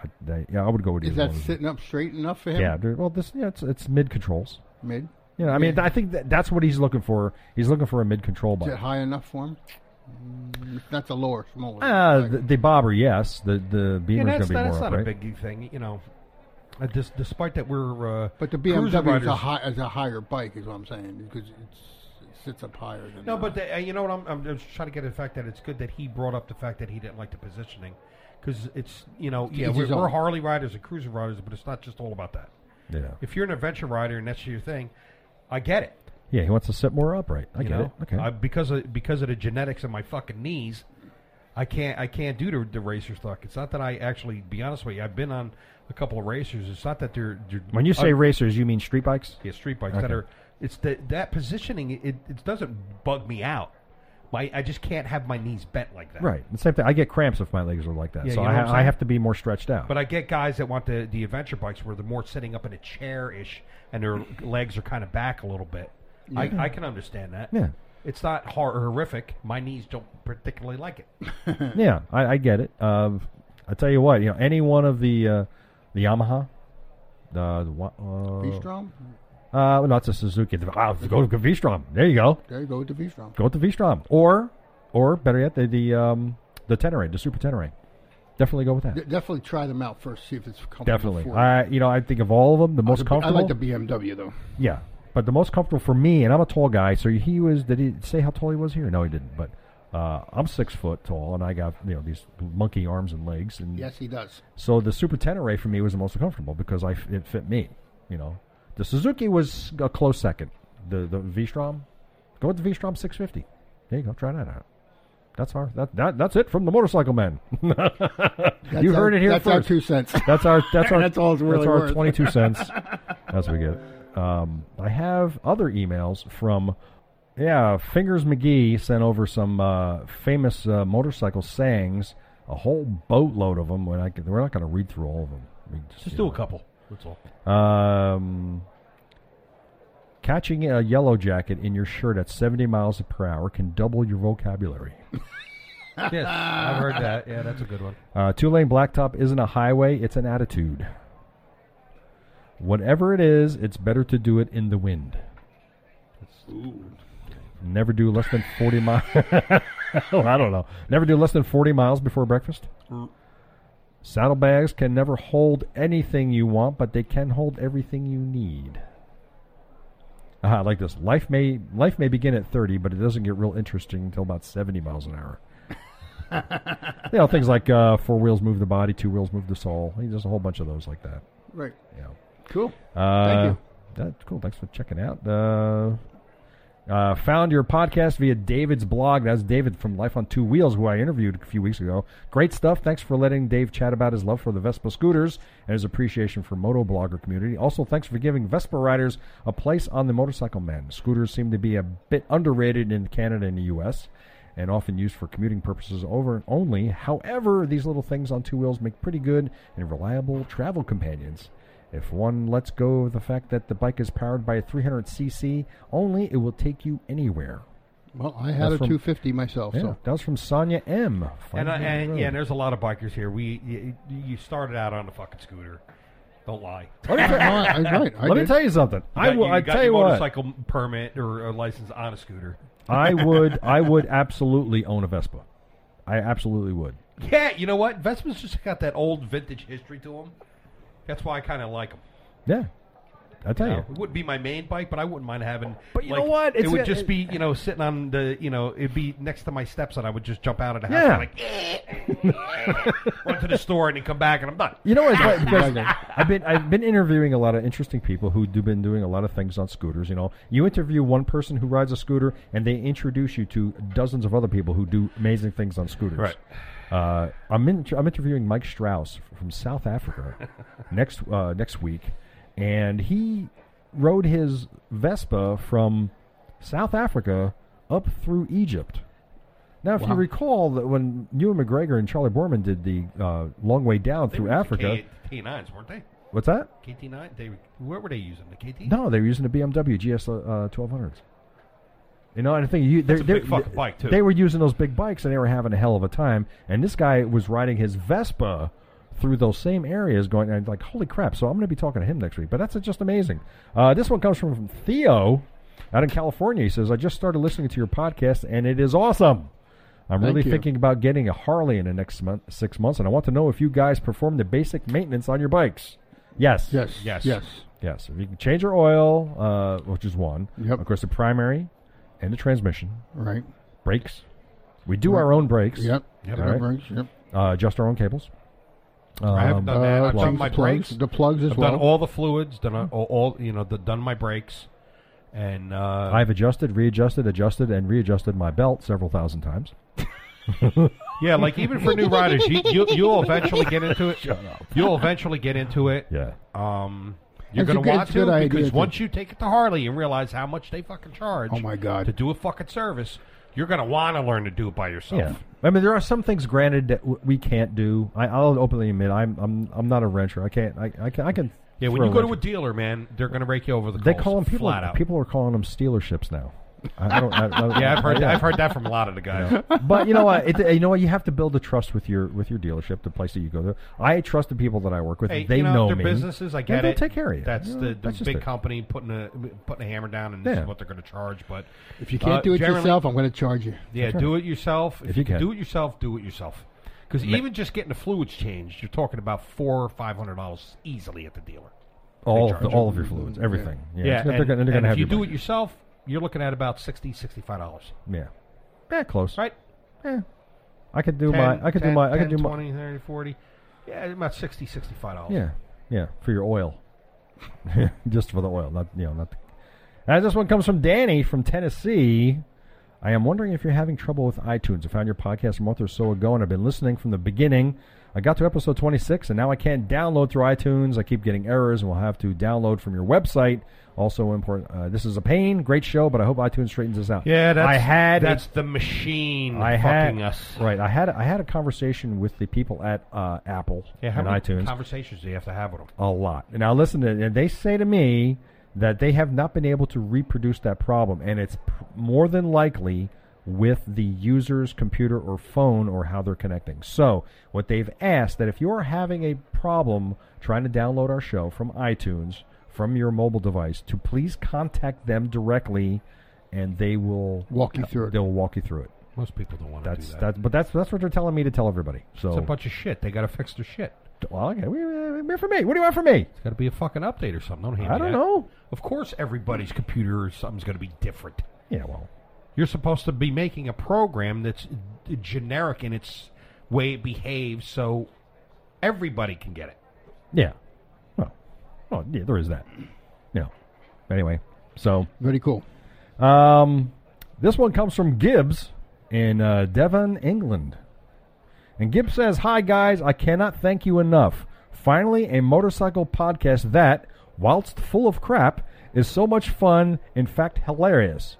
S2: I, they- yeah, I would go with
S3: Is
S2: either
S3: that
S2: one of them.
S3: sitting up straight enough for him?
S2: Yeah, they're- well, this yeah, it's it's mid controls.
S3: Mid?
S2: You know, I mean,
S3: Yeah.
S2: I think that, that's what he's looking for. He's looking for a mid control
S3: Is it
S2: bike.
S3: high enough for him? Mm, That's a lower, smaller.
S2: Uh,
S4: Ah,
S3: Like,
S2: the, the bobber, yes. The the
S4: Yeah,
S2: beamer's
S4: that's,
S2: going to be more
S4: that's not
S2: up,
S4: a
S2: right?
S4: big thing, you know. Uh, dis- despite that we're uh,
S3: but the
S4: cruiser
S3: BMW is a,
S4: riders-
S3: high, is a higher bike, is what I'm saying, because it's, it sits up higher than
S4: No,
S3: the-
S4: but the, uh, you know what? I'm, I'm just trying to get at the fact that it's good that he brought up the fact that he didn't like the positioning because it's you know yeah
S3: each
S4: we're,
S3: his own.
S4: we're Harley riders and cruiser riders, but it's not just all about that.
S2: Yeah,
S4: If you're an adventure rider and that's your thing, I get it.
S2: yeah. He wants to sit more upright. I
S4: you
S2: get
S4: know?
S2: it. Okay.
S4: I, because of because of the genetics of my fucking knees, I can't I can't do the, the racer stuff. It's not that I actually be honest with you. I've been on a couple of racers. It's not that they're, they're
S2: when you say
S4: uh,
S2: racers, you mean street bikes?
S4: yeah, street bikes that
S2: Okay.
S4: are it's that that positioning it, it doesn't bug me out. My I just can't have my knees bent like that.
S2: Right. The same thing. I get cramps if my legs are like that,
S4: Yeah,
S2: so
S4: you know
S2: I,
S4: what I'm
S2: ha- I
S4: saying?
S2: have to be more stretched out.
S4: But I get guys that want the, the adventure bikes where they're more sitting up in a chair ish and their legs are kind of back a little bit. I, I can understand that.
S2: Yeah.
S4: It's not hor- horrific. My knees don't particularly like it.
S2: yeah, I, I get it. Uh, I tell you what, you know, any one of the uh, the Yamaha, uh, the wa-
S4: Oh.
S2: uh,
S3: V-Strom?
S2: uh, well, no, it's a Suzuki. The, ah, go to V-Strom. There you go.
S3: There you go with the V-Strom.
S2: Go with the V-Strom, or or better yet, the the um, the Tenere, the Super Tenere. Definitely go with that.
S3: De- definitely try them out first, see if it's comfortable
S2: Definitely.
S3: for you.
S2: I you know I think of all of them, the most
S3: The B-
S2: comfortable.
S3: I like the BMW, though.
S2: Yeah, but the most comfortable for me, and I'm a tall guy, so he was. Did he say how tall he was here? No, he didn't. But uh, I'm six foot tall, and I got you know these monkey arms and legs, and
S3: Yes, he does.
S2: so the Super Tenere for me was the most comfortable because I f- it fit me. You know, the Suzuki was a close second. The the V-Strom, go with the V-Strom 650. There you go, try that out. That's our that, that that's it from the motorcycle men. you
S3: That's our-
S2: heard it here
S3: That's
S2: first.
S3: our two cents.
S2: That's our that's our
S3: That's all it's really
S2: that's our
S3: worth.
S2: twenty-two cents. That's what we get. Um, I have other emails from yeah Fingers McGee sent over some uh, famous uh, motorcycle sayings, a whole boatload of them. When I can, we're not going to read through all of them. We just,
S4: Just
S2: you
S4: do
S2: know.
S4: a couple. That's all.
S2: Um, catching a yellow jacket in your shirt at seventy miles per hour can double your vocabulary.
S4: yes, I've heard that. Yeah, that's a good one.
S2: Uh, two lane blacktop isn't a highway, it's an attitude. Whatever it is, it's better to do it in the wind. Never do less than 40 miles. I don't know. Never do less than 40 miles before breakfast. Saddlebags can never hold anything you want, but they can hold everything you need. Ah, I like this. Life may life may begin at 30, but it doesn't get real interesting until about 70 miles an hour. You know, things like uh, four wheels move the body, two wheels move the soul. He does a whole bunch of those like that.
S3: Right.
S2: You know.
S3: Cool.
S2: Uh,
S3: Thank
S2: That's cool. Thanks for checking out. Uh, uh, found your podcast via David's blog. That's David from Life on Two Wheels, who I interviewed a few weeks ago. Great stuff. Thanks for letting Dave chat about his love for the Vespa scooters and his appreciation for moto blogger community. Also, thanks for giving Vespa riders a place on the motorcycle man. Scooters seem to be a bit underrated in Canada and the U.S. and often used for commuting purposes over and only. However, these little things on two wheels make pretty good and reliable travel companions. If one lets go of the fact that the bike is powered by a 300cc only, it will take you anywhere.
S3: Well, I had
S2: That's
S3: a
S2: from-
S3: 250 myself,
S2: Yeah,
S3: so
S2: that was from Sonia M.
S4: And, I,
S2: Finally on the
S4: and
S2: road.
S4: yeah, and there's a lot of bikers here. We you, you started out on a fucking scooter. Don't lie.
S2: let me,
S3: No,
S2: tell-
S3: I, I, right, I
S2: let me
S3: did.
S2: tell you something. I
S4: got-
S2: will.
S4: you
S2: I
S4: got
S2: tell
S4: your
S2: you what.
S4: motorcycle permit or a license on a scooter.
S2: I would. I would absolutely own a Vespa. I absolutely would.
S4: Yeah, you know what? Vespa's just got that old vintage history to them. That's why I kind of like them.
S2: Yeah, I tell
S4: No,
S2: you.
S4: Uh, It wouldn't be my main bike, but I wouldn't mind having.
S2: Oh, But you
S4: like,
S2: know what? It's-
S4: it would
S2: it-
S4: just be you know sitting on the you know it'd be next to my steps, and I would just jump out of the house,
S2: Yeah.
S4: and like run to the store, and then come back, and I'm done.
S2: You know what? it's best- I've been I've been interviewing a lot of interesting people who do been doing a lot of things on scooters. You know, you interview one person who rides a scooter, and they introduce you to dozens of other people who do amazing things on scooters.
S4: Right.
S2: Uh, I'm in, I'm interviewing Mike Strauss from South Africa next uh, next week, and he rode his Vespa from South Africa up through Egypt. Now, if you recall that when Ewan McGregor and Charlie Borman did the uh, long way down
S4: They
S2: through
S4: were into
S2: Africa,
S4: K- K9s, weren't they?
S2: What's that?
S4: KT9? They, what were they using? The KT?
S2: No, they were using the BMW GS uh, 1200s. You know, and I think you, they,
S4: That's a
S2: they,
S4: big fucking bike, too.
S2: they were using those big bikes and they were having a hell of a time. And this guy was riding his Vespa through those same areas, going and like, holy crap! So I'm going to be talking to him next week. But that's just amazing. Uh, this one comes from Theo out in California. He says, "I just started listening to your podcast and it is awesome." I'm
S3: Thank
S2: really
S3: you.
S2: thinking about getting a Harley in the next month, six months, and I want to know if you guys perform the basic maintenance on your bikes. Yes.
S3: Yes.
S4: Yes.
S3: Yes.
S2: Yes, if you can change your oil, uh, which is one.
S3: Yep.
S2: Of course, the primary and the transmission,
S3: Right.
S2: brakes. We do our own brakes.
S3: Yep.
S4: Yep.
S3: Yep.
S2: All right.
S3: Brakes, Yep.
S2: Uh, adjust our own cables.
S4: I haven't
S2: Um,
S4: done that. I've
S3: Uh,
S4: done
S3: change
S4: my
S3: the plugs,
S4: brakes.
S3: the plugs as
S4: I've
S3: well.
S4: done all the fluids. Done all, all you know. The, done my brakes, and uh,
S2: I've adjusted, readjusted, adjusted, and readjusted my belt several thousand times.
S4: yeah. Like even for new riders, you, you you'll eventually get into it. You'll eventually get into it.
S2: Yeah.
S4: Um, you're
S3: It's a
S4: going to
S3: good-
S4: want
S3: it's a good
S4: to
S3: idea
S4: because
S3: to-
S4: once you take it to Harley and realize how much they fucking charge.
S3: Oh, my God.
S4: To do a fucking service, you're going to want to learn to do it by yourself.
S2: Yeah. I mean, there are some things, granted, that w- we can't do. I, I'll openly admit, I'm I'm I'm not a wrencher. I can't. I, I can. I can.
S4: Yeah, when
S2: throw
S4: you go
S2: wrench-
S4: to a dealer, man, they're going to rake you over the.
S2: they
S4: coals,
S2: call them people.
S4: flat out.
S2: People are calling them stealerships now. I I don't. I, I,
S4: Yeah, I've heard
S2: yeah.
S4: I've heard that from a lot of the guys.
S2: but you know what? It, you know what? You have to build a trust with your with your dealership, the place that you go to. I trust the people that I work with.
S4: Hey,
S2: they
S4: you know,
S2: know
S4: their
S2: me.
S4: businesses. I
S2: And
S4: get
S2: they'll
S4: it.
S2: take care of you.
S4: That's
S2: You know,
S4: the, the
S2: that's just
S4: big
S2: it.
S4: company putting a putting a hammer down, and this
S2: Yeah.
S4: is what they're going to charge. But
S3: if you can't
S4: uh,
S3: do it
S4: generally-
S3: yourself, I'm going to charge you.
S4: yeah, do it yourself. If,
S2: you can.
S4: do it yourself, do it yourself. Because even just getting the fluids changed, you're talking about four or five hundred dollars easily at the dealer.
S2: All
S4: They
S2: of, the,
S4: charge
S2: all of your fluids, everything. Yeah,
S4: Yeah,
S2: they're gonna-
S4: and,
S2: they're
S4: and
S2: gonna
S4: if
S2: have
S4: you
S2: your
S4: do
S2: back.
S4: it yourself, you're looking at about 60 dollars.
S2: Yeah, yeah, close.
S4: Right?
S2: Yeah, I could do
S4: 10,
S2: my. I could
S4: 10,
S2: do my. I could
S4: 10,
S2: do my.
S4: 20, 30, 40. Yeah, about 60 dollars.
S2: Yeah, yeah, for your oil, just for the oil, not you know, not. The... Uh, this one comes from Danny from Tennessee. I am wondering if you're having trouble with iTunes. I found your podcast a month or so ago, and I've been listening from the beginning. I got to episode 26, and now I can't download through iTunes. I keep getting errors, and will have to download from your website. Also important. Uh, this is a pain. Great show, but I hope iTunes straightens this out.
S4: Yeah, that's,
S2: I had a
S4: that's the machine
S2: I
S4: fucking
S2: had
S4: us.
S2: right. I had I had a conversation with the people at uh, Apple
S4: Yeah, how
S2: and
S4: many
S2: iTunes
S4: conversations do you have to have with them?
S2: a lot. Now listen, to, and they say to me that they have not been able to reproduce that problem, and it's pr- more than likely with the user's computer or phone or how they're connecting. So what they've asked that if you are having a problem trying to download our show from iTunes from your mobile device, to please contact them directly, and they will
S3: Walk you through it.
S2: They will walk you through it.
S4: Most people don't want to
S2: That's
S4: do that.
S2: that's but that's that's what they're telling me to tell everybody.
S4: It's a
S2: So
S4: bunch of shit. They got to fix their shit.
S2: well, okay, we, we- we're for me. What do you want from me?
S4: It's got to be a fucking update or something. Don't hand
S2: I
S4: me
S2: don't
S4: that.
S2: know.
S4: Of course, everybody's computer or something's going to be different.
S2: Yeah, well,
S4: You're supposed to be making a program that's uh, generic in its way it behaves, so everybody can get it.
S2: yeah, well, well, yeah, there is that. Yeah. Anyway, so
S3: Very cool.
S2: um, this one comes from Gibbs in uh, Devon, England, and Gibbs says, "Hi guys, I cannot thank you enough. Finally, a motorcycle podcast that, whilst full of crap, is so much fun. In fact, hilarious."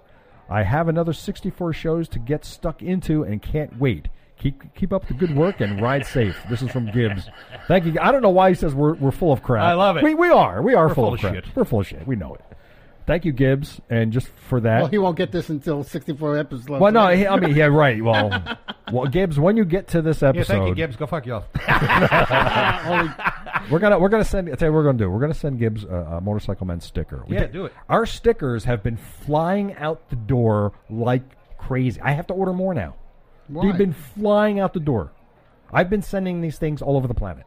S2: I have another 64 shows to get stuck into and can't wait. Keep keep up the good work and ride safe. This is from Gibbs. Thank you. I don't know why he says we're, we're full of crap.
S4: I love it.
S2: We, we are. We are full,
S4: We're full
S2: of,
S4: of
S2: crap.
S4: shit.
S2: We're full of shit. We know it. Thank you, Gibbs, and just for that.
S3: Well, he won't get this until 64 episodes.
S2: Well, no, he- I mean, yeah, right. Well, well, Gibbs, when you get to this
S4: Yeah,
S2: episode,
S4: thank you, Gibbs. Go fuck yourself.
S2: we're gonna we're gonna send. I tell you, what we're gonna do. We're gonna send Gibbs a, a motorcycle man sticker. We
S4: Yeah,
S2: did-
S4: do it.
S2: Our stickers have been flying out the door like crazy. I have to order more now.
S3: Why?
S2: They've been flying out the door. I've been sending these things all over the planet.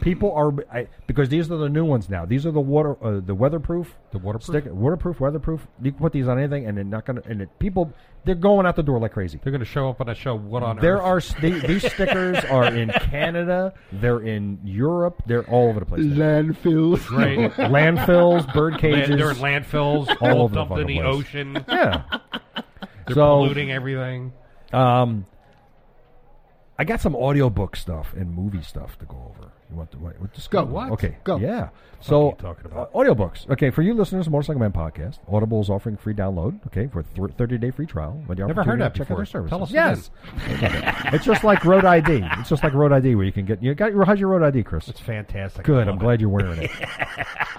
S2: People are I, because these are the new ones now. These are the water, uh, the weatherproof,
S4: The waterproof?
S2: stick, waterproof, weatherproof. You can put these on anything, and they're not gonna. And it, people, they're going out the door like crazy.
S4: They're going to show up on a show. What on
S2: There
S4: earth?
S2: are st- these stickers are in Canada, they're in Europe, they're all over the place. now.
S3: landfills.
S4: Right.
S2: Landfills, bird
S4: Land-
S2: cages.
S4: they're in landfills,
S2: All
S4: all,
S2: over the
S4: dumped in
S2: fucking
S4: the
S2: place.
S4: ocean.
S2: yeah.
S4: They're
S2: so,
S4: polluting everything.
S2: um, I got some audiobook stuff and movie stuff to go over. You want to what, what, just
S3: Go, what?
S2: Okay,
S3: Go.
S2: Yeah. So
S4: you talking about?
S2: uh, audiobooks. Okay, for you listeners, of Motorcycle Man podcast. Audible is offering free download. Okay, for th- thirty day free trial. When you
S4: Never heard that
S2: check out
S4: before.
S2: their services.
S4: Tell us
S2: yes. it's just like Road ID. It's just like Road ID where you can get you got your how's your Road ID, Chris?
S4: It's fantastic.
S2: Good. I'm
S4: I love
S2: glad you're wearing it.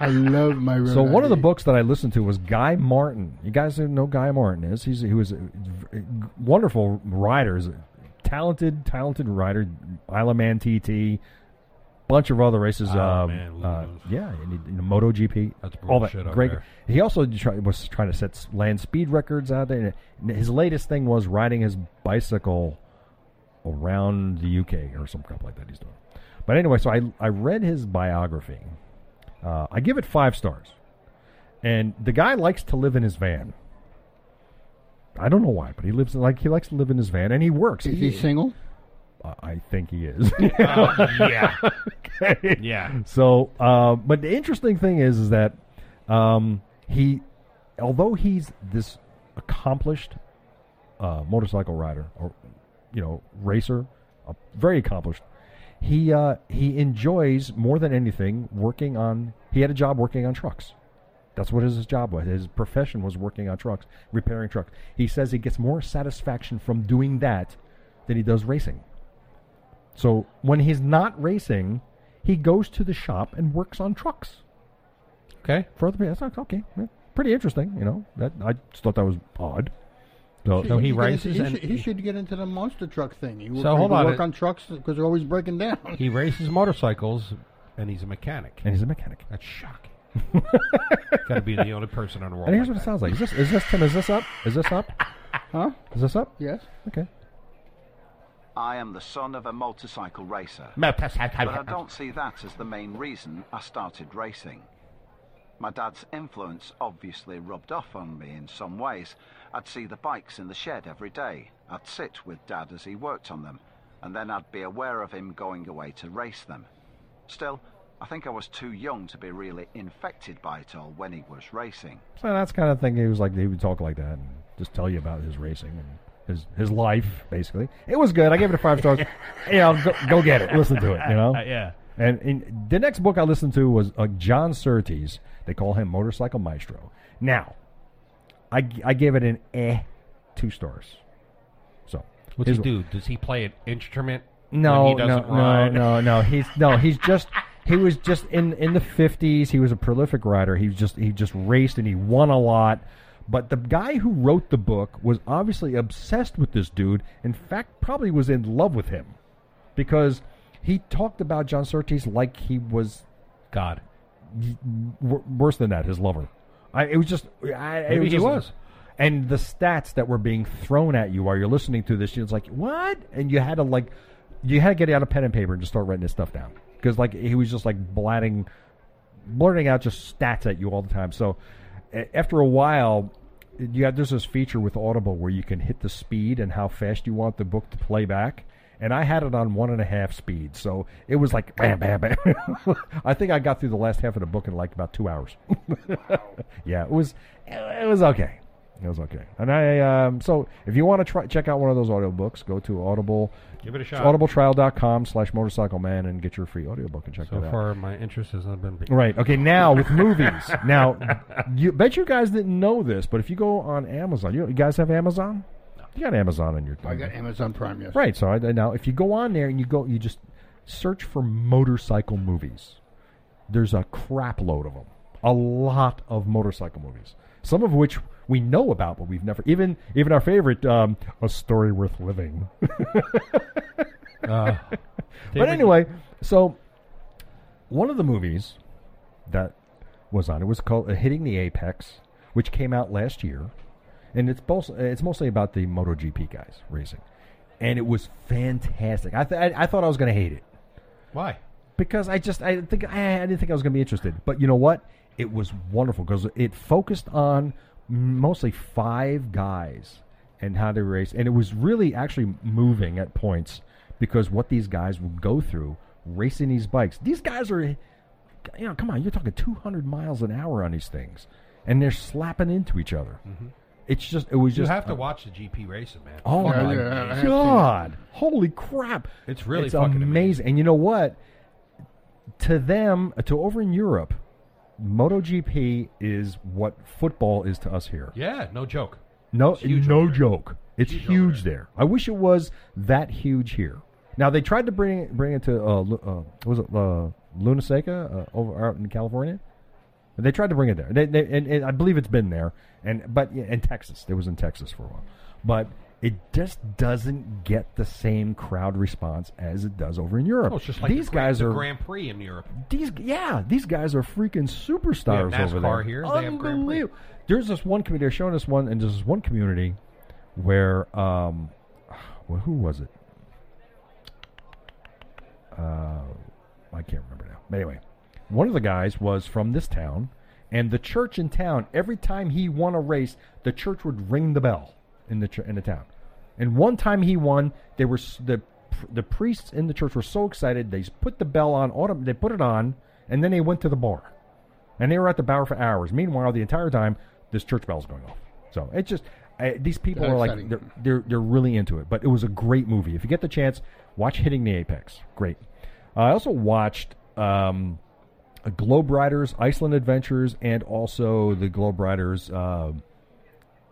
S3: I love my.
S2: So
S3: Road
S2: one of the
S3: ID.
S2: books that I listened to was Guy Martin. You guys know who Guy Martin is. He's he was a v- wonderful rider, He's a talented, talented rider. Isle of Man TT, bunch of other races.
S4: Isle
S2: um,
S4: of Ah, Man, we
S2: uh,
S4: lose.
S2: yeah, and he, you know, MotoGP.
S4: That's
S2: all
S4: bullshit
S2: that
S4: up
S2: great.
S4: there.
S2: He also try, was trying to set s- land speed records out there. And his latest thing was riding his bicycle around the UK or some crap like that. He's doing. But anyway, so I I read his biography. Uh, I give it five stars. And the guy likes to live in his van. I don't know why, but he lives in, like he likes to live in his van, and he works.
S3: Is he single?
S2: I I think he is.
S4: yeah,
S2: okay.
S4: yeah.
S2: So, uh, but the interesting thing is, is that um, he, although he's this accomplished uh, motorcycle rider or you know racer, uh, very accomplished, he uh, he enjoys more than anything working on. He had a job working on trucks. That's what his job was. His profession was working on trucks, repairing trucks. He says he gets more satisfaction from doing that than he does racing. So when he's not racing, he goes to the shop and works on trucks
S4: Okay.
S2: for other people. That's not, okay. yeah, Pretty interesting, you know. That I just thought that was odd. So,
S4: So he
S3: should get Into,
S4: races
S3: he,
S4: and-
S3: should, he should get into the monster truck thing. He
S4: So
S3: he
S4: hold
S3: can
S4: on.
S3: Work on trucks because they're always breaking down.
S4: He races motorcycles, and he's a mechanic.
S2: and he's a mechanic.
S4: That's shocking. Got to be the only person in the world.
S2: And here's
S4: like
S2: what it
S4: that.
S2: sounds like. Is this is this Tim? Is this up? Is this up?
S3: Huh?
S2: Is this up?
S3: Yes.
S2: Okay.
S1: I am the son of a motorcycle racer, but I don't see that as the main reason I started racing. My dad's influence obviously rubbed off on me in some ways. I'd see the bikes in the shed every day. I'd sit with dad as he worked on them, and then I'd be aware of him going away to race them. Still, I think I was too young to be really infected by it all when he was racing.
S2: So that's kind of thing. He was like he would talk like that and just tell you about his racing and his his life basically. It was good. I gave it a five stars. you know, go, go get it. Listen to it. You know.
S4: Uh, yeah.
S2: And in, the next book I listened to was uh, John Surtees. They call him Motorcycle Maestro. Now, I, g- I gave it an eh, two stars. So
S4: What's he
S2: his-
S4: do? Does he play an instrument?
S2: No,
S4: when he
S2: no,
S4: doesn't
S2: no,
S4: ride?
S2: no, no. He's no. He's just. He was just in in the fifties. He was a prolific rider. He was just he just raced and he won a lot. But the guy who wrote the book was obviously obsessed with this dude. In fact, probably was in love with him, because he talked about John Surtees like he was
S4: God.
S2: w- worse than that, his lover. I, it was just. I, it
S4: Maybe
S2: was
S4: he
S2: just-
S4: was.
S2: And the stats that were being thrown at you while you're listening to this, it's like what? And you had to like, you had to get out a pen and paper and just start writing this stuff down because like he was just like blatting, blurting out just stats at you all the time. So a- after a while. You have, there's this feature with Audible where you can hit the speed and how fast you want the book to play back, and I had it on one and a half speed, so it was like bam, bam, bam. I think I got through the last half of the book in like about two hours. yeah, it was it was okay. It was okay. And I um, so if you want to try check out one of those audiobooks, go to Audible.
S4: Give it a
S2: It's
S4: shot.
S2: audibletrial.com slash motorcycle man and get your free audiobook and check
S4: So
S2: that out.
S4: far, my interest has not been. Right.
S2: Right. Okay. Now with movies. now, you bet you guys didn't know this, but if you go on Amazon, you, you guys have Amazon. You got Amazon on your.
S3: I got Amazon Prime. Yes.
S2: Right. So I, now, if you go on there and you go, you just search for motorcycle movies. There's a crap load of them. A lot of motorcycle movies. Some of which we know about, but we've never even even our favorite, um, a story worth living. but anyway, so one of the movies that was on it was called uh, Hitting the Apex, which came out last year, and it's both uh, it's mostly about the MotoGP guys racing, and it was fantastic. I th- I, I thought I was going to hate it
S4: Why?
S2: because I just I think I, I didn't think I was going to be interested. But you know what? It was wonderful because it focused on mostly five guys and how they race, and it was really actually moving at points because what these guys would go through racing these bikes. These guys are, you know, come on, you're talking 200 miles an hour on these things, and they're slapping into each other. It's just it was
S4: Mm-hmm. You
S2: just
S4: have to watch the GP racing, man.
S2: Oh
S3: Yeah,
S2: my
S3: yeah, I have seen it.
S2: god! Holy crap!
S4: It's really
S2: it's
S4: fucking
S2: amazing.
S4: amazing.
S2: And you know what? To them, to over in Europe, MotoGP is what football is to us here.
S4: Yeah, no joke.
S2: No,
S4: huge
S2: no
S4: over there.
S2: joke. It's
S4: Huge
S2: huge,
S4: over
S2: there. I wish it was that huge here. Now they tried to bring it, bring it to uh, Lu- uh, what was it uh, Luna Seca uh, over out in California. They tried to bring it there. They, they, and, and I believe it's been there, and but yeah, in Texas, it was in Texas for a while. But it just doesn't get the same crowd response as it does over in Europe.
S4: Oh, it's just like
S2: these
S4: the, Grand-
S2: guys
S4: the
S2: are
S4: Grand Prix in Europe.
S2: these yeah, these guys are freaking superstars
S4: We have
S2: over
S4: NASCAR
S2: there.
S4: here, they have Grand Prix.
S2: Unbelievable. There's this one community. They're showing us one, and there's this one community where um, well, who was it? Uh, I can't remember now. But anyway, one of the guys was from this town, and the church in town. Every time he won a race, the church would ring the bell in the ch- in the town. And one time he won, they were s- the pr- the priests in the church were so excited they s- put the bell on. Autumn, they put it on, and then they went to the bar, and they were at the bar for hours. Meanwhile, the entire time this church bell's going off. So it just uh, these people
S3: That's
S2: are like
S3: exciting.
S2: they're, they're they're really into it. But it was a great movie. If you get the chance, watch Hitting the Apex. Great. Uh, I also watched um, Globe Riders, Iceland Adventures, and also the Globe Riders uh,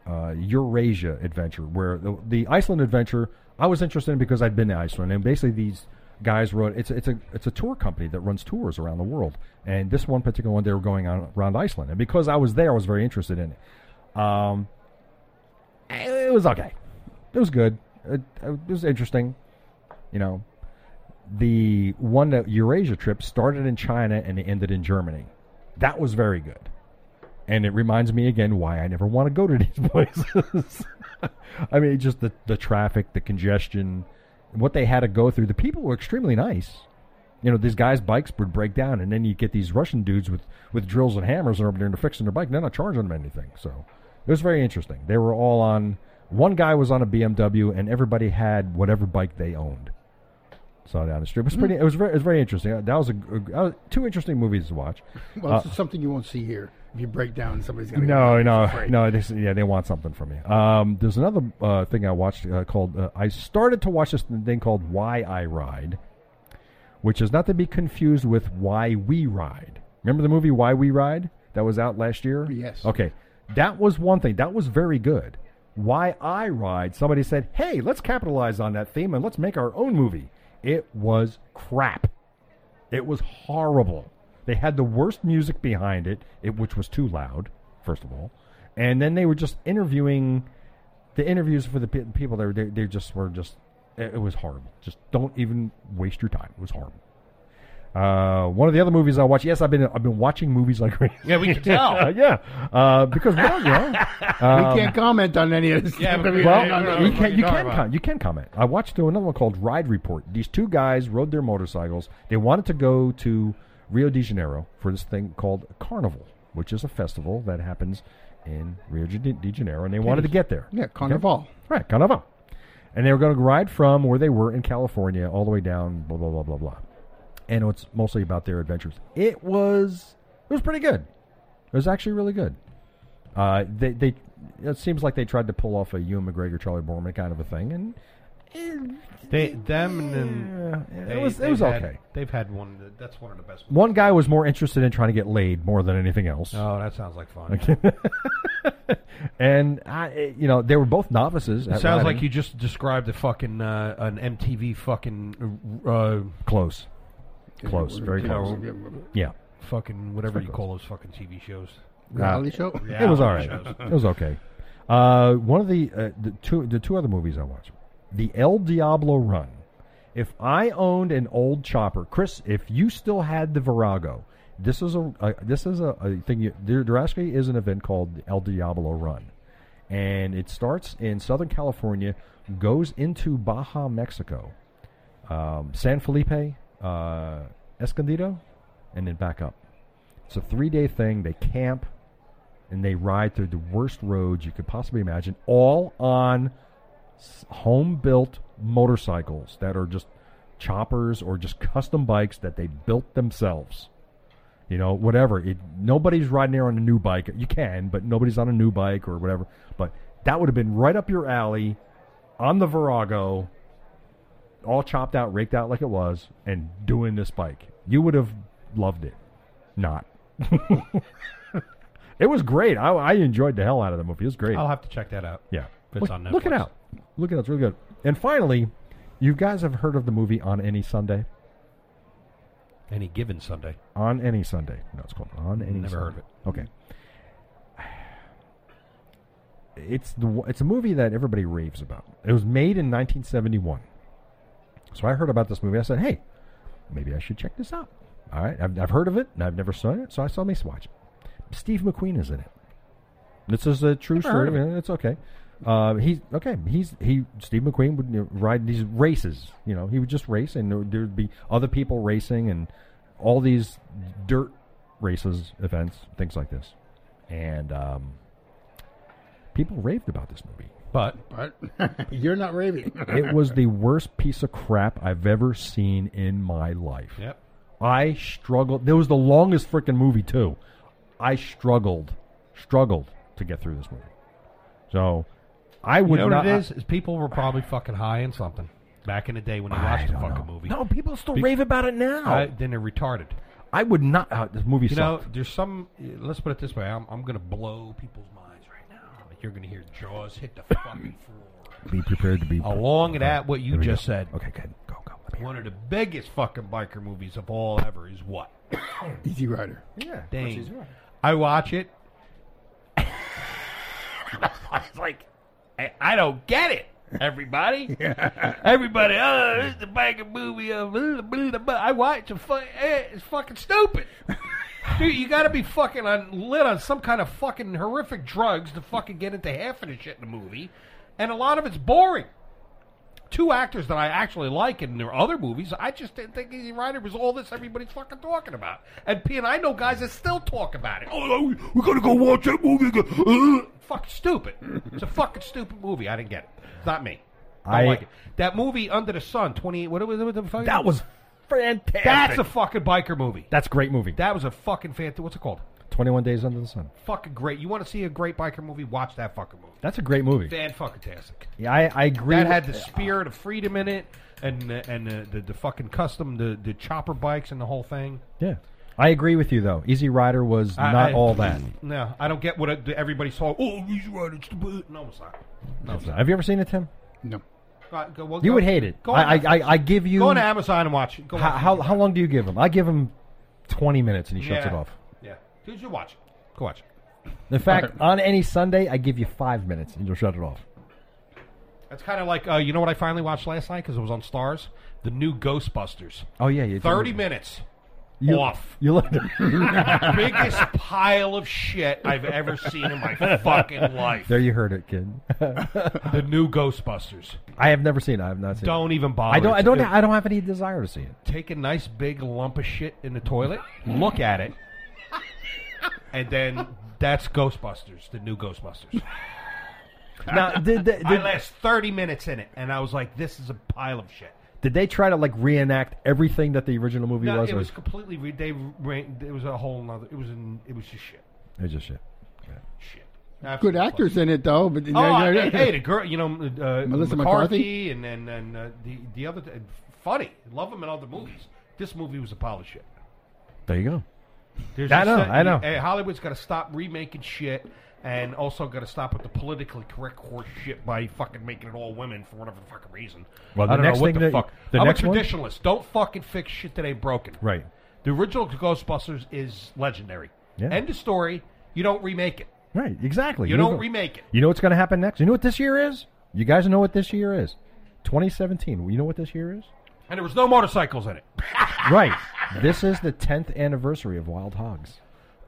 S2: uh, Eurasia Adventure, where the, the Iceland Adventure I was interested in because I'd been to Iceland, and basically these guys wrote it's it's a it's a tour company that runs tours around the world, and this one particular one they were going on around Iceland, and because I was there, I was very interested in it. Um, it was okay. It was good. It, it was interesting. You know, the one that Eurasia trip started in China and it ended in Germany. That was very good. And it reminds me again why I never want to go to these places. I mean, just the, the traffic, the congestion, what they had to go through. The people were extremely nice. You know, these guys' bikes would break down, and then you get these Russian dudes with, with drills and hammers and over there and they're fixing their bike. and They're not charging them anything. So it was very interesting. They were all on, one guy was on a BMW, and everybody had whatever bike they owned saw down the street. It
S3: Hmm.
S2: was pretty. It was very. It was very interesting. Uh, That was a, a that was two interesting movies to watch. Uh,
S3: Well, it's something you won't see here. If you break down, somebody's going to
S2: No, no,
S3: afraid.
S2: no. They, s- yeah, they want something from you. Um, there's another uh, thing I watched uh, called. Uh, I started to watch this thing called Why I Ride, which is not to be confused with Why We Ride. Remember the movie Why We Ride that was out last year?
S3: Yes.
S2: Okay, that was one thing. That was very good. Why I Ride? Somebody said, "Hey, let's capitalize on that theme and let's make our own movie." It was crap. It was horrible. They had the worst music behind it, it which was too loud, first of all, and then they were just interviewing the interviews for the pe- people. They, were, they they just were just it, it was horrible. Just don't even waste your time. It was horrible. Uh, one of the other movies I watched. Yes, I've been I've been watching movies like crazy.
S4: Yeah, we can tell.
S2: yeah, uh, because well, you know, Um,
S3: we can't comment on any of this.
S4: Yeah,
S3: stuff.
S4: but we-
S3: Well,
S4: no, no,
S2: well, you
S4: no,
S2: can
S4: you
S2: you
S4: talking
S2: can
S4: about?
S2: com- you can comment. I watched uh, another one called Ride Report. These two guys rode their motorcycles. They wanted to go to Rio de Janeiro for this thing called Carnival, which is a festival that happens in Rio de de Janeiro, and they wanted to get there.
S3: yeah, Carnival.
S2: Right, Carnival. And they were going to ride from where they were in California all the way down, blah, blah, blah, blah, blah. And it's mostly about their adventures. It was, it was pretty good. It was actually really good. Uh, they, they, it seems like they tried to pull off a Ewan McGregor, Charlie Borman kind of a thing, and
S4: They, them, and then
S2: Yeah, it
S4: they-
S2: was- it
S4: they've
S2: was
S4: had-
S2: okay.
S4: They've had one. that- That's one of the best.
S2: one guy was more interested in trying to get laid more than anything else.
S4: Oh, that sounds like fun.
S2: And I, you know, they were both novices.
S4: It sounds like you just described a fucking uh, an MTV fucking uh,
S2: close, close, very
S4: you
S2: close.
S4: know,
S2: Yeah,
S4: fucking whatever you call those fucking TV shows.
S3: Reality show.
S2: it was all right.
S4: Reality shows.
S2: it was okay. Uh, one of the uh, the two the two other movies I watched, the El Diablo Run. If I owned an old chopper, Chris, if you still had the Virago, this is a, a this is a, a thing. You, there, there actually is an event called the El Diablo Run, and it starts in Southern California, goes into Baja, Mexico, um, San Felipe, uh, Escondido, and then back up. It's a three day thing. They camp and they ride through the worst roads you could possibly imagine, all on home built motorcycles that are just choppers or just custom bikes that they built themselves. You know, whatever. It, nobody's riding there on a new bike. You can, but nobody's on a new bike or whatever. But that would have been right up your alley on the Virago, all chopped out, raked out like it was, and doing this bike. You would have loved it. Not. it was great. I, I enjoyed the hell out of the movie. It was great.
S4: I'll have to check that out.
S2: Yeah.
S4: It's
S2: look,
S4: on
S2: look it
S4: Netflix.
S2: out. Look it out. It's really good. And finally, you guys have heard of the movie On Any Sunday?
S4: Any given Sunday.
S2: On Any Sunday. No, it's called On Any
S4: Never
S2: Sunday.
S4: heard of it.
S2: Okay. It's the one- it's a movie that everybody raves about. It was made in 1971. So I heard about this movie. I said, "Hey, maybe I should check this out." All right, I've, I've heard of it and I've never seen it, so I saw me watch it. Steve McQueen is in it. This is a true
S4: Never
S2: story.
S4: heard of
S2: yeah, It's okay. Uh, he's okay. He's he. Steve McQueen would you know, ride these races. You know, he would just race, and there would- there would be other people racing, and all these dirt races, events, things like this. And um, people raved about this movie.
S4: But
S3: But you're not raving.
S2: It was the worst piece of crap I've ever seen in my life.
S4: yep.
S2: I struggled. There was the longest freaking movie too. I struggled, struggled to get through this movie. So I
S4: You
S2: would
S4: know
S2: not.
S4: what it is? Is people were probably fucking high on something back in the day when they
S2: I
S4: watched the
S2: don't
S4: fucking
S2: know.
S4: movie.
S2: No, people still
S4: Be-
S2: rave about it now.
S4: I,
S2: I,
S4: then they're retarded.
S2: would not. Uh, this movie
S4: You know,
S2: sucked.
S4: there's some. Let's put it this way: I'm, I'm going to blow people's minds right now. You're going to hear jaws hit the fucking floor.
S2: be prepared to be.
S4: Along with that, what you
S2: Here we
S4: just
S2: go.
S4: said,
S2: Okay, good. Go, go. Let me hear.
S4: one of the biggest fucking biker movies of all ever is what?
S3: Easy Rider.
S2: Yeah.
S4: Dang. I watch it. it's like, I, I don't get it. Everybody, everybody, oh, this is the biker movie. Of, blah, blah, blah, blah. I watch it. fu- eh, It's fucking stupid. Dude, you got to be fucking on, lit on some kind of fucking horrific drugs to fucking get into half of the shit in the movie, and a lot of it's boring. Two actors that I actually like in their other movies, I just didn't think Easy Rider was all this everybody's fucking talking about. And P and I know guys that still talk about it. Oh, we're gonna go watch that movie. Again. Fuck stupid. It's a fucking stupid movie. I didn't get it. It's not me. I,
S2: I-
S4: like it. That movie Under the Sun, twenty eight. What was it?
S2: That was fantastic.
S4: That's a fucking biker movie.
S2: That's a great movie.
S4: That was a fucking fantastic. What's it called?
S2: Twenty One Days Under the Sun.
S4: Fucking great. You want to see a great biker movie? Watch that fucking movie.
S2: That's a great movie.
S4: Fan fucking tastic.
S2: Yeah, I, I agree.
S4: That
S2: with-
S4: had the spirit of freedom in it, and uh, and uh, the, the fucking custom, the the chopper bikes and the whole thing.
S2: Yeah, I agree with you though. Easy Rider was
S4: I-
S2: not
S4: I-
S2: all that.
S4: No, I don't get what it, everybody saw. Oh, he's right. It's the boot. No, it's not.
S2: It's not- Have you ever seen it, Tim?
S3: No.
S4: Right, go- well,
S2: You
S4: go-
S2: would hate it.
S4: Go on,
S2: I, I, I, I give you.
S4: go on to Amazon and watch it. Go
S2: how,
S4: watch it.
S2: how, how long do you give him? I give him twenty minutes, and he shuts
S4: Yeah.
S2: it off.
S4: Yeah, dude, you watch it. Go watch it.
S2: In fact, on any Sunday, I give you five minutes, and you'll shut it off.
S4: That's kind of like uh, you know what I finally watched last night because it was on Stars. The new Ghostbusters.
S2: Oh yeah, you
S4: Thirty minutes.
S2: you,
S4: off.
S2: You look.
S4: biggest pile of shit I've ever seen in my fucking life.
S2: there, you heard it, kid.
S4: The new Ghostbusters.
S2: I have never seen. it. I have not seen.
S4: Don't even
S2: It.
S4: bother.
S2: I don't. I don't.
S4: Just
S2: I don't have any desire to see it.
S4: Take a nice big lump of shit in the toilet. Look at it, and then that's Ghostbusters. The new Ghostbusters.
S2: Now, did they,
S4: I
S2: did,
S4: last thirty minutes in it, and I was like, "This is a pile of shit."
S2: did they try to like reenact everything that the original movie
S4: No,
S2: was?
S4: it
S2: or-
S4: was completely. Re- they re- it was a whole nother. It was. An, it was just shit.
S2: it was just shit.
S4: Shit.
S3: Good
S4: Absolute
S3: actors in it though, but
S4: Oh, I- hey, the girl, you know, uh,
S3: Melissa
S4: McCarthy, and and, and uh, the the other th- funny. Love them in other movies. This movie was a pile of shit.
S2: There you go.
S4: There's
S2: I
S4: just
S2: know,
S4: that-
S2: I know.
S4: hey, Hollywood's got to stop remaking shit, and also got to stop with the politically correct horse shit by fucking making it all women for whatever fucking reason.
S2: Well, the
S4: I don't
S2: next
S4: know what
S2: thing
S4: the
S2: that-
S4: fuck.
S2: the
S4: I'm
S2: next
S4: a
S2: one-
S4: traditionalist. Don't fucking fix shit that ain't broken.
S2: Right.
S4: The original Ghostbusters is legendary.
S2: Yeah.
S4: End of story. You don't remake it.
S2: Right, exactly.
S4: You don't
S2: go-
S4: remake it.
S2: You know what's going to happen next? You know what this year is? You guys know what this year is? 2017. You know what this year is?
S4: And there was no motorcycles in it.
S2: Right. This is the 10th anniversary of Wild Hogs.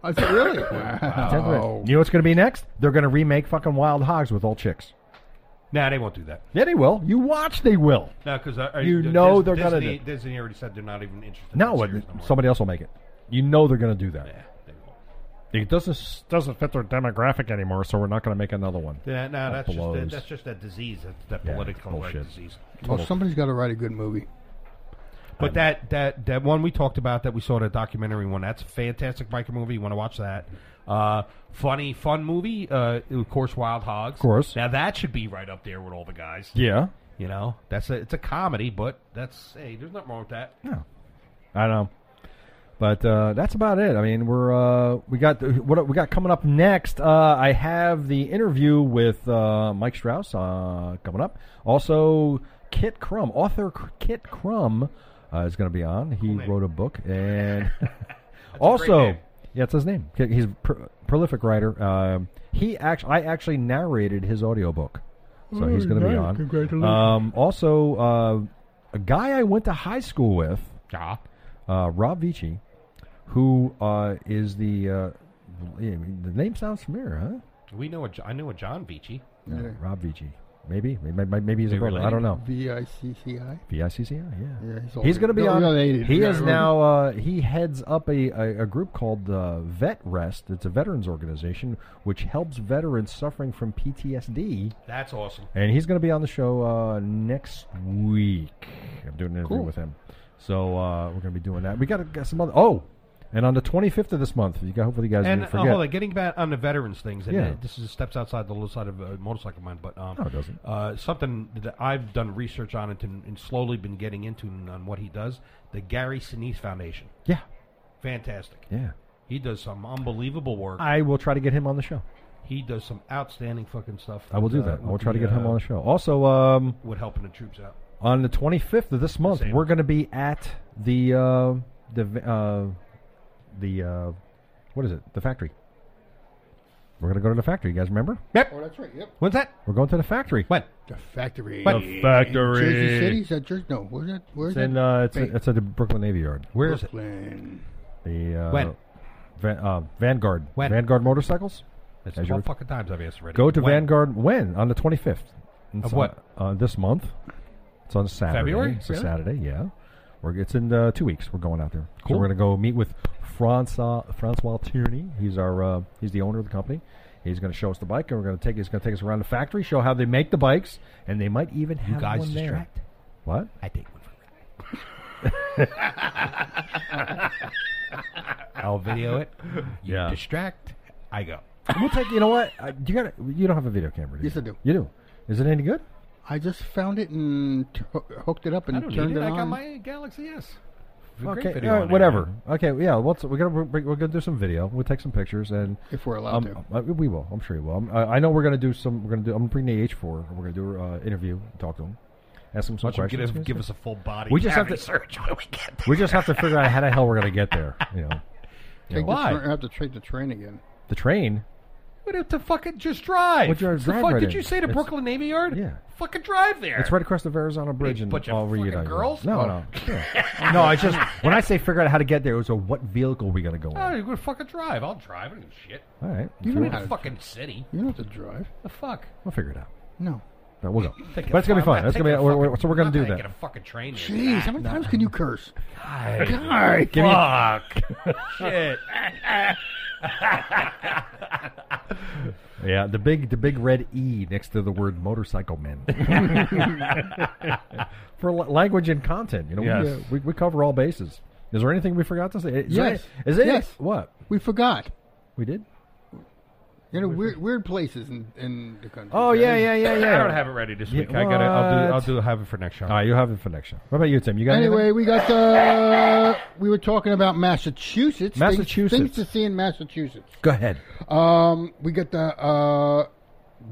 S3: I said, Oh, really?
S2: The 10th
S4: Oh.
S3: Wow.
S2: You know what's going to be next? They're going to remake fucking Wild Hogs with all chicks.
S4: Nah, they won't do that. uh,
S2: Yeah, they will. You watch, they will.
S4: No, because
S2: You know they're gonna
S4: Disney,
S2: do-
S4: Disney already said they're not even interested. in
S2: No,
S4: that
S2: what-
S4: series no more.
S2: somebody else will make it. You know they're going to do that.
S4: Yeah, they won't.
S2: It doesn't doesn't fit their demographic anymore, so we're not going to make another one.
S4: Yeah, no, that's just
S2: blows.
S4: that, that's just that disease, that, that
S2: Yeah,
S4: political
S2: bullshit.
S4: disease.
S3: Well, somebody's got to write a good movie.
S4: But that, that that one we talked about that we saw the documentary one. That's a fantastic biker movie. You want to watch that? Uh, funny, fun movie. Uh, of course, Wild Hogs. Of
S2: course.
S4: Now that should be right up there with all the guys.
S2: Yeah.
S4: You know, that's a, it's a comedy, but that's hey, there's nothing wrong with that.
S2: No, I know. But uh, that's about it. I mean, we're uh, we got the, what we got coming up next. Uh, I have the interview with uh, Mike Strauss uh, coming up. Also, Kit Crumb, author C- Kit Crumb, uh, is going to be on. He
S4: name.
S2: wrote a book, and also,
S4: name.
S2: yeah, it's his name. Ki- He's a pro- prolific writer. Um, he actually, I actually narrated his audiobook, so he's going to be
S3: nice.
S2: on.
S3: Congratulations.
S2: Um, also, uh, a guy I went to high school with,
S4: Yeah.
S2: uh, Rob Vici, who uh, is the uh, yeah, the name sounds familiar, huh?
S4: We know a, Jo- I knew a John Vici.
S3: Yeah.
S2: Rob Vici, maybe, maybe, maybe he's a
S4: They
S2: brother. I
S4: related?
S2: don't know.
S3: V I C C I.
S2: VICCI, yeah.
S3: Yeah, he's all-
S2: he's going to be
S3: they're
S2: on.
S3: related.
S2: He
S3: Yeah,
S2: is
S3: I remember.
S2: now. Uh, he heads up a, a, a group called uh, Vet Rest. It's a veterans organization which helps veterans suffering from PTSD.
S4: That's awesome.
S2: And he's going to be on the show uh, next week. I'm doing an interview
S3: Cool.
S2: with him, so uh, we're going to be doing that. We got, got some other. Oh, and on the 25th of this month, you got, hopefully you guys
S4: And
S2: didn't
S4: uh,
S2: forget.
S4: hold on, getting back on the veterans things. And
S2: Yeah.
S4: uh, this is steps outside the little side of a motorcycle mine, but um,
S2: No, it doesn't.
S4: Uh, something that I've done research on it and, and slowly been getting into and on what he does. The Gary Sinise Foundation,
S2: yeah,
S4: fantastic.
S2: yeah.
S4: He does some unbelievable work.
S2: I will try to get him on the show.
S4: he does some outstanding fucking stuff.
S2: I will do
S4: with, uh,
S2: that. I will
S4: with
S2: try to
S4: the,
S2: get him
S4: uh,
S2: on the show. Also, um,
S4: with helping the troops out.
S2: on the 25th of this month,
S4: Same.
S2: we're going to be at the uh, the uh, the uh, what is it? The factory. We're going to go to the factory. You guys remember?
S3: Oh, that's right. Yep.
S4: When's that?
S2: We're going to the factory.
S4: When?
S3: The factory.
S4: What?
S3: in
S2: factory.
S3: Jersey City? Is that Jersey? No. Where's that? Where's
S2: It's
S3: that?
S2: in uh, it's,
S3: Wait.
S2: it's at the Brooklyn Navy Yard.
S4: Where is it?
S3: Brooklyn.
S2: The uh,
S4: When?
S2: Van, uh, Vanguard.
S4: When?
S2: Vanguard motorcycles.
S4: That's
S2: As you
S4: twelve
S2: were-
S4: fucking times I've asked already.
S2: Go to
S4: When?
S2: Vanguard when on the 25th. It's
S4: Of what?
S2: On, uh, this month. It's on Saturday.
S4: February?
S2: It's a
S4: Really?
S2: Saturday. Yeah. We're, it's in uh, two weeks. We're going out there.
S4: Cool.
S2: So we're going to go meet with Francois Francois Tierney. He's our uh, he's the owner of the company. He's going to show us the bike, and we're going to take he's going to take us around the factory, show how they make the bikes, and they might even have
S4: You guys
S2: one there.
S4: distract.
S2: What?
S4: I take one for a ride. I'll video it. You
S2: Yeah.
S4: distract. I go.
S2: We'll take. You know what? Uh, you got. You don't have a video camera. Do
S3: Yes,
S2: you?
S3: I do.
S2: You do. Is it any good?
S3: I just found it and t- hooked it up and
S4: I don't
S3: turned
S4: need it.
S3: it
S4: I
S3: on.
S4: got my Galaxy S. Great
S2: okay.
S4: video
S2: all
S4: on
S2: right,
S4: there.
S2: whatever. Okay. Yeah. What's we're gonna we're, we're gonna do some video. We'll take some pictures and
S3: If we're allowed to.
S2: um, uh, we will. I'm sure we will. I'm, I, I know we're gonna do some. We're gonna do. I'm gonna bring the H4. We're gonna do an uh, interview. Talk to him. Ask him some
S4: Why don't you
S2: questions.
S4: give, give us a full body?
S2: We just have
S4: cavity
S2: to-
S4: search when we get there.
S2: we just have to figure out how the hell we're gonna get there. You know,
S3: Take
S4: Why?
S3: The, tra- I have to trade the train again.
S2: the train.
S4: We'd have to fucking just drive.
S2: Well, drive-
S4: It's the
S2: drive
S4: fuck
S2: right
S4: did
S2: in.
S4: you say to
S2: It's-
S4: Brooklyn Navy Yard?
S2: Yeah.
S4: Fucking drive there.
S2: It's right across the Verrazano Bridge,
S4: You
S2: and
S4: bunch of
S2: I'll read it
S4: fucking
S2: out here.
S4: girls?
S2: No,
S4: Oh.
S2: no, Yeah. no. I just when I say figure out how to get there, it was a what vehicle are we gonna go in?
S4: Oh,
S2: All
S4: you're gonna fucking drive. I'll drive. I don't give a shit.
S2: right,
S3: You
S2: Sure.
S3: don't
S4: The
S3: have-
S4: fucking city.
S3: You don't have to drive.
S4: The fuck.
S2: We'll figure it out.
S3: No.
S2: No, we'll go.
S4: Take
S2: But it's gonna
S4: a-
S2: be fun.
S4: I'm
S2: It's gonna be.
S4: taking a
S2: We're, we're-
S4: fucking-
S2: so we're gonna
S4: I'm
S2: do
S4: not
S2: that.
S4: Get a fucking train. there.
S3: Jeez, how many times can you curse?
S4: God,
S2: Give me-
S4: fuck. Shit.
S2: Yeah, the big the big red E next to the word motorcycle men. For la- language and content, you know,
S4: Yes.
S2: we, uh, we we cover all bases. Is there anything we forgot to say? Is there
S3: Yes.
S2: any- is it
S3: Yes.
S2: what
S3: We forgot.
S2: we did?
S3: You know, weird, weird places in, in the country.
S2: Oh yeah, yeah, yeah, yeah.
S4: I don't have it ready this
S2: Yeah,
S4: week. I got to I'll do. I'll
S2: what?
S4: do. Have it for next show.
S2: All right, you have it for next show. What about you, Tim? You got
S3: Anyway,
S2: anything?
S3: we got the. We were talking about Massachusetts. Things-
S2: Massachusetts.
S3: Things, to see in Massachusetts.
S2: Go ahead.
S3: Um, we got the uh,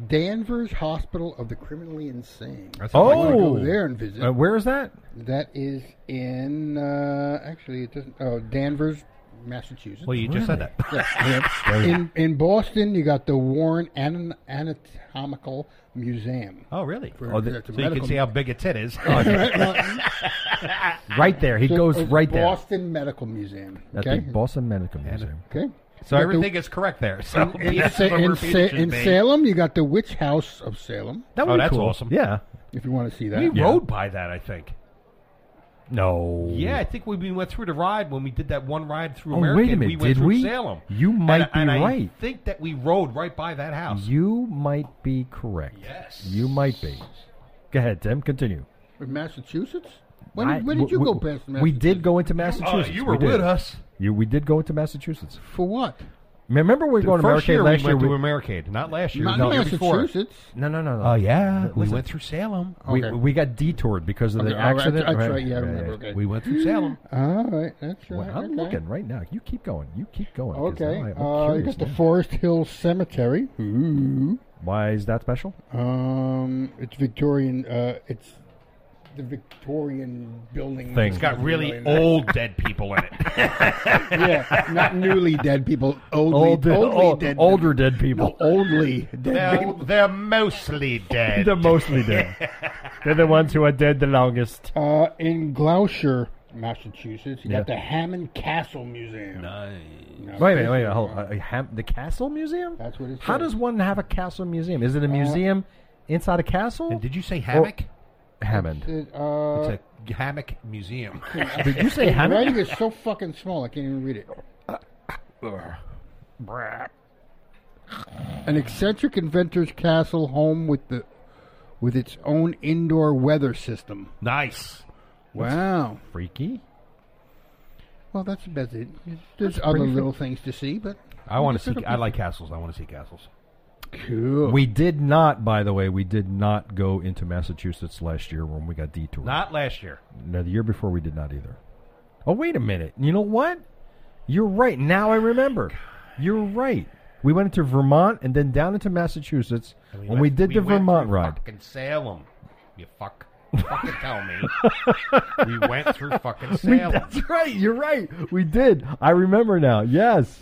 S3: Danvers Hospital of the Criminally Insane. I want to
S2: Oh,
S3: go there and visit.
S2: Uh, where is that?
S3: that is in uh, actually it doesn't. Oh, Danvers, Massachusetts.
S4: Well, you just said that.
S3: Yeah, yeah. In in Boston, you got the Warren An- Anatomical Museum.
S4: Oh, really?
S3: For-
S2: Oh, the-
S3: that's a
S4: so you can
S3: medical-
S4: see how big a tit is.
S2: Right there. He goes
S3: It's
S2: right there.
S3: uh, Boston Medical Museum.
S2: At
S3: Okay.
S2: the Boston Medical Museum.
S3: okay.
S4: so
S3: You got the-
S4: everything is correct there. So
S3: In,
S4: that's
S3: Sa-
S4: what
S3: in
S4: we're
S3: Sa-
S4: feeding should
S3: in
S4: be.
S3: Salem, you got the Witch House of Salem.
S2: That
S4: Oh,
S2: would be
S4: that's
S2: cool.
S4: awesome.
S2: Yeah.
S3: If you want to see that,
S4: we rode by that. I think.
S2: No.
S4: Yeah, I think we, we went through the ride when we did that one ride through
S2: Oh, wait a
S4: America.
S2: minute,
S4: We went
S2: did
S4: through
S2: we?
S4: Salem.
S2: You might
S4: and, and
S2: be
S4: I
S2: right.
S4: think that we rode right by that house.
S2: You might be correct.
S4: Yes.
S2: You might be. Go ahead, Tim. Continue.
S3: in Massachusetts. When,
S2: I-
S3: when did you
S2: we-
S3: go past
S2: We did go into Massachusetts.
S4: Oh, you were
S2: We did.
S4: with us.
S2: You, we did go into Massachusetts.
S3: For what?
S2: Remember, we were
S4: The
S2: going to
S4: first
S2: Americade
S4: year
S2: last
S4: we
S2: year.
S4: went to
S2: we-
S4: Americade, not last year.
S3: Not
S4: no,
S3: in
S4: the year before.
S3: Massachusetts.
S2: no, no, no, no.
S4: Oh yeah, we
S2: Listen.
S4: went through Salem.
S2: We,
S3: Okay.
S2: we got detoured because of
S3: Okay,
S2: the
S3: all right,
S2: accident.
S3: that's right, yeah, I remember, okay.
S4: We went through Salem.
S3: All right, that's right.
S2: Well, I'm
S3: okay.
S2: looking right now. You keep going. You keep going. 'cause
S3: Okay,
S2: now I- I'm
S3: uh, you
S2: curious
S3: got the
S2: now.
S3: Forest Hill Cemetery. Ooh.
S2: Why is that special?
S3: Um, it's Victorian. Uh, it's the Victorian building.
S2: Thing.
S3: It's
S2: It's
S4: Got really old dead people in it.
S3: yeah, not newly dead people. Oldly,
S2: Old,
S3: oldly
S2: old-
S3: dead.
S2: older dead people.
S3: No, oldly dead.
S4: they're, they're mostly dead.
S2: They're mostly dead. They're the ones who are dead the longest.
S3: Uh, in Gloucester, Massachusetts, you
S2: Yeah.
S3: got the Hammond Castle Museum. Now,
S2: Wait a minute, wait a minute. Hold on. Uh, Ham- the castle museum?
S3: That's what it
S2: How
S3: says. Uh,
S2: does one have a castle museum? Is it a museum inside a castle?
S4: And did you say hammock?
S2: Hammond.
S3: this- Uh,
S4: It's a hammock museum.
S2: Did you say
S3: the
S2: Hammond?
S3: writing is so fucking small, I can't even read it. An eccentric inventor's castle home with the with its own indoor weather system.
S4: nice.
S3: Wow.
S2: Freaky.
S3: Well, that's about it. There's other
S2: pretty
S3: little things to see, but
S4: I want to see. I like castles. I want to see castles.
S3: cool.
S2: We did not, by the way, we did not go into Massachusetts last year when we got detoured.
S4: Not last year.
S2: No, the year before we did not either. Oh, wait a minute. You know what? You're right. Now I remember. You're right. We went into Vermont and then down into Massachusetts when we
S4: went-
S2: did the
S4: went
S2: Vermont
S4: through
S2: ride.
S4: Fucking Salem. You fuck. Fucking tell me. we went through fucking
S2: We,
S4: Salem.
S2: that's right. You're right. We did. I remember now. Yes.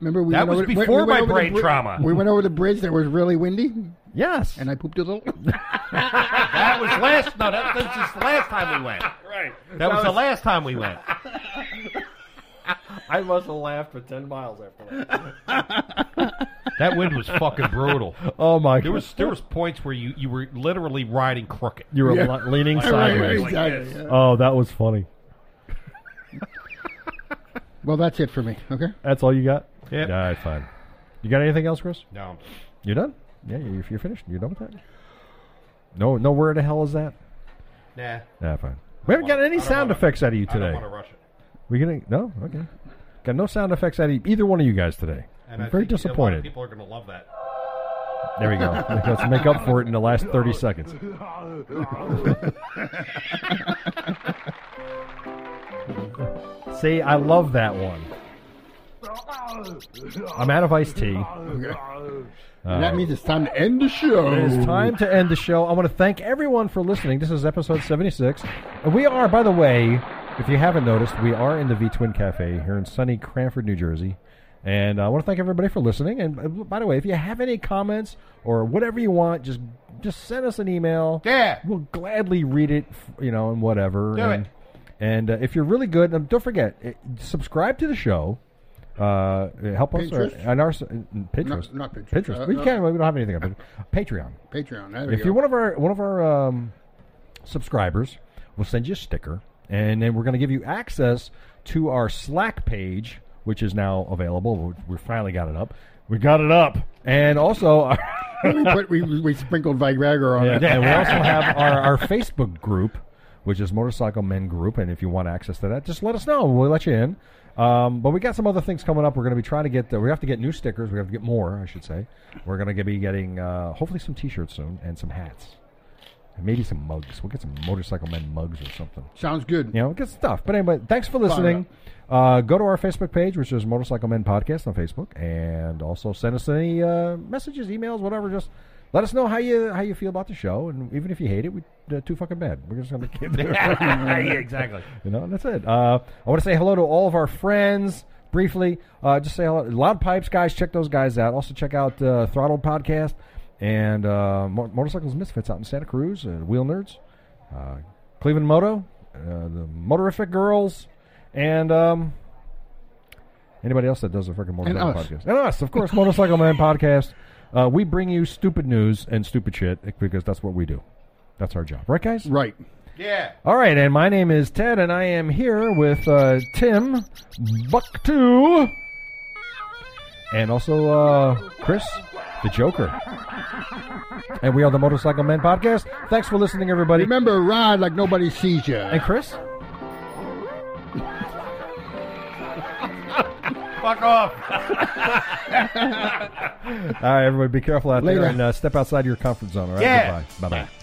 S3: Remember we
S4: That
S3: went
S4: was
S3: over, we- we
S4: before
S3: went
S4: my
S3: over the
S4: brain
S3: bri-
S4: trauma.
S3: We went over the bridge that was really windy,
S2: Yes.
S3: and I pooped a little.
S4: that was last. No, that, that's just the last time we went. Right. That, was, the last time we went.
S2: I must have laughed for 10 miles after that.
S4: That wind was fucking brutal.
S2: Oh, my God.
S4: There was there was points where you, you were literally riding crooked.
S2: you were
S3: Yeah.
S2: li- leaning
S3: Right,
S2: sideways.
S3: right, exactly, yeah.
S2: Oh, that was funny.
S3: Well, that's it for me. Okay.
S2: That's all you got?
S4: Yep.
S2: All right, fine. You got anything else, Chris?
S4: No.
S2: You done? Yeah, you're, you're finished. You're done with that? No, no, where the hell is that?
S4: Nah.
S2: Yeah, fine. We haven't got
S4: wanna- I
S2: any
S4: don't
S2: sound
S4: wanna-
S2: effects out of you
S4: I don't
S2: today.
S4: want to rush it.
S2: We gonna no okay. Got no sound effects out of e- either one of you guys today.
S4: And I
S2: I'm very
S4: think a lot of
S2: disappointed.
S4: people are going to love that.
S2: There we go. Let's make up for it in the last thirty seconds. See, I love that one. I'm out of iced tea.
S3: that means it's time to end the show.
S2: Oh. It is time to end the show. I want to thank everyone for listening. This is episode 76. And we are, by the way, if you haven't noticed, we are in the V Twin Cafe here in sunny Cranford, New Jersey. And I want to thank everybody for listening. And uh, by the way, if you have any comments or whatever you want, just just send us an email.
S4: Yeah.
S2: We'll gladly read it, f- you know, and whatever.
S4: Do
S2: and
S4: it.
S2: and uh, if you're really good, um, don't forget, uh, subscribe to the show. Uh, help us
S3: Pinterest?
S2: Uh, on our s- uh, Pinterest.
S3: not Pinterest.
S2: Pinterest.
S3: Uh,
S2: we
S3: uh,
S2: can't. We don't have anything on Pinterest. Patreon
S3: Patreon. There we
S2: if
S3: go.
S2: you're one of our one of our um, subscribers, we'll send you a sticker, and then we're going to give you access to our Slack page, which is now available. We- We finally got it up. We got it up, and also our,
S3: we, put, we, we sprinkled Viagra on it.
S2: and we also have our, our Facebook group, which is Motorcycle Men Group. And if you want access to that, just let us know. We'll let you in. Um, but we got some other things coming up. We're going to be trying to get. The, we have to get new stickers. We have to get more, I should say. We're going to be getting uh, hopefully some T-shirts soon and some hats, and maybe some mugs. We'll get some Motorcycle Men mugs or something.
S3: Sounds good.
S2: You know, good stuff. But anyway, thanks for listening. Uh, go to our Facebook page, which is Motorcycle Men Podcast on Facebook, and also send us any uh, messages, emails, whatever. Just let us know how you how you feel about the show, and even if you hate it, we uh, too fucking bad. We're just gonna keep
S4: yeah,
S2: it.
S4: exactly.
S2: you know, and that's it. Uh, I want to say hello to all of our friends. Briefly, uh, just say hello. Loud Pipes guys, check those guys out. Also check out uh, Throttle Podcast and uh, Mo- Motorcycles Misfits out in Santa Cruz and Wheel Nerds uh, Cleveland Moto, uh, the Motorific Girls, and um, anybody else that does a freaking motorcycle
S3: us.
S2: podcast. And us, of course, Motorcycle Man Podcast. Uh, we bring you stupid news and stupid shit because that's what we do. That's our job, right, guys?
S3: Right.
S4: Yeah.
S2: All right, and my name is Ted, and I am here with uh, Tim Bucktu, and also uh, Chris, the Joker. And we are the Motorcycle Men Podcast. Thanks for listening, everybody.
S3: Remember, ride like nobody sees you.
S2: And Chris?
S4: Fuck off.
S2: All right, everybody, be careful out
S3: Later.
S2: there and uh, step outside your comfort zone. All right,
S4: Yeah.
S2: goodbye. Bye bye.